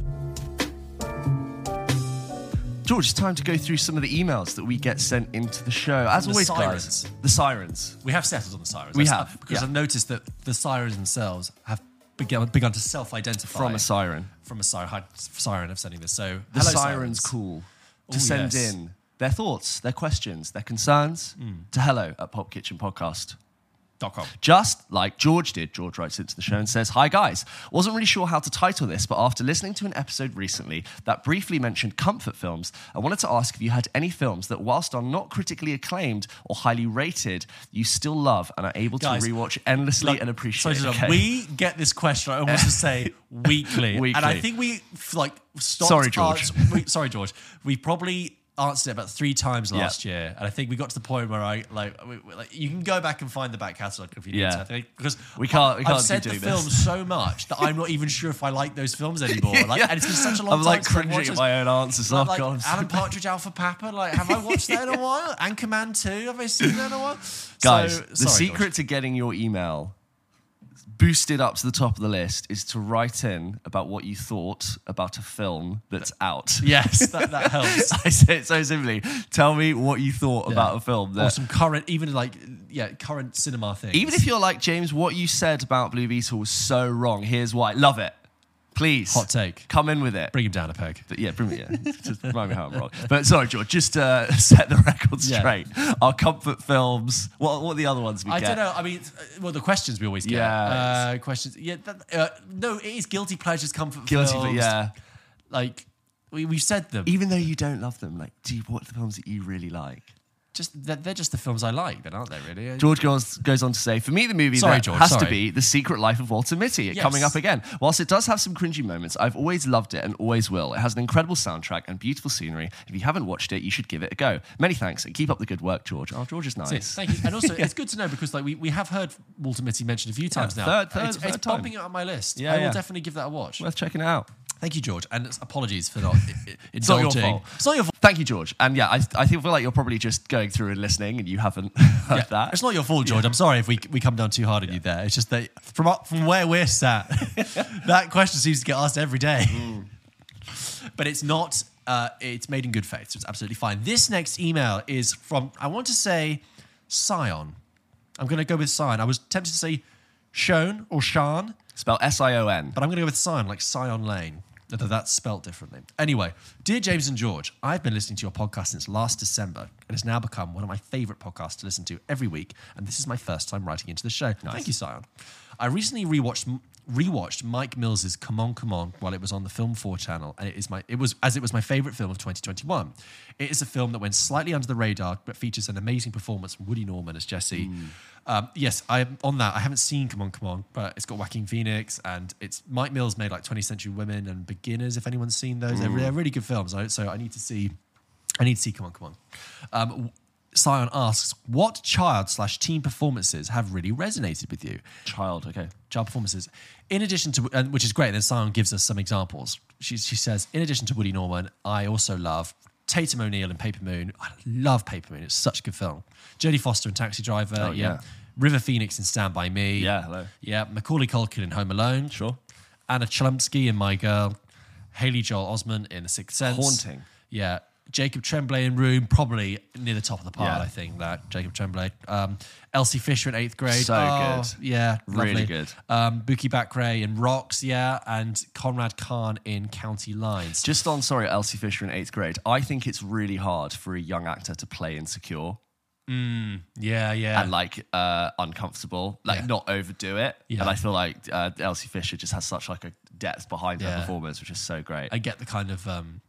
[SPEAKER 2] George, it's time to go through some of the emails that we get sent into the show. As
[SPEAKER 1] The
[SPEAKER 2] always,
[SPEAKER 1] sirens.
[SPEAKER 2] guys, the sirens.
[SPEAKER 1] We have settled on the sirens.
[SPEAKER 2] We
[SPEAKER 1] That's-
[SPEAKER 2] have,
[SPEAKER 1] because
[SPEAKER 2] yeah.
[SPEAKER 1] I've noticed that the sirens themselves have begun, begun to self-identify
[SPEAKER 2] From a siren.
[SPEAKER 1] from a siren, hi- siren of sending this. So
[SPEAKER 2] The
[SPEAKER 1] hello,
[SPEAKER 2] sirens call to
[SPEAKER 1] Ooh,
[SPEAKER 2] send
[SPEAKER 1] yes. Hmm.
[SPEAKER 2] in their thoughts, their questions, their concerns to hello at popkitchenpodcast.com.
[SPEAKER 1] Dot com.
[SPEAKER 2] Just like George did, George writes into the show and says, Hi guys, wasn't really sure how to title this, but after listening to an episode recently that briefly mentioned comfort films, I wanted to ask if you had any films that, whilst are not critically acclaimed or highly rated, you still love and are able
[SPEAKER 1] Guys,
[SPEAKER 2] to rewatch endlessly and appreciate.
[SPEAKER 1] So
[SPEAKER 2] Okay.
[SPEAKER 1] we get this question. I almost just say weekly,
[SPEAKER 2] Weekly.
[SPEAKER 1] and I think we f- like stopped.
[SPEAKER 2] Sorry, George.
[SPEAKER 1] ans- we- sorry, George. We probably answered it about three times
[SPEAKER 2] Yeah.
[SPEAKER 1] last year, and I think we got to the point where I like, we, we- like you can go back and find the back catalogue if you need
[SPEAKER 2] Yeah.
[SPEAKER 1] to. I think because
[SPEAKER 2] We can't- we
[SPEAKER 1] I've
[SPEAKER 2] can't
[SPEAKER 1] said
[SPEAKER 2] keep
[SPEAKER 1] the
[SPEAKER 2] doing this.
[SPEAKER 1] film so much that I'm not even sure if I like those films anymore. Like, and it's been such a long
[SPEAKER 2] I'm
[SPEAKER 1] time.
[SPEAKER 2] like
[SPEAKER 1] since I've
[SPEAKER 2] cringing
[SPEAKER 1] watched
[SPEAKER 2] at
[SPEAKER 1] this.
[SPEAKER 2] my own answers. Oh,
[SPEAKER 1] like
[SPEAKER 2] God, I'm so
[SPEAKER 1] Alan Partridge, Alpha Papa. Like, have I watched that in a while? Anchorman Two. Have I seen that in a while?
[SPEAKER 2] Guys,
[SPEAKER 1] So- sorry,
[SPEAKER 2] the
[SPEAKER 1] George.
[SPEAKER 2] secret to getting your email boosted up to the top of the list is to write in about what you thought about a film that's out.
[SPEAKER 1] Yes, that, that helps.
[SPEAKER 2] I say it so simply. Tell me what you thought about a film
[SPEAKER 1] or
[SPEAKER 2] that.
[SPEAKER 1] some current, even like yeah, current cinema things.
[SPEAKER 2] Even if you're like James, what you said about Blue Beetle was so wrong. Here's why. Love it. Please.
[SPEAKER 1] Hot take.
[SPEAKER 2] Come in with it.
[SPEAKER 1] bring him down a peg.
[SPEAKER 2] But yeah, bring me, yeah. just remind me how I'm wrong. But sorry, George, just to set the record
[SPEAKER 1] Yeah.
[SPEAKER 2] straight. Our comfort films. What, what are the other ones we
[SPEAKER 1] I
[SPEAKER 2] get?
[SPEAKER 1] don't know. I mean, uh, well, the questions we always get.
[SPEAKER 2] Yeah.
[SPEAKER 1] Uh, questions. Yeah. That, uh, no, it is guilty pleasures, comfort
[SPEAKER 2] Guilty,
[SPEAKER 1] films.
[SPEAKER 2] but yeah. E-
[SPEAKER 1] Like we we've said them.
[SPEAKER 2] even though you don't love them, like, do you watch the films that you really like?
[SPEAKER 1] Just they're, they're just the films I like, then aren't they? Really.
[SPEAKER 2] George goes, goes on to say, for me, the movie
[SPEAKER 1] Sorry,
[SPEAKER 2] that
[SPEAKER 1] George,
[SPEAKER 2] has
[SPEAKER 1] sorry.
[SPEAKER 2] to be The Secret Life of Walter Mitty,
[SPEAKER 1] Yes.
[SPEAKER 2] coming up again. Whilst it does have some cringy moments, I've always loved it and always will. It has an incredible soundtrack and beautiful scenery. If you haven't watched it, you should give it a go. Many thanks and keep up the good work, George. Oh, George is nice.
[SPEAKER 1] That's it. Thank you. And also, it's good to know because like we, we have heard Walter Mitty mentioned a few times now.
[SPEAKER 2] third- third-
[SPEAKER 1] it's
[SPEAKER 2] third
[SPEAKER 1] it's
[SPEAKER 2] time.
[SPEAKER 1] popping it on my list.
[SPEAKER 2] Yeah,
[SPEAKER 1] I will
[SPEAKER 2] yeah.
[SPEAKER 1] definitely give that a watch.
[SPEAKER 2] Worth checking it out.
[SPEAKER 1] Thank you, George. And it's- apologies for not i- i-
[SPEAKER 2] It's not
[SPEAKER 1] indulging.
[SPEAKER 2] your fault. It's not your fault. Thank you, George. And yeah, I, I feel like you're probably just going through and listening and you haven't heard that.
[SPEAKER 1] It's not your fault, George. I'm sorry if we, we come down too hard on you there. It's just that from up- from where we're sat, that question seems to get asked every day. But it's not. Uh, it's made in good faith, so it's absolutely fine. This next email is from I want to say Scion. I'm going to go with Scion. I was tempted to say Shon or Shan,
[SPEAKER 2] Spell S I O N.
[SPEAKER 1] but I'm going to go with Scion, like Scion Lane. Although that's spelt differently. Anyway, dear James and George, I've been listening to your podcast since last December, and it's now become one of my favourite podcasts to listen to every week. And this is my first time writing into the show. Thank you, Scion. I recently rewatched rewatched Mike Mills's Come On, Come On while it was on the Film Four channel, and it is my it was as it was my favourite film of 2021. It is a film that went slightly under the radar, but features an amazing performance from Woody Norman as Jesse. Um, yes, I on that. I haven't seen Come On, Come On, but it's got Joaquin Phoenix and it's Mike Mills made like 20th Century Women and Beginners. If anyone's seen those, they're, they're really good films. I- So I need to see, I need to see. Come on, come on. Um, w- Sion asks, what child slash teen performances have really resonated with you?
[SPEAKER 2] Child, okay.
[SPEAKER 1] child performances. In addition to, and which is great, and then Simon gives us some examples. She, she says, in addition to Woody Norman, I also love Tatum O'Neill and Paper Moon. I love Paper Moon. It's such a good film. Jodie Foster in Taxi Driver. yeah.
[SPEAKER 2] Oh, yeah.
[SPEAKER 1] River Phoenix in Stand By Me.
[SPEAKER 2] Yeah, hello.
[SPEAKER 1] Yeah. Macaulay Culkin in Home Alone.
[SPEAKER 2] Sure.
[SPEAKER 1] Anna Chlumsky in My Girl. Haley Joel Osment in The Sixth Sense.
[SPEAKER 2] Haunting.
[SPEAKER 1] Yeah. Jacob Tremblay in Room, probably near the top of the pile,
[SPEAKER 2] Yeah.
[SPEAKER 1] I think, that Jacob Tremblay. Um, Elsie Fisher in Eighth Grade.
[SPEAKER 2] So
[SPEAKER 1] Oh,
[SPEAKER 2] good.
[SPEAKER 1] Yeah,
[SPEAKER 2] Really
[SPEAKER 1] lovely.
[SPEAKER 2] good.
[SPEAKER 1] Um, Buki Bakray in Rocks, yeah, and Conrad Khan in County Lines.
[SPEAKER 2] Just on, sorry, Elsie Fisher in eighth grade. I think it's really hard for a young actor to play insecure
[SPEAKER 1] Yeah, yeah.
[SPEAKER 2] and like uh, uncomfortable, like
[SPEAKER 1] Yeah.
[SPEAKER 2] not overdo it.
[SPEAKER 1] Yeah.
[SPEAKER 2] And I feel like uh, Elsie Fisher just has such like a depth behind
[SPEAKER 1] Yeah.
[SPEAKER 2] her performance, which is so great.
[SPEAKER 1] I get the kind of um,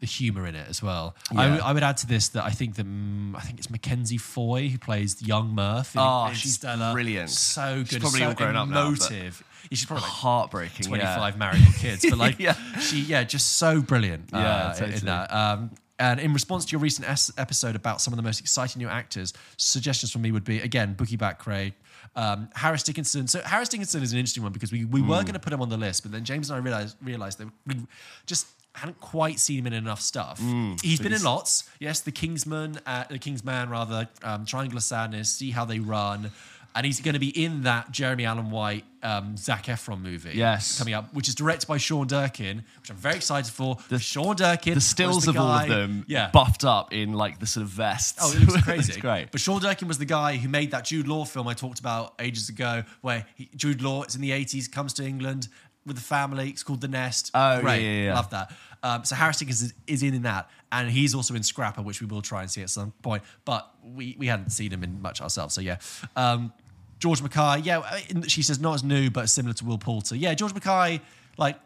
[SPEAKER 1] the humor in it as well. I
[SPEAKER 2] Yeah.
[SPEAKER 1] would- I would add to this that I think that mm, I think it's Mackenzie Foy who plays young Murph. In,
[SPEAKER 2] Oh,
[SPEAKER 1] in
[SPEAKER 2] she's
[SPEAKER 1] Stella.
[SPEAKER 2] brilliant.
[SPEAKER 1] So good.
[SPEAKER 2] She's probably
[SPEAKER 1] so
[SPEAKER 2] all grown up now, but-
[SPEAKER 1] emotive. Yeah, she's probably like
[SPEAKER 2] Heartbreaking.
[SPEAKER 1] 25 married with kids, but like
[SPEAKER 2] Yeah.
[SPEAKER 1] she, yeah, just so brilliant. uh,
[SPEAKER 2] Yeah,
[SPEAKER 1] in- in
[SPEAKER 2] totally.
[SPEAKER 1] that. Um, and in response to your recent es- episode about some of the most exciting new actors, suggestions from me would be again Bookie Backray, um, Harris Dickinson. So Harris Dickinson is an interesting one because we, we were
[SPEAKER 2] Mm.
[SPEAKER 1] going to put him on the list, but then James and I realized realized that we just hadn't quite seen him in enough stuff.
[SPEAKER 2] Mm.
[SPEAKER 1] he's been in lots. Yes, The Kingsman, uh, The Kingsman rather, um, Triangle of Sadness, See How They Run. And he's going to be in that Jeremy Allen White, um, Zach Efron movie
[SPEAKER 2] Yes.
[SPEAKER 1] coming up, which is directed by Sean Durkin, which I'm very excited for. Sean Durkin,
[SPEAKER 2] The
[SPEAKER 1] was
[SPEAKER 2] stills
[SPEAKER 1] the
[SPEAKER 2] of all
[SPEAKER 1] guy-
[SPEAKER 2] of them
[SPEAKER 1] yeah.
[SPEAKER 2] buffed up in like the sort of vests.
[SPEAKER 1] Oh, it was crazy.
[SPEAKER 2] it's great.
[SPEAKER 1] But Sean Durkin was the guy who made that Jude Law film I talked about ages ago, where he, Jude Law, it's in the 80s, comes to England with the family. It's called The Nest.
[SPEAKER 2] Oh,
[SPEAKER 1] Great.
[SPEAKER 2] yeah, yeah, yeah.
[SPEAKER 1] Love that. Um, so Harris Dickens is, is in that, and he's also in Scrapper, which we will try and see at some point. But we, we hadn't seen him in much ourselves. So yeah. Um, George Mackay, yeah, I- she says not as new, but similar to Will Poulter. Yeah, George Mackay, like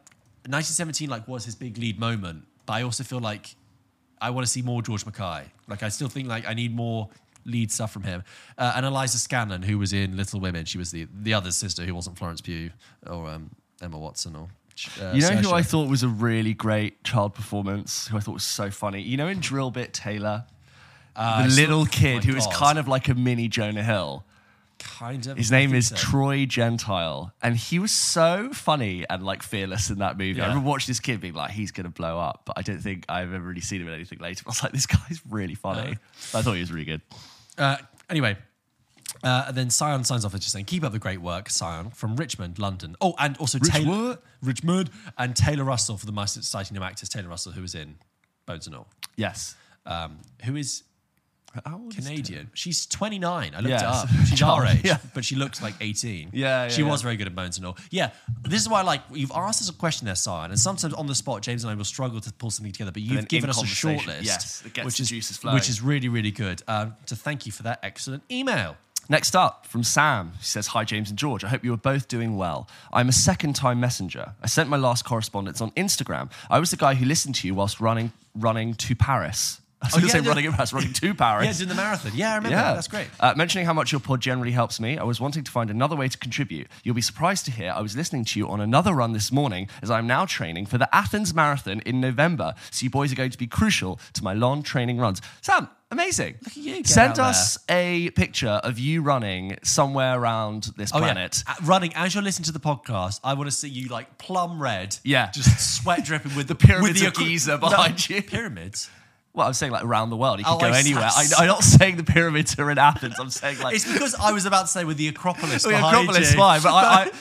[SPEAKER 1] 1917, like was his big lead moment. But I also feel like I want to see more George Mackay. Like I still think like I need more lead stuff from him. Uh, and Eliza Scanlon, who was in Little Women, she was the the other sister who wasn't Florence Pugh or um, Emma Watson or. Uh,
[SPEAKER 2] You know who
[SPEAKER 1] Saoirse.
[SPEAKER 2] I thought was a really great child performance, who I thought was so funny? You know in Drill Bit Taylor?
[SPEAKER 1] Uh,
[SPEAKER 2] the
[SPEAKER 1] I saw-
[SPEAKER 2] little
[SPEAKER 1] oh my
[SPEAKER 2] kid who is
[SPEAKER 1] God.
[SPEAKER 2] kind of like a mini Jonah Hill.
[SPEAKER 1] kind of
[SPEAKER 2] His
[SPEAKER 1] I
[SPEAKER 2] name
[SPEAKER 1] think
[SPEAKER 2] is
[SPEAKER 1] so.
[SPEAKER 2] Troy Gentile, and he was so funny and like fearless in that movie. I
[SPEAKER 1] Yeah.
[SPEAKER 2] remember watching this kid being like, "He's gonna blow up," but I don't think I've ever really seen him in anything later. I was like, "This guy's really funny." I thought he was really good.
[SPEAKER 1] Uh, anyway, uh, and then Sion signs off as just saying, "Keep up the great work, Sion from Richmond, London." Oh, and also Taylor Richmond and Taylor Russell for the most exciting new actors, Taylor Russell, who is in Bones and All,
[SPEAKER 2] Yes,
[SPEAKER 1] um, who is
[SPEAKER 2] How old is
[SPEAKER 1] Canadian. She's 29. I looked it
[SPEAKER 2] Yeah.
[SPEAKER 1] up. She's our
[SPEAKER 2] Child,
[SPEAKER 1] age,
[SPEAKER 2] yeah.
[SPEAKER 1] but she looks like 18.
[SPEAKER 2] Yeah, yeah,
[SPEAKER 1] she was
[SPEAKER 2] yeah.
[SPEAKER 1] very good at Bones and All. Yeah, this is why like you've asked us a question there, Sion, and sometimes on the spot, James and I will struggle to pull something together. But
[SPEAKER 2] then
[SPEAKER 1] you've given
[SPEAKER 2] in
[SPEAKER 1] us a short
[SPEAKER 2] conversation,
[SPEAKER 1] list,
[SPEAKER 2] yes, it gets
[SPEAKER 1] which
[SPEAKER 2] the
[SPEAKER 1] is
[SPEAKER 2] juices flowing.
[SPEAKER 1] which is really really good. Um, so thank you for that excellent email.
[SPEAKER 2] Next up from Sam, she says, Hi, James and George. I hope you are both doing well. I'm a second time messenger. I sent my last correspondence on Instagram. I was the guy who listened to you whilst running running to Paris. I was
[SPEAKER 1] Oh,
[SPEAKER 2] going to
[SPEAKER 1] yeah,
[SPEAKER 2] say
[SPEAKER 1] the-
[SPEAKER 2] running in Paris, running to
[SPEAKER 1] Yeah,
[SPEAKER 2] Paris.
[SPEAKER 1] doing the marathon. Yeah, I remember. that. That's great.
[SPEAKER 2] Uh, mentioning how much your pod generally helps me, I was wanting to find another way to contribute. You'll be surprised to hear I was listening to you on another run this morning as I'm now training for the Athens Marathon in November. So you boys are going to be crucial to my long training runs. Sam, amazing. Look
[SPEAKER 1] at you getting out
[SPEAKER 2] Send
[SPEAKER 1] there.
[SPEAKER 2] us a picture of you running somewhere around this
[SPEAKER 1] Oh,
[SPEAKER 2] planet.
[SPEAKER 1] yeah. Uh, Running as you're listening to the podcast, I want to see you like plum red.
[SPEAKER 2] Yeah.
[SPEAKER 1] Just sweat dripping with the
[SPEAKER 2] pyramids
[SPEAKER 1] with
[SPEAKER 2] of Giza behind you.
[SPEAKER 1] Pyramids?
[SPEAKER 2] Well, I'm saying like around the world. You could
[SPEAKER 1] Oh,
[SPEAKER 2] go
[SPEAKER 1] I s-
[SPEAKER 2] anywhere.
[SPEAKER 1] I
[SPEAKER 2] I,
[SPEAKER 1] s-
[SPEAKER 2] I'm not saying the pyramids are in Athens. I'm saying like
[SPEAKER 1] It's because I was about to say with the Acropolis.
[SPEAKER 2] the
[SPEAKER 1] behind
[SPEAKER 2] Acropolis,
[SPEAKER 1] you.
[SPEAKER 2] fine. But I,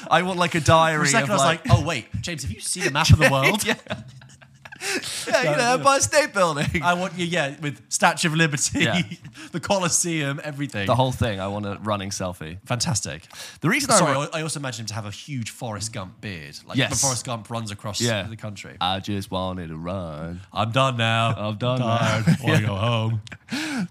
[SPEAKER 2] I, I want like a diary
[SPEAKER 1] For a second,
[SPEAKER 2] of
[SPEAKER 1] I was like, oh, wait, James, have you seen a map of the world?
[SPEAKER 2] yeah. yeah, you know, Empire State Building.
[SPEAKER 1] I want you, yeah, with Statue of Liberty,
[SPEAKER 2] Yeah.
[SPEAKER 1] the Colosseum, everything.
[SPEAKER 2] the whole thing. I want a running selfie.
[SPEAKER 1] Fantastic.
[SPEAKER 2] The reason I
[SPEAKER 1] Sorry,
[SPEAKER 2] wrote,
[SPEAKER 1] I I also imagine him to have a huge Forrest Gump beard. Like,
[SPEAKER 2] Yes.
[SPEAKER 1] when Forrest Gump runs across
[SPEAKER 2] Yeah.
[SPEAKER 1] the country.
[SPEAKER 2] I just wanted to run.
[SPEAKER 1] I'm done now.
[SPEAKER 2] I'm done now.
[SPEAKER 1] Tired. Want to go home.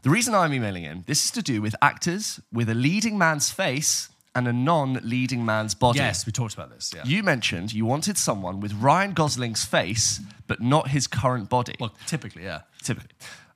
[SPEAKER 2] The reason I'm emailing in, this is to do with actors with a leading man's face and a non-leading man's body.
[SPEAKER 1] Yes, we talked about this. Yeah.
[SPEAKER 2] You mentioned you wanted someone with Ryan Gosling's face, but not his current body.
[SPEAKER 1] well, typically, yeah.
[SPEAKER 2] typically.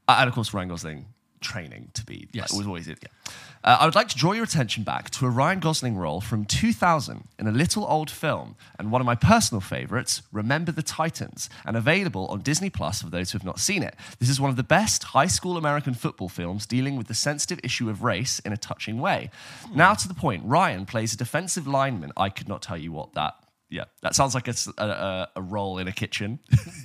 [SPEAKER 2] Uh, and of course, Ryan Gosling training to be
[SPEAKER 1] Yes.
[SPEAKER 2] like, was always it. Yeah. Uh, I would like to draw your attention back to a Ryan Gosling role from 2000 in a little old film and one of my personal favorites, Remember the Titans, and available on Disney Plus for those who have not seen it. This is one of the best high school American football films dealing with the sensitive issue of race in a touching way. Now to the point, Ryan plays a defensive lineman. I could not tell you what that. Yeah, that sounds like a, s- a- a- a role in a kitchen.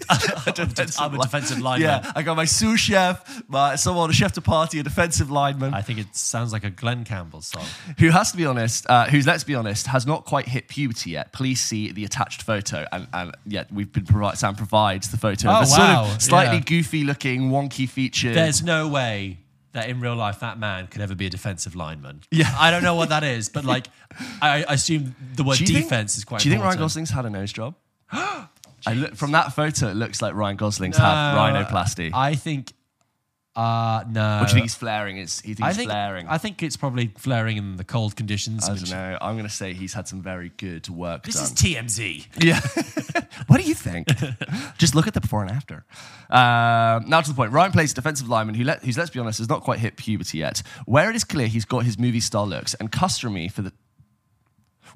[SPEAKER 2] A defensive
[SPEAKER 1] I'm a
[SPEAKER 2] li-
[SPEAKER 1] defensive lineman.
[SPEAKER 2] Yeah, I got my sous chef, my someone, a chef de partie, a defensive lineman,
[SPEAKER 1] I think it sounds like a Glenn Campbell song.
[SPEAKER 2] who has to be honest, uh, who's let's be honest, has not quite hit puberty yet. Please see the attached photo, and, and yet we've been provide, Sam provides the photo.
[SPEAKER 1] Oh,
[SPEAKER 2] of a sort
[SPEAKER 1] wow,
[SPEAKER 2] of slightly
[SPEAKER 1] yeah.
[SPEAKER 2] goofy looking, wonky featured.
[SPEAKER 1] There's no way that in real life that man could ever be a defensive lineman.
[SPEAKER 2] Yeah.
[SPEAKER 1] I don't know what that is, but like, I, I assume the word
[SPEAKER 2] Do you think-
[SPEAKER 1] defense is quite
[SPEAKER 2] Do you think Ryan
[SPEAKER 1] important.
[SPEAKER 2] Gosling's had a nose job? I look, from that photo, it looks like Ryan Gosling's had rhinoplasty.
[SPEAKER 1] I think, uh, no.
[SPEAKER 2] Or do you think he's flaring? It's, you think
[SPEAKER 1] I
[SPEAKER 2] he's
[SPEAKER 1] think,
[SPEAKER 2] flaring?
[SPEAKER 1] I think it's probably flaring in the cold conditions.
[SPEAKER 2] I
[SPEAKER 1] which-
[SPEAKER 2] don't know. I'm going to say he's had some very good work
[SPEAKER 1] This
[SPEAKER 2] done.
[SPEAKER 1] is TMZ.
[SPEAKER 2] Yeah. what do you think? Just look at the before and after. Um, now to the point. Ryan plays a defensive lineman who, let, who's, let's be honest, has not quite hit puberty yet. Where it is clear he's got his movie star looks and customary for the.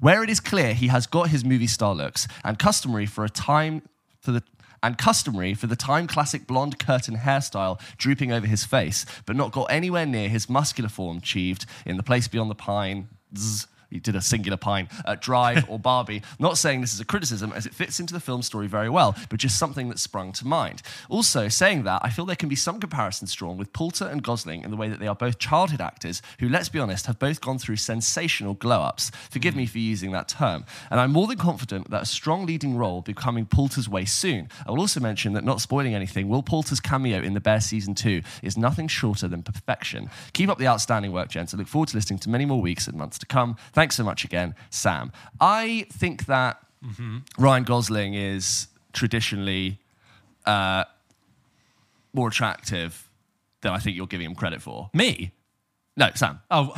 [SPEAKER 2] Where it is clear he has got his movie star looks and customary for a time for the and customary for the time classic blonde curtain hairstyle drooping over his face, but not got anywhere near his muscular form achieved in the place beyond the pine. Zzz, he did a singular pine uh, Drive or Barbie. Not saying this is a criticism, as it fits into the film story very well, but just something that sprung to mind. Also, saying that, I feel there can be some comparisons drawn with Poulter and Gosling in the way that they are both childhood actors who, let's be honest, have both gone through sensational glow ups. Forgive me for using that term. And I'm more than confident that a strong leading role will be coming Poulter's way soon. I will also mention that, not spoiling anything, Will Poulter's cameo in The Bear Season 2 is nothing shorter than perfection. Keep up the outstanding work, gents. I look forward to listening to many more weeks and months to come. Thanks so much again, Sam. I think that Ryan Gosling is traditionally uh, more attractive than I think you're giving him credit for.
[SPEAKER 1] Me?
[SPEAKER 2] No, Sam.
[SPEAKER 1] Oh,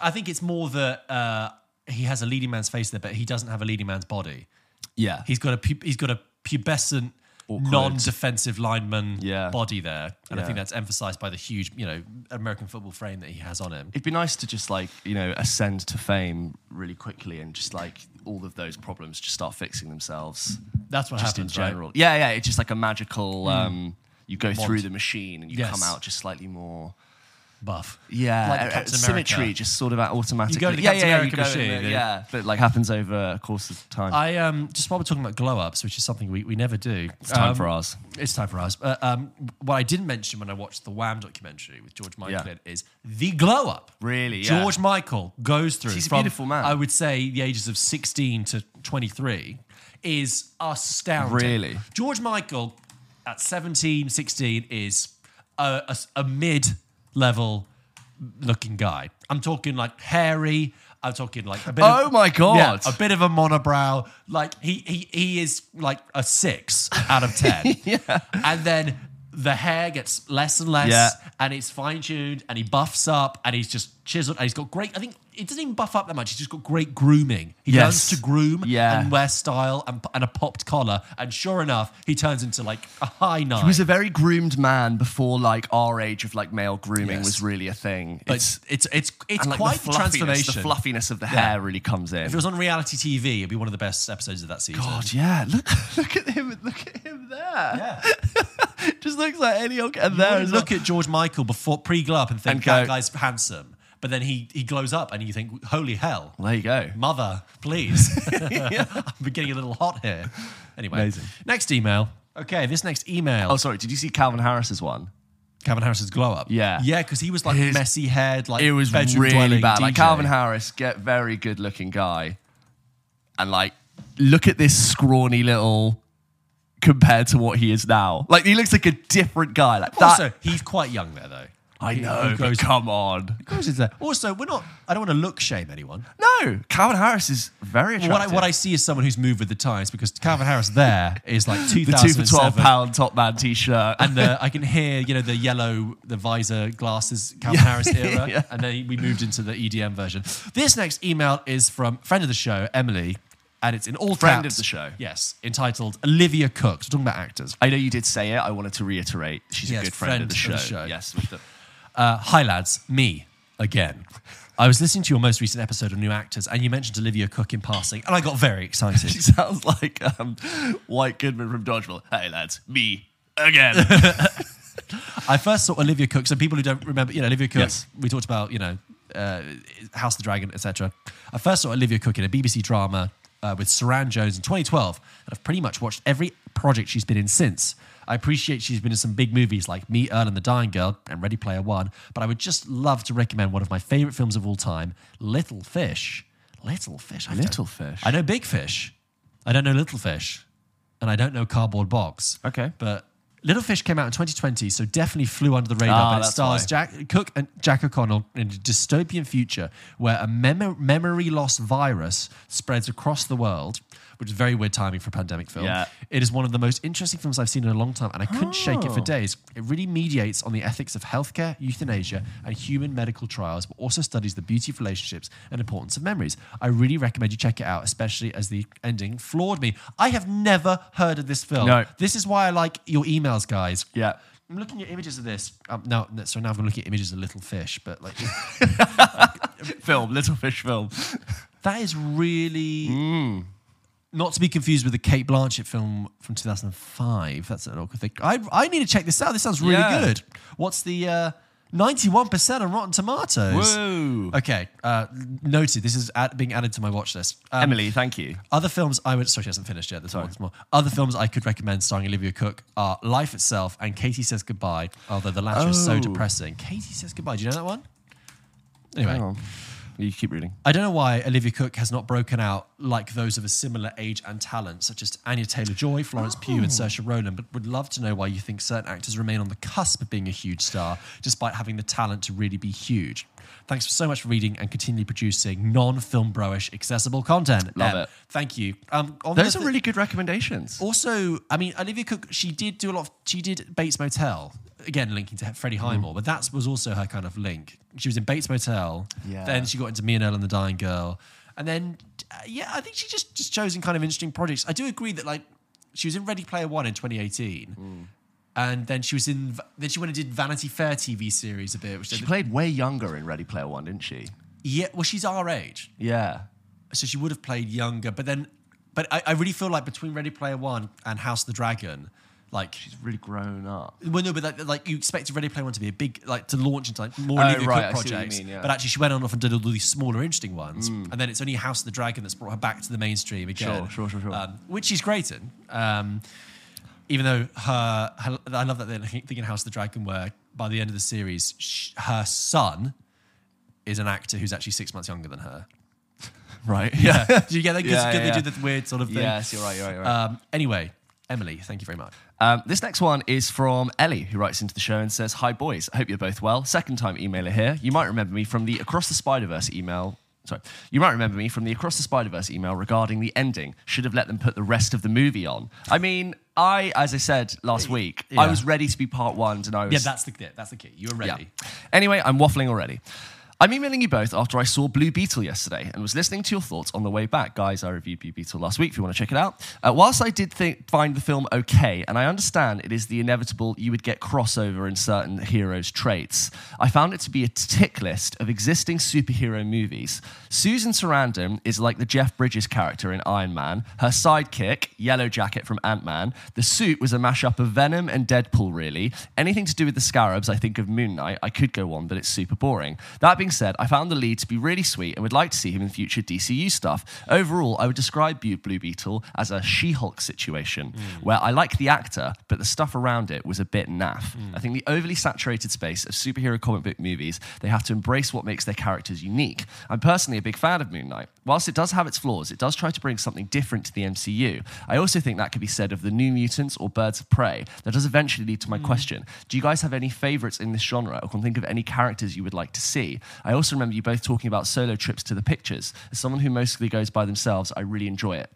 [SPEAKER 1] I think it's more that uh, he has a leading man's face there, but he doesn't have a leading man's body.
[SPEAKER 2] Yeah.
[SPEAKER 1] He's got a pu- he's got a pubescent,
[SPEAKER 2] Awkward.
[SPEAKER 1] non-defensive lineman
[SPEAKER 2] Yeah.
[SPEAKER 1] body there, and I
[SPEAKER 2] Yeah.
[SPEAKER 1] think that's emphasised by the huge, you know, American football frame that he has on him.
[SPEAKER 2] It'd be nice to just like, you know, ascend to fame really quickly and just like all of those problems just start fixing themselves.
[SPEAKER 1] That's what
[SPEAKER 2] just
[SPEAKER 1] happens,
[SPEAKER 2] in
[SPEAKER 1] right?
[SPEAKER 2] general. Yeah, yeah. It's just like a magical. Um, you go through the machine and you
[SPEAKER 1] Yes.
[SPEAKER 2] come out just slightly more.
[SPEAKER 1] Buff.
[SPEAKER 2] Yeah,
[SPEAKER 1] Like the
[SPEAKER 2] uh,
[SPEAKER 1] Captain
[SPEAKER 2] symmetry
[SPEAKER 1] America.
[SPEAKER 2] just sort of automatically.
[SPEAKER 1] You go to the
[SPEAKER 2] yeah,
[SPEAKER 1] Captain
[SPEAKER 2] yeah,
[SPEAKER 1] America
[SPEAKER 2] you go in
[SPEAKER 1] machine,
[SPEAKER 2] the-
[SPEAKER 1] yeah.
[SPEAKER 2] yeah, Uh, but like happens over a course of time.
[SPEAKER 1] I um just while we're talking about glow ups, which is something we, we never do.
[SPEAKER 2] it's time
[SPEAKER 1] um,
[SPEAKER 2] for ours.
[SPEAKER 1] It's time for ours. Uh, um, what I didn't mention when I watched the Wham documentary with George Michael
[SPEAKER 2] Yeah.
[SPEAKER 1] in it is the glow up.
[SPEAKER 2] Really, yeah.
[SPEAKER 1] George Michael goes through.
[SPEAKER 2] He's a
[SPEAKER 1] from,
[SPEAKER 2] beautiful man.
[SPEAKER 1] I would say the ages of sixteen to twenty three is astounding.
[SPEAKER 2] Really?
[SPEAKER 1] George Michael at 17, 16 is a, a, a mid level looking guy. I'm talking like hairy. I'm talking like a bit.
[SPEAKER 2] Oh
[SPEAKER 1] of,
[SPEAKER 2] my God.
[SPEAKER 1] Yeah, a bit of a monobrow. Like he he he is like a six out of ten. yeah. And then the hair gets less and less,
[SPEAKER 2] Yeah.
[SPEAKER 1] and it's fine tuned, and he buffs up, and he's just chiseled, and he's got great. I think it doesn't even buff up that much. He's just got great grooming. He
[SPEAKER 2] Yes.
[SPEAKER 1] learns to groom
[SPEAKER 2] Yeah.
[SPEAKER 1] and wear style and, and a popped collar, and sure enough, he turns into like a high nine.
[SPEAKER 2] He was a very groomed man before like our age of like male grooming
[SPEAKER 1] Yes.
[SPEAKER 2] was really a thing.
[SPEAKER 1] but
[SPEAKER 2] it's
[SPEAKER 1] it's it's it's, it's
[SPEAKER 2] and, like,
[SPEAKER 1] quite
[SPEAKER 2] the
[SPEAKER 1] the,
[SPEAKER 2] fluffiness-
[SPEAKER 1] transformation.
[SPEAKER 2] The fluffiness of the hair really comes in.
[SPEAKER 1] if it was on reality TV, it'd be one of the best episodes of that season.
[SPEAKER 2] God, yeah. Look, look at him. Look at him there.
[SPEAKER 1] Yeah.
[SPEAKER 2] Just looks like any old. And there
[SPEAKER 1] You
[SPEAKER 2] is
[SPEAKER 1] look at George Michael before pre-glow up and think
[SPEAKER 2] And go-
[SPEAKER 1] that guy's handsome, but then he he glows up and you think, holy hell,
[SPEAKER 2] There you go.
[SPEAKER 1] mother, please, I'm getting a little hot here. Anyway,
[SPEAKER 2] Amazing.
[SPEAKER 1] next email. Okay, this next email,
[SPEAKER 2] Oh, sorry. Did you see Calvin Harris's one?
[SPEAKER 1] Calvin Harris's glow up.
[SPEAKER 2] Yeah.
[SPEAKER 1] yeah, because he was like
[SPEAKER 2] His-
[SPEAKER 1] messy haired, like
[SPEAKER 2] It was
[SPEAKER 1] bedroom
[SPEAKER 2] really
[SPEAKER 1] dwelling
[SPEAKER 2] bad. Like
[SPEAKER 1] DJ.
[SPEAKER 2] Calvin Harris, get very good looking guy, and like look at this scrawny little compared to what he is now. Like he looks like a different guy. Like that.
[SPEAKER 1] Also, he's quite young there though.
[SPEAKER 2] I
[SPEAKER 1] He-
[SPEAKER 2] know.
[SPEAKER 1] he
[SPEAKER 2] but
[SPEAKER 1] goes-
[SPEAKER 2] come on.
[SPEAKER 1] Of course he's there. Also, we're not. I don't want to look shame anyone.
[SPEAKER 2] No, Calvin Harris is very attractive.
[SPEAKER 1] What I, what I see is someone who's moved with the times because Calvin Harris there is like
[SPEAKER 2] the two for twelve
[SPEAKER 1] 2007
[SPEAKER 2] pound top man t shirt.
[SPEAKER 1] and the, I can hear you know the yellow the visor glasses Calvin Harris era,
[SPEAKER 2] Yeah.
[SPEAKER 1] and then we moved into the EDM version. This next email is from friend of the show Emily, and it's in all
[SPEAKER 2] Friend
[SPEAKER 1] caps.
[SPEAKER 2] of the show.
[SPEAKER 1] yes, entitled Olivia Cook. So we're talking about actors.
[SPEAKER 2] I know you did say it. I wanted to reiterate. She's
[SPEAKER 1] Yes,
[SPEAKER 2] a good friend, of, the show.
[SPEAKER 1] show.
[SPEAKER 2] Yes. with the-
[SPEAKER 1] Uh, hi lads, me again. I was listening to your most recent episode of New Actors, and you mentioned Olivia Cook in passing, and I got very excited.
[SPEAKER 2] she sounds like um, White Goodman from Dodgeball. Hey lads, me again.
[SPEAKER 1] I first saw Olivia Cook. So people who don't remember, you know, Olivia Cook.
[SPEAKER 2] Yes.
[SPEAKER 1] We talked about, you know, uh, House of the Dragon, etc. I first saw Olivia Cook in a BBC drama uh, with Saran Jones in 2012, and I've pretty much watched every project she's been in since. I appreciate she's been in some big movies like Me, Earl and the Dying Girl and Ready Player One, but I would just love to recommend one of my favorite films of all time, Little Fish. Little Fish. I don't-
[SPEAKER 2] Little Fish?
[SPEAKER 1] I know Big Fish. I don't know Little Fish, and I don't know Cardboard Box.
[SPEAKER 2] Okay.
[SPEAKER 1] But Little Fish came out in 2020, so definitely flew under the radar.
[SPEAKER 2] Ah,
[SPEAKER 1] but it
[SPEAKER 2] that's
[SPEAKER 1] stars
[SPEAKER 2] why.
[SPEAKER 1] Jack Cook and Jack O'Connell in a dystopian future where a memo- memory loss virus spreads across the world, which is very weird timing for a pandemic film.
[SPEAKER 2] Yeah.
[SPEAKER 1] It is one of the most interesting films I've seen in a long time, and I couldn't shake it for days. It really mediates on the ethics of healthcare, euthanasia, and human medical trials, but also studies the beauty of relationships and importance of memories. I really recommend you check it out, especially as the ending floored me. I have never heard of this film.
[SPEAKER 2] No.
[SPEAKER 1] This is why I like your emails, guys.
[SPEAKER 2] Yeah.
[SPEAKER 1] I'm looking at images of this. Um, now, so now I'm looking at images of Little Fish, but like
[SPEAKER 2] film, Little Fish film.
[SPEAKER 1] that is really
[SPEAKER 2] Hmm.
[SPEAKER 1] not to be confused with the Kate Blanchett film from 2005. That's an awkward thing. I, I need to check this out. This sounds really
[SPEAKER 2] Yeah.
[SPEAKER 1] good. What's the uh, 91% on Rotten Tomatoes?
[SPEAKER 2] Whoa.
[SPEAKER 1] Okay, uh, noted. This is ad- being added to my watch list. Um,
[SPEAKER 2] Emily, thank you.
[SPEAKER 1] Other films I would sorry, she hasn't finished yet. There's more, there's more. Other films I could recommend starring Olivia Cook are Life Itself and Katie Says Goodbye. Although the latter is so
[SPEAKER 2] Oh.
[SPEAKER 1] depressing. Katie Says Goodbye. Do you know that one? Anyway,
[SPEAKER 2] Hang on. You keep reading.
[SPEAKER 1] I don't know why Olivia Cook has not broken out like those of a similar age and talent, such as Anya Taylor Joy, Florence
[SPEAKER 2] Oh.
[SPEAKER 1] Pugh, and Saoirse Ronan. But would love to know why you think certain actors remain on the cusp of being a huge star, despite having the talent to really be huge. Thanks so much for reading and continually producing non-film broish accessible content.
[SPEAKER 2] Love
[SPEAKER 1] Em,
[SPEAKER 2] it.
[SPEAKER 1] Thank you. Um, on
[SPEAKER 2] Those
[SPEAKER 1] the
[SPEAKER 2] are
[SPEAKER 1] thi-
[SPEAKER 2] really good recommendations.
[SPEAKER 1] also, I mean, Olivia Cook, she did do a lot of, she did Bates Motel. again linking to Freddie
[SPEAKER 2] Mm-hmm.
[SPEAKER 1] Highmore, but that was also her kind of link. She was in Bates Motel.
[SPEAKER 2] Yeah.
[SPEAKER 1] Then she got into Me and Earl and the Dying Girl, and then uh, yeah, I think she just just chosen kind of interesting projects. I do agree that like she was in Ready Player One in 2018.
[SPEAKER 2] Mm.
[SPEAKER 1] And then she was in. Then she went and did Vanity Fair TV series a bit, which
[SPEAKER 2] She played way younger in Ready Player One, didn't she?
[SPEAKER 1] yeah, well, she's our age,
[SPEAKER 2] Yeah.
[SPEAKER 1] so she would have played younger. But then, but I, I really feel like between Ready Player One and House of the Dragon, like
[SPEAKER 2] She's really grown up.
[SPEAKER 1] well, no, but that, like you expect Ready Player One to be a big, like to launch into like more
[SPEAKER 2] Oh,
[SPEAKER 1] Olivia
[SPEAKER 2] right, I see
[SPEAKER 1] Cook
[SPEAKER 2] what you
[SPEAKER 1] projects.
[SPEAKER 2] mean, yeah. Mm.
[SPEAKER 1] But actually, she went on off and did all these smaller, interesting ones, and then it's only House of the Dragon that's brought her back to the mainstream again.
[SPEAKER 2] Sure, sure, sure, sure.
[SPEAKER 1] Um, which she's great in. Um, even though her, her, I love that they're thinking House of the Dragon, where by the end of the series, sh her son is an actor who's actually six months younger than her.
[SPEAKER 2] Right.
[SPEAKER 1] Yeah, do you get that? Because
[SPEAKER 2] Yeah, yeah,
[SPEAKER 1] they
[SPEAKER 2] yeah.
[SPEAKER 1] do the weird sort of thing.
[SPEAKER 2] Yes, you're right, you're right, you're right.
[SPEAKER 1] Um, anyway, Emily, thank you very much.
[SPEAKER 2] Um, this next one is from Ellie, who writes into the show and says, Hi, boys. I hope you're both well. Second time emailer here. You might remember me from the Across the Spider Verse email. Sorry. You might remember me from the Across the Spider Verse email regarding the ending. Should have let them put the rest of the movie on. I mean, I, as I said last week, I
[SPEAKER 1] Yeah.
[SPEAKER 2] was ready to be part one, and I was
[SPEAKER 1] Yeah, that's the that's the key. You're ready.
[SPEAKER 2] yeah. Anyway, I'm waffling already. I'm emailing you both after I saw Blue Beetle yesterday and was listening to your thoughts on the way back. Guys, I reviewed Blue Beetle last week if you want to check it out. Uh, whilst I did think, find the film okay, and I understand it is the inevitable you would get crossover in certain heroes' traits, I found it to be a tick list of existing superhero movies. Susan Sarandon is like the Jeff Bridges character in Iron Man, her sidekick, Yellow Jacket from Ant Man. The suit was a mashup of Venom and Deadpool, really. Anything to do with the scarabs, I think of Moon Knight. I could go on, but it's super boring. That being said, I found the lead to be really sweet and would like to see him in future DCU stuff. Overall, I would describe Bu- Blue Beetle as a She Hulk situation, where I like the actor, but the stuff around it was a bit naff. I think the overly saturated space of superhero comic book movies, they have to embrace what makes their characters unique. I'm personally a big fan of Moon Knight. Whilst it does have its flaws, it does try to bring something different to the MCU. I also think that could be said of the New Mutants or Birds of Prey. That does eventually lead to my question. Do you guys have any favorites in this genre or can think of any characters you would like to see? I also remember you both talking about solo trips to the pictures. As someone who mostly goes by themselves, I really enjoy it.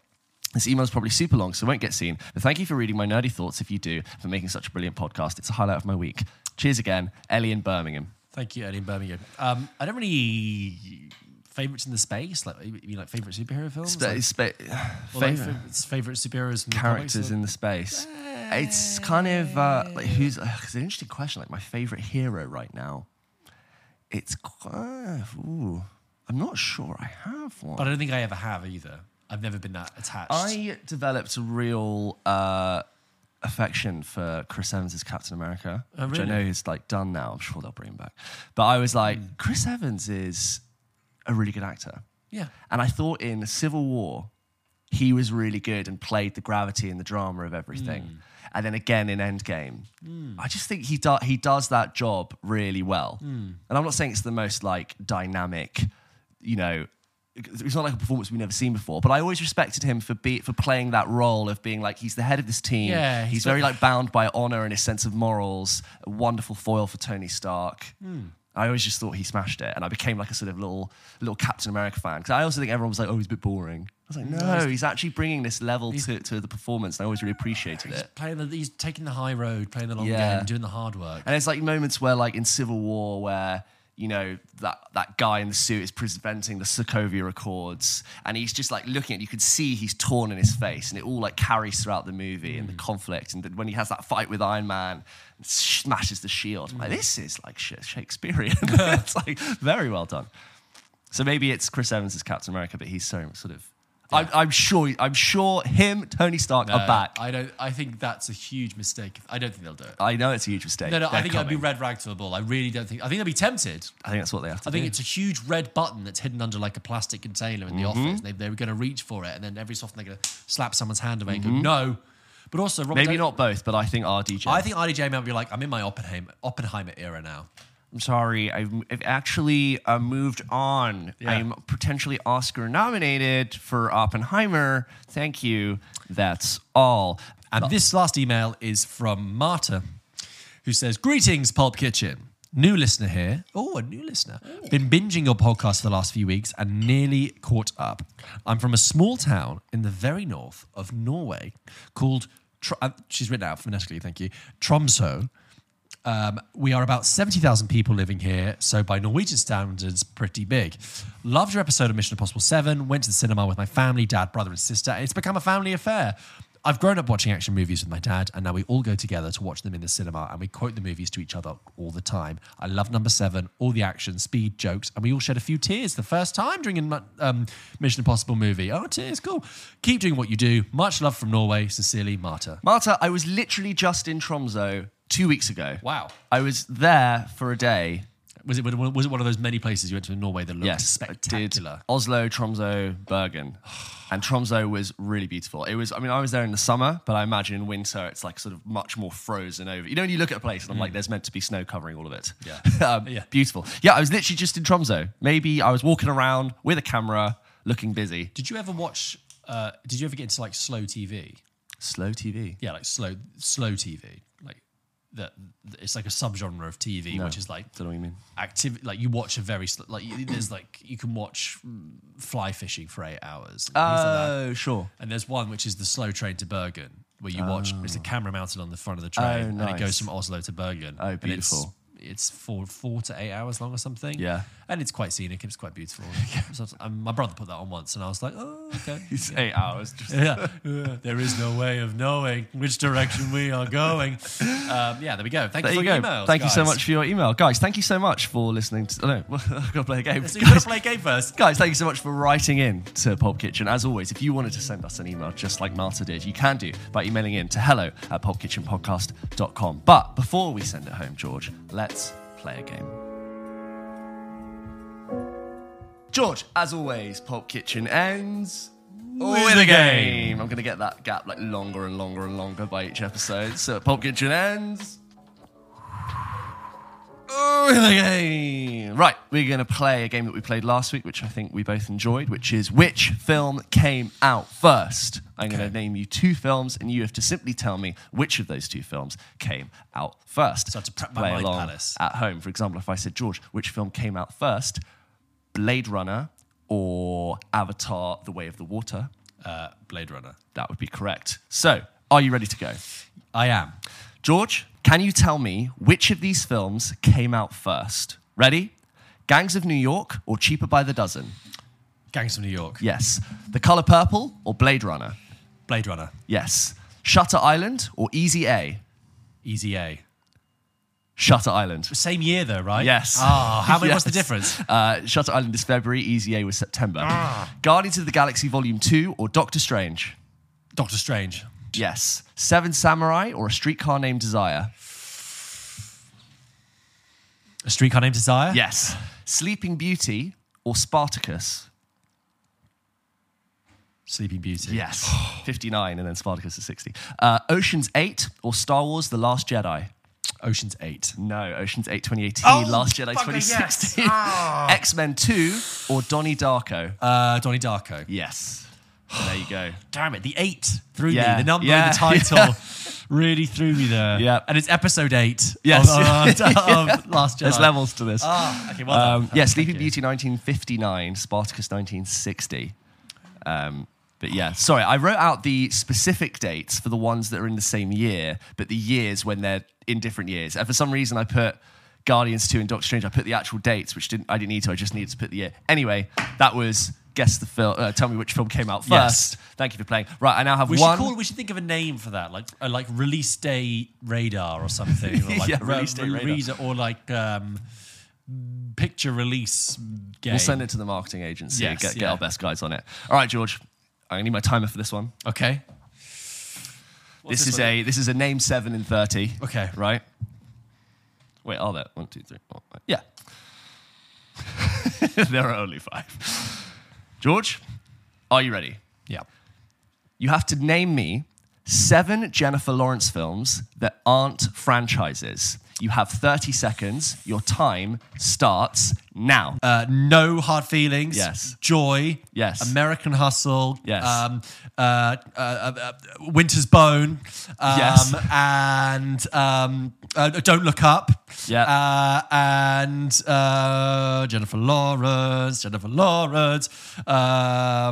[SPEAKER 2] This email is probably super long, so it won't get seen. But thank you for reading my nerdy thoughts if you do, for making such a brilliant podcast. It's a highlight of my week. Cheers again, Ellie in Birmingham.
[SPEAKER 1] Thank you, Ellie in Birmingham. Um, I don't really favorites in the space, like you mean like favorite superhero films,
[SPEAKER 2] Spa-
[SPEAKER 1] Like,
[SPEAKER 2] spa-
[SPEAKER 1] or, like,
[SPEAKER 2] favourite
[SPEAKER 1] favorites- favorite superheroes from the
[SPEAKER 2] characters
[SPEAKER 1] comics, uh, or-
[SPEAKER 2] in the space. It's kind of uh, like who's uh, it's an interesting question. Like my favorite hero right now. It's quite, ooh, I'm not sure I have one.
[SPEAKER 1] but I don't think I ever have either. I've never been that attached.
[SPEAKER 2] I developed a real uh, affection for Chris Evans as Captain America, which I know is like done now. I'm sure they'll bring him back. But I was like, Chris Evans is a really good actor.
[SPEAKER 1] yeah,
[SPEAKER 2] And I thought in Civil War, he was really good and played the gravity and the drama of everything. And then again in Endgame, I just think he does he does that job really well. And I'm not saying it's the most like dynamic, you know. It's not like a performance we've never seen before, but I always respected him for be, for playing that role of being like he's the head of this team.
[SPEAKER 1] Yeah,
[SPEAKER 2] he's,
[SPEAKER 1] he's
[SPEAKER 2] very
[SPEAKER 1] got-
[SPEAKER 2] like bound by honor and his sense of morals. A wonderful foil for Tony Stark. I always just thought he smashed it, and I became like a sort of little little Captain America fan because I also think everyone was like, "Oh, he's a bit boring." I was like, "No, he's, actually bringing this level to, to the performance." And I always really appreciated
[SPEAKER 1] he's
[SPEAKER 2] it.
[SPEAKER 1] playing the, he's taking the high road, playing the long
[SPEAKER 2] Yeah.
[SPEAKER 1] game, doing the hard work.
[SPEAKER 2] And it's like moments where, like in Civil War, where you know that that guy in the suit is presenting the Sokovia Accords, and he's just like looking at. You can see he's torn in his face, and it all like carries throughout the movie and the
[SPEAKER 1] Mm.
[SPEAKER 2] conflict. And then when he has that fight with Iron Man, and smashes the shield. I'm like
[SPEAKER 1] Mm.
[SPEAKER 2] this is like Sh- Shakespearean. it's like very well done. So maybe it's Chris Evans as Captain America, but he's so sort of. I'm, I'm sure. I'm sure him, Tony Stark,
[SPEAKER 1] Uh,
[SPEAKER 2] are back.
[SPEAKER 1] I don't. I think that's a huge mistake. I don't think they'll do it.
[SPEAKER 2] I know it's a huge mistake.
[SPEAKER 1] No, no. I
[SPEAKER 2] They're
[SPEAKER 1] think it'd be
[SPEAKER 2] coming.
[SPEAKER 1] red rag to the bull. I really don't think. I think they'll be tempted.
[SPEAKER 2] I think that's what they have to
[SPEAKER 1] I
[SPEAKER 2] do.
[SPEAKER 1] think it's a huge red button that's hidden under like a plastic container in the
[SPEAKER 2] Mm-hmm.
[SPEAKER 1] office. They, they were going to reach for it, and then every so often they're going to slap someone's hand away and go, no. But also, Robert
[SPEAKER 2] Mm-hmm. Maybe
[SPEAKER 1] Downey-
[SPEAKER 2] not both, but I think RDJ.
[SPEAKER 1] I think RDJ might be like, I'm in my Oppenheimer, Oppenheimer era now.
[SPEAKER 2] I'm sorry, I've, I've actually uh, moved on. I'm potentially Oscar nominated for Oppenheimer. Thank you. That's all.
[SPEAKER 1] And this last email is from Marta, who says, Greetings, Pulp Kitchen. New listener here. Oh, a new listener. Been binging your podcast for the last few weeks and nearly caught up. I'm from a small town in the very north of Norway called, Tr- uh, she's written out phonetically, thank you, Tromso. Um, we are about 70,000 people living here, so by Norwegian standards, pretty big. Loved your episode of Mission Impossible 7. Went to the cinema with my family, dad, brother, and sister. It's become a family affair. I've grown up watching action movies with my dad, and now we all go together to watch them in the cinema and we quote the movies to each other all the time. I love number seven, all the action, speed, jokes, and we all shed a few tears the first time during a mu- um, Mission Impossible movie. Oh, tears, cool. Keep doing what you do. Much love from Norway, Sincerely, Marta.
[SPEAKER 2] Marta, I was literally just in Tromso two weeks ago.
[SPEAKER 1] Wow.
[SPEAKER 2] I was there for a day.
[SPEAKER 1] Was it, was it one of those many places you went to in Norway that looked
[SPEAKER 2] Yes, I did
[SPEAKER 1] spectacular?
[SPEAKER 2] Oslo, Tromso, Bergen. And Tromso was really beautiful. It was, I mean, I was there in the summer, but I imagine in winter it's like sort of much more frozen over. You know, when you look at a place and I'm like, there's meant to be snow covering all of it.
[SPEAKER 1] Mm. Yeah.
[SPEAKER 2] um,
[SPEAKER 1] Yeah.
[SPEAKER 2] Beautiful. Yeah, I was literally just in Tromso. Maybe I was walking around with a camera looking busy.
[SPEAKER 1] Did you ever watch, uh, did you ever get into like slow TV?
[SPEAKER 2] Slow TV.
[SPEAKER 1] yeah, like slow slow TV, like that. that- It's like a subgenre of TV,
[SPEAKER 2] No,
[SPEAKER 1] which is like
[SPEAKER 2] don't know what you mean.
[SPEAKER 1] activity. Like you watch a very sl- like you, there's like you can watch mm, fly fishing for eight hours. and things like that.
[SPEAKER 2] Oh, sure.
[SPEAKER 1] And there's one which is the slow train to Bergen, where you watch. It's a camera mounted on the front of the train, and it
[SPEAKER 2] Ah. Oh, nice.
[SPEAKER 1] goes from Oslo to Bergen.
[SPEAKER 2] Oh,
[SPEAKER 1] and it's-
[SPEAKER 2] beautiful.
[SPEAKER 1] it's four four to eight hours long or something.
[SPEAKER 2] Yeah.
[SPEAKER 1] and it's quite scenic. It's quite beautiful. So- and my brother put that on once, and I was like, oh, okay.
[SPEAKER 2] It's eight hours. Just
[SPEAKER 1] yeah. There is no way of knowing which direction we are going. Um, yeah, there we go. Thank
[SPEAKER 2] There
[SPEAKER 1] you for
[SPEAKER 2] you go.
[SPEAKER 1] your emails.
[SPEAKER 2] thank you so
[SPEAKER 1] guys.
[SPEAKER 2] much for your email, guys. Thank you so much for listening. To, oh, no, I've got to play a game.
[SPEAKER 1] So you got to play a game first.
[SPEAKER 2] Guys, thank you so much for writing in to Pulp Kitchen. As always, if you wanted to send us an email just like Marta did, you can do by emailing in to hello at popkitchenpodcast.com. But before we send it home, George, let's play a game. George, as always, Pulp Kitchen ends with a game. I'm going to get that gap like longer and longer and longer by each episode. So Pulp Kitchen ends with a game. Right, we're going to play a game that we played last week, which I think we both enjoyed, which is which film came out first. I'm going to name you two films, and you have to simply tell me which of those two films came out first.
[SPEAKER 1] So I have to prep my mind palace.
[SPEAKER 2] at home. For example, if I said, George, which film came out first, Blade Runner or Avatar: The Way of the Water?
[SPEAKER 1] Uh, Blade Runner.
[SPEAKER 2] That would be correct. So, are you ready to go?
[SPEAKER 1] I am.
[SPEAKER 2] George, can you tell me which of these films came out first? Ready? Gangs of New York or Cheaper by the Dozen?
[SPEAKER 1] Gangs from New York.
[SPEAKER 2] Yes. The Color Purple or Blade Runner?
[SPEAKER 1] Blade Runner.
[SPEAKER 2] Yes. Shutter Island or Easy A?
[SPEAKER 1] Easy A.
[SPEAKER 2] Shutter Island.
[SPEAKER 1] Same year though, right?
[SPEAKER 2] Yes.
[SPEAKER 1] Ah, how many? What's the
[SPEAKER 2] Yes.
[SPEAKER 1] difference?
[SPEAKER 2] Uh, Shutter Island is February, Easy A was September. Guardians of the Galaxy Volume 2 or Doctor Strange?
[SPEAKER 1] Doctor Strange.
[SPEAKER 2] Yes. Seven Samurai or A Streetcar Named Desire?
[SPEAKER 1] A Streetcar Named Desire.
[SPEAKER 2] Yes. Sleeping Beauty or Spartacus?
[SPEAKER 1] Sleeping Beauty.
[SPEAKER 2] Yes. 59 and then Spartacus is 60. Uh, Ocean's 8 or Star Wars The Last Jedi?
[SPEAKER 1] Ocean's Eight.
[SPEAKER 2] No, Ocean's 8 2018,
[SPEAKER 1] Oh,
[SPEAKER 2] Last Jedi
[SPEAKER 1] fucker, yes.
[SPEAKER 2] 2016. X-Men 2 or Donnie Darko?
[SPEAKER 1] Uh, Donnie Darko.
[SPEAKER 2] yes. There you go.
[SPEAKER 1] Damn it, the eight threw
[SPEAKER 2] Yeah,
[SPEAKER 1] me. The number
[SPEAKER 2] yeah,
[SPEAKER 1] and the title really threw me there.
[SPEAKER 2] Yeah.
[SPEAKER 1] And it's episode eight.
[SPEAKER 2] Yes.
[SPEAKER 1] Of, uh, of Last Jedi.
[SPEAKER 2] There's levels to this.
[SPEAKER 1] Ah, okay, well done.
[SPEAKER 2] Um, yeah,
[SPEAKER 1] Thank
[SPEAKER 2] Sleeping
[SPEAKER 1] you.
[SPEAKER 2] Beauty 1959, Spartacus 1960. Um, but yeah, sorry, I wrote out the specific dates for the ones that are in the same year, but the years when they're in different years. And for some reason, I put Guardians 2 and Doctor Strange. I put the actual dates, which didn't I didn't need to. I just needed to put the year. Anyway, that was guess the film. Uh, tell me which film came out first.
[SPEAKER 1] Yes.
[SPEAKER 2] Thank you for playing. Right, I now have
[SPEAKER 1] We
[SPEAKER 2] one.
[SPEAKER 1] should call. We should think of a name for that, like uh, like release day radar or something, or like
[SPEAKER 2] Yeah,
[SPEAKER 1] re-
[SPEAKER 2] release day
[SPEAKER 1] re-
[SPEAKER 2] radar.
[SPEAKER 1] reader, or like um, picture release game.
[SPEAKER 2] we'll send it to the marketing agency.
[SPEAKER 1] Yes,
[SPEAKER 2] get, get
[SPEAKER 1] yeah.
[SPEAKER 2] our best guys on it. All right, George, I need my timer for this one.
[SPEAKER 1] Okay. What's
[SPEAKER 2] this, is
[SPEAKER 1] one?
[SPEAKER 2] a this is a name seven in thirty.
[SPEAKER 1] Okay.
[SPEAKER 2] Right. Wait, are there one, two, three, four, five. Yeah. there are only five. George, are you ready?
[SPEAKER 1] yeah.
[SPEAKER 2] You have to name me seven Jennifer Lawrence films that aren't franchises. You have 30 seconds. Your time starts now.
[SPEAKER 1] Uh, no hard feelings.
[SPEAKER 2] Yes.
[SPEAKER 1] Joy.
[SPEAKER 2] Yes.
[SPEAKER 1] American Hustle.
[SPEAKER 2] Yes.
[SPEAKER 1] Um, uh, uh, uh, uh, Winter's Bone. Um,
[SPEAKER 2] Yes.
[SPEAKER 1] And um, uh, Don't Look Up.
[SPEAKER 2] Yeah.
[SPEAKER 1] Uh, and uh, Jennifer Lawrence. Jennifer Lawrence.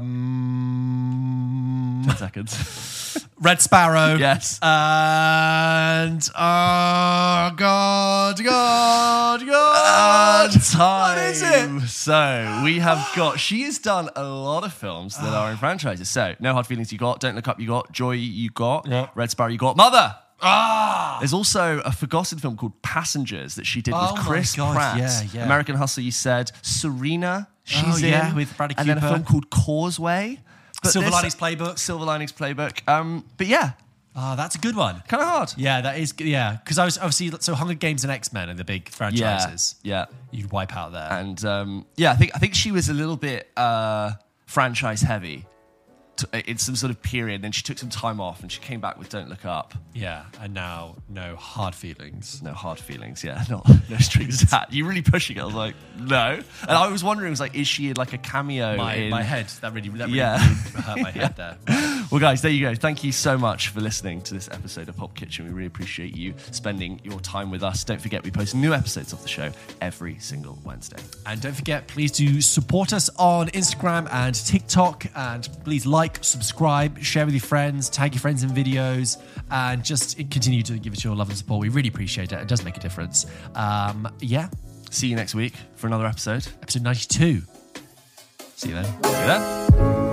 [SPEAKER 1] Um,
[SPEAKER 2] 10 seconds.
[SPEAKER 1] Red Sparrow.
[SPEAKER 2] Yes.
[SPEAKER 1] And oh god, God, God, God.
[SPEAKER 2] time.
[SPEAKER 1] What is it?
[SPEAKER 2] So we have got. She has done a lot of films that are in franchises. So No Hard Feelings, you got. Don't Look Up, you got. Joy, you got.
[SPEAKER 1] Yeah.
[SPEAKER 2] Red Sparrow, you got. Mother.
[SPEAKER 1] Ah.
[SPEAKER 2] There's also a forgotten film called Passengers that she did
[SPEAKER 1] Oh my
[SPEAKER 2] with Chris
[SPEAKER 1] God,
[SPEAKER 2] Pratt.
[SPEAKER 1] yeah, yeah.
[SPEAKER 2] American Hustle, you said. Serena, she's
[SPEAKER 1] Oh, yeah,
[SPEAKER 2] in.
[SPEAKER 1] with Bradley
[SPEAKER 2] And then a
[SPEAKER 1] Cooper.
[SPEAKER 2] film called Causeway. But
[SPEAKER 1] Silver
[SPEAKER 2] there's-
[SPEAKER 1] Linings Playbook.
[SPEAKER 2] Silver Linings Playbook. Um, but yeah,
[SPEAKER 1] Ah, that's a good one.
[SPEAKER 2] kind of hard.
[SPEAKER 1] Yeah, that is. Yeah, because I was obviously so Hunger Games and X Men are the big franchises.
[SPEAKER 2] Yeah.
[SPEAKER 1] You'd wipe out there.
[SPEAKER 2] and um, yeah, I think I think she was a little bit uh, franchise heavy t- in some sort of period. Then she took some time off and she came back with "Don't Look Up."
[SPEAKER 1] yeah, and now no hard feelings.
[SPEAKER 2] No hard feelings, yeah, not no strings attached. You're really pushing it. I was like, no, and I was wondering, I was like, is she in like a cameo?
[SPEAKER 1] My,
[SPEAKER 2] in-
[SPEAKER 1] my head that really that really
[SPEAKER 2] Yeah.
[SPEAKER 1] hurt my head there.
[SPEAKER 2] Well, guys, there you go. Thank you so much for listening to this episode of Pop Kitchen. We really appreciate you spending your time with us. Don't forget, we post new episodes of the show every single Wednesday.
[SPEAKER 1] And don't forget, please do support us on Instagram and TikTok. And please like, subscribe, share with your friends, tag your friends in videos, and just continue to give us your love and support. We really appreciate it. It does make a difference. Um, yeah,
[SPEAKER 2] See you next week for another episode.
[SPEAKER 1] episode 92. See you then.
[SPEAKER 2] See you then.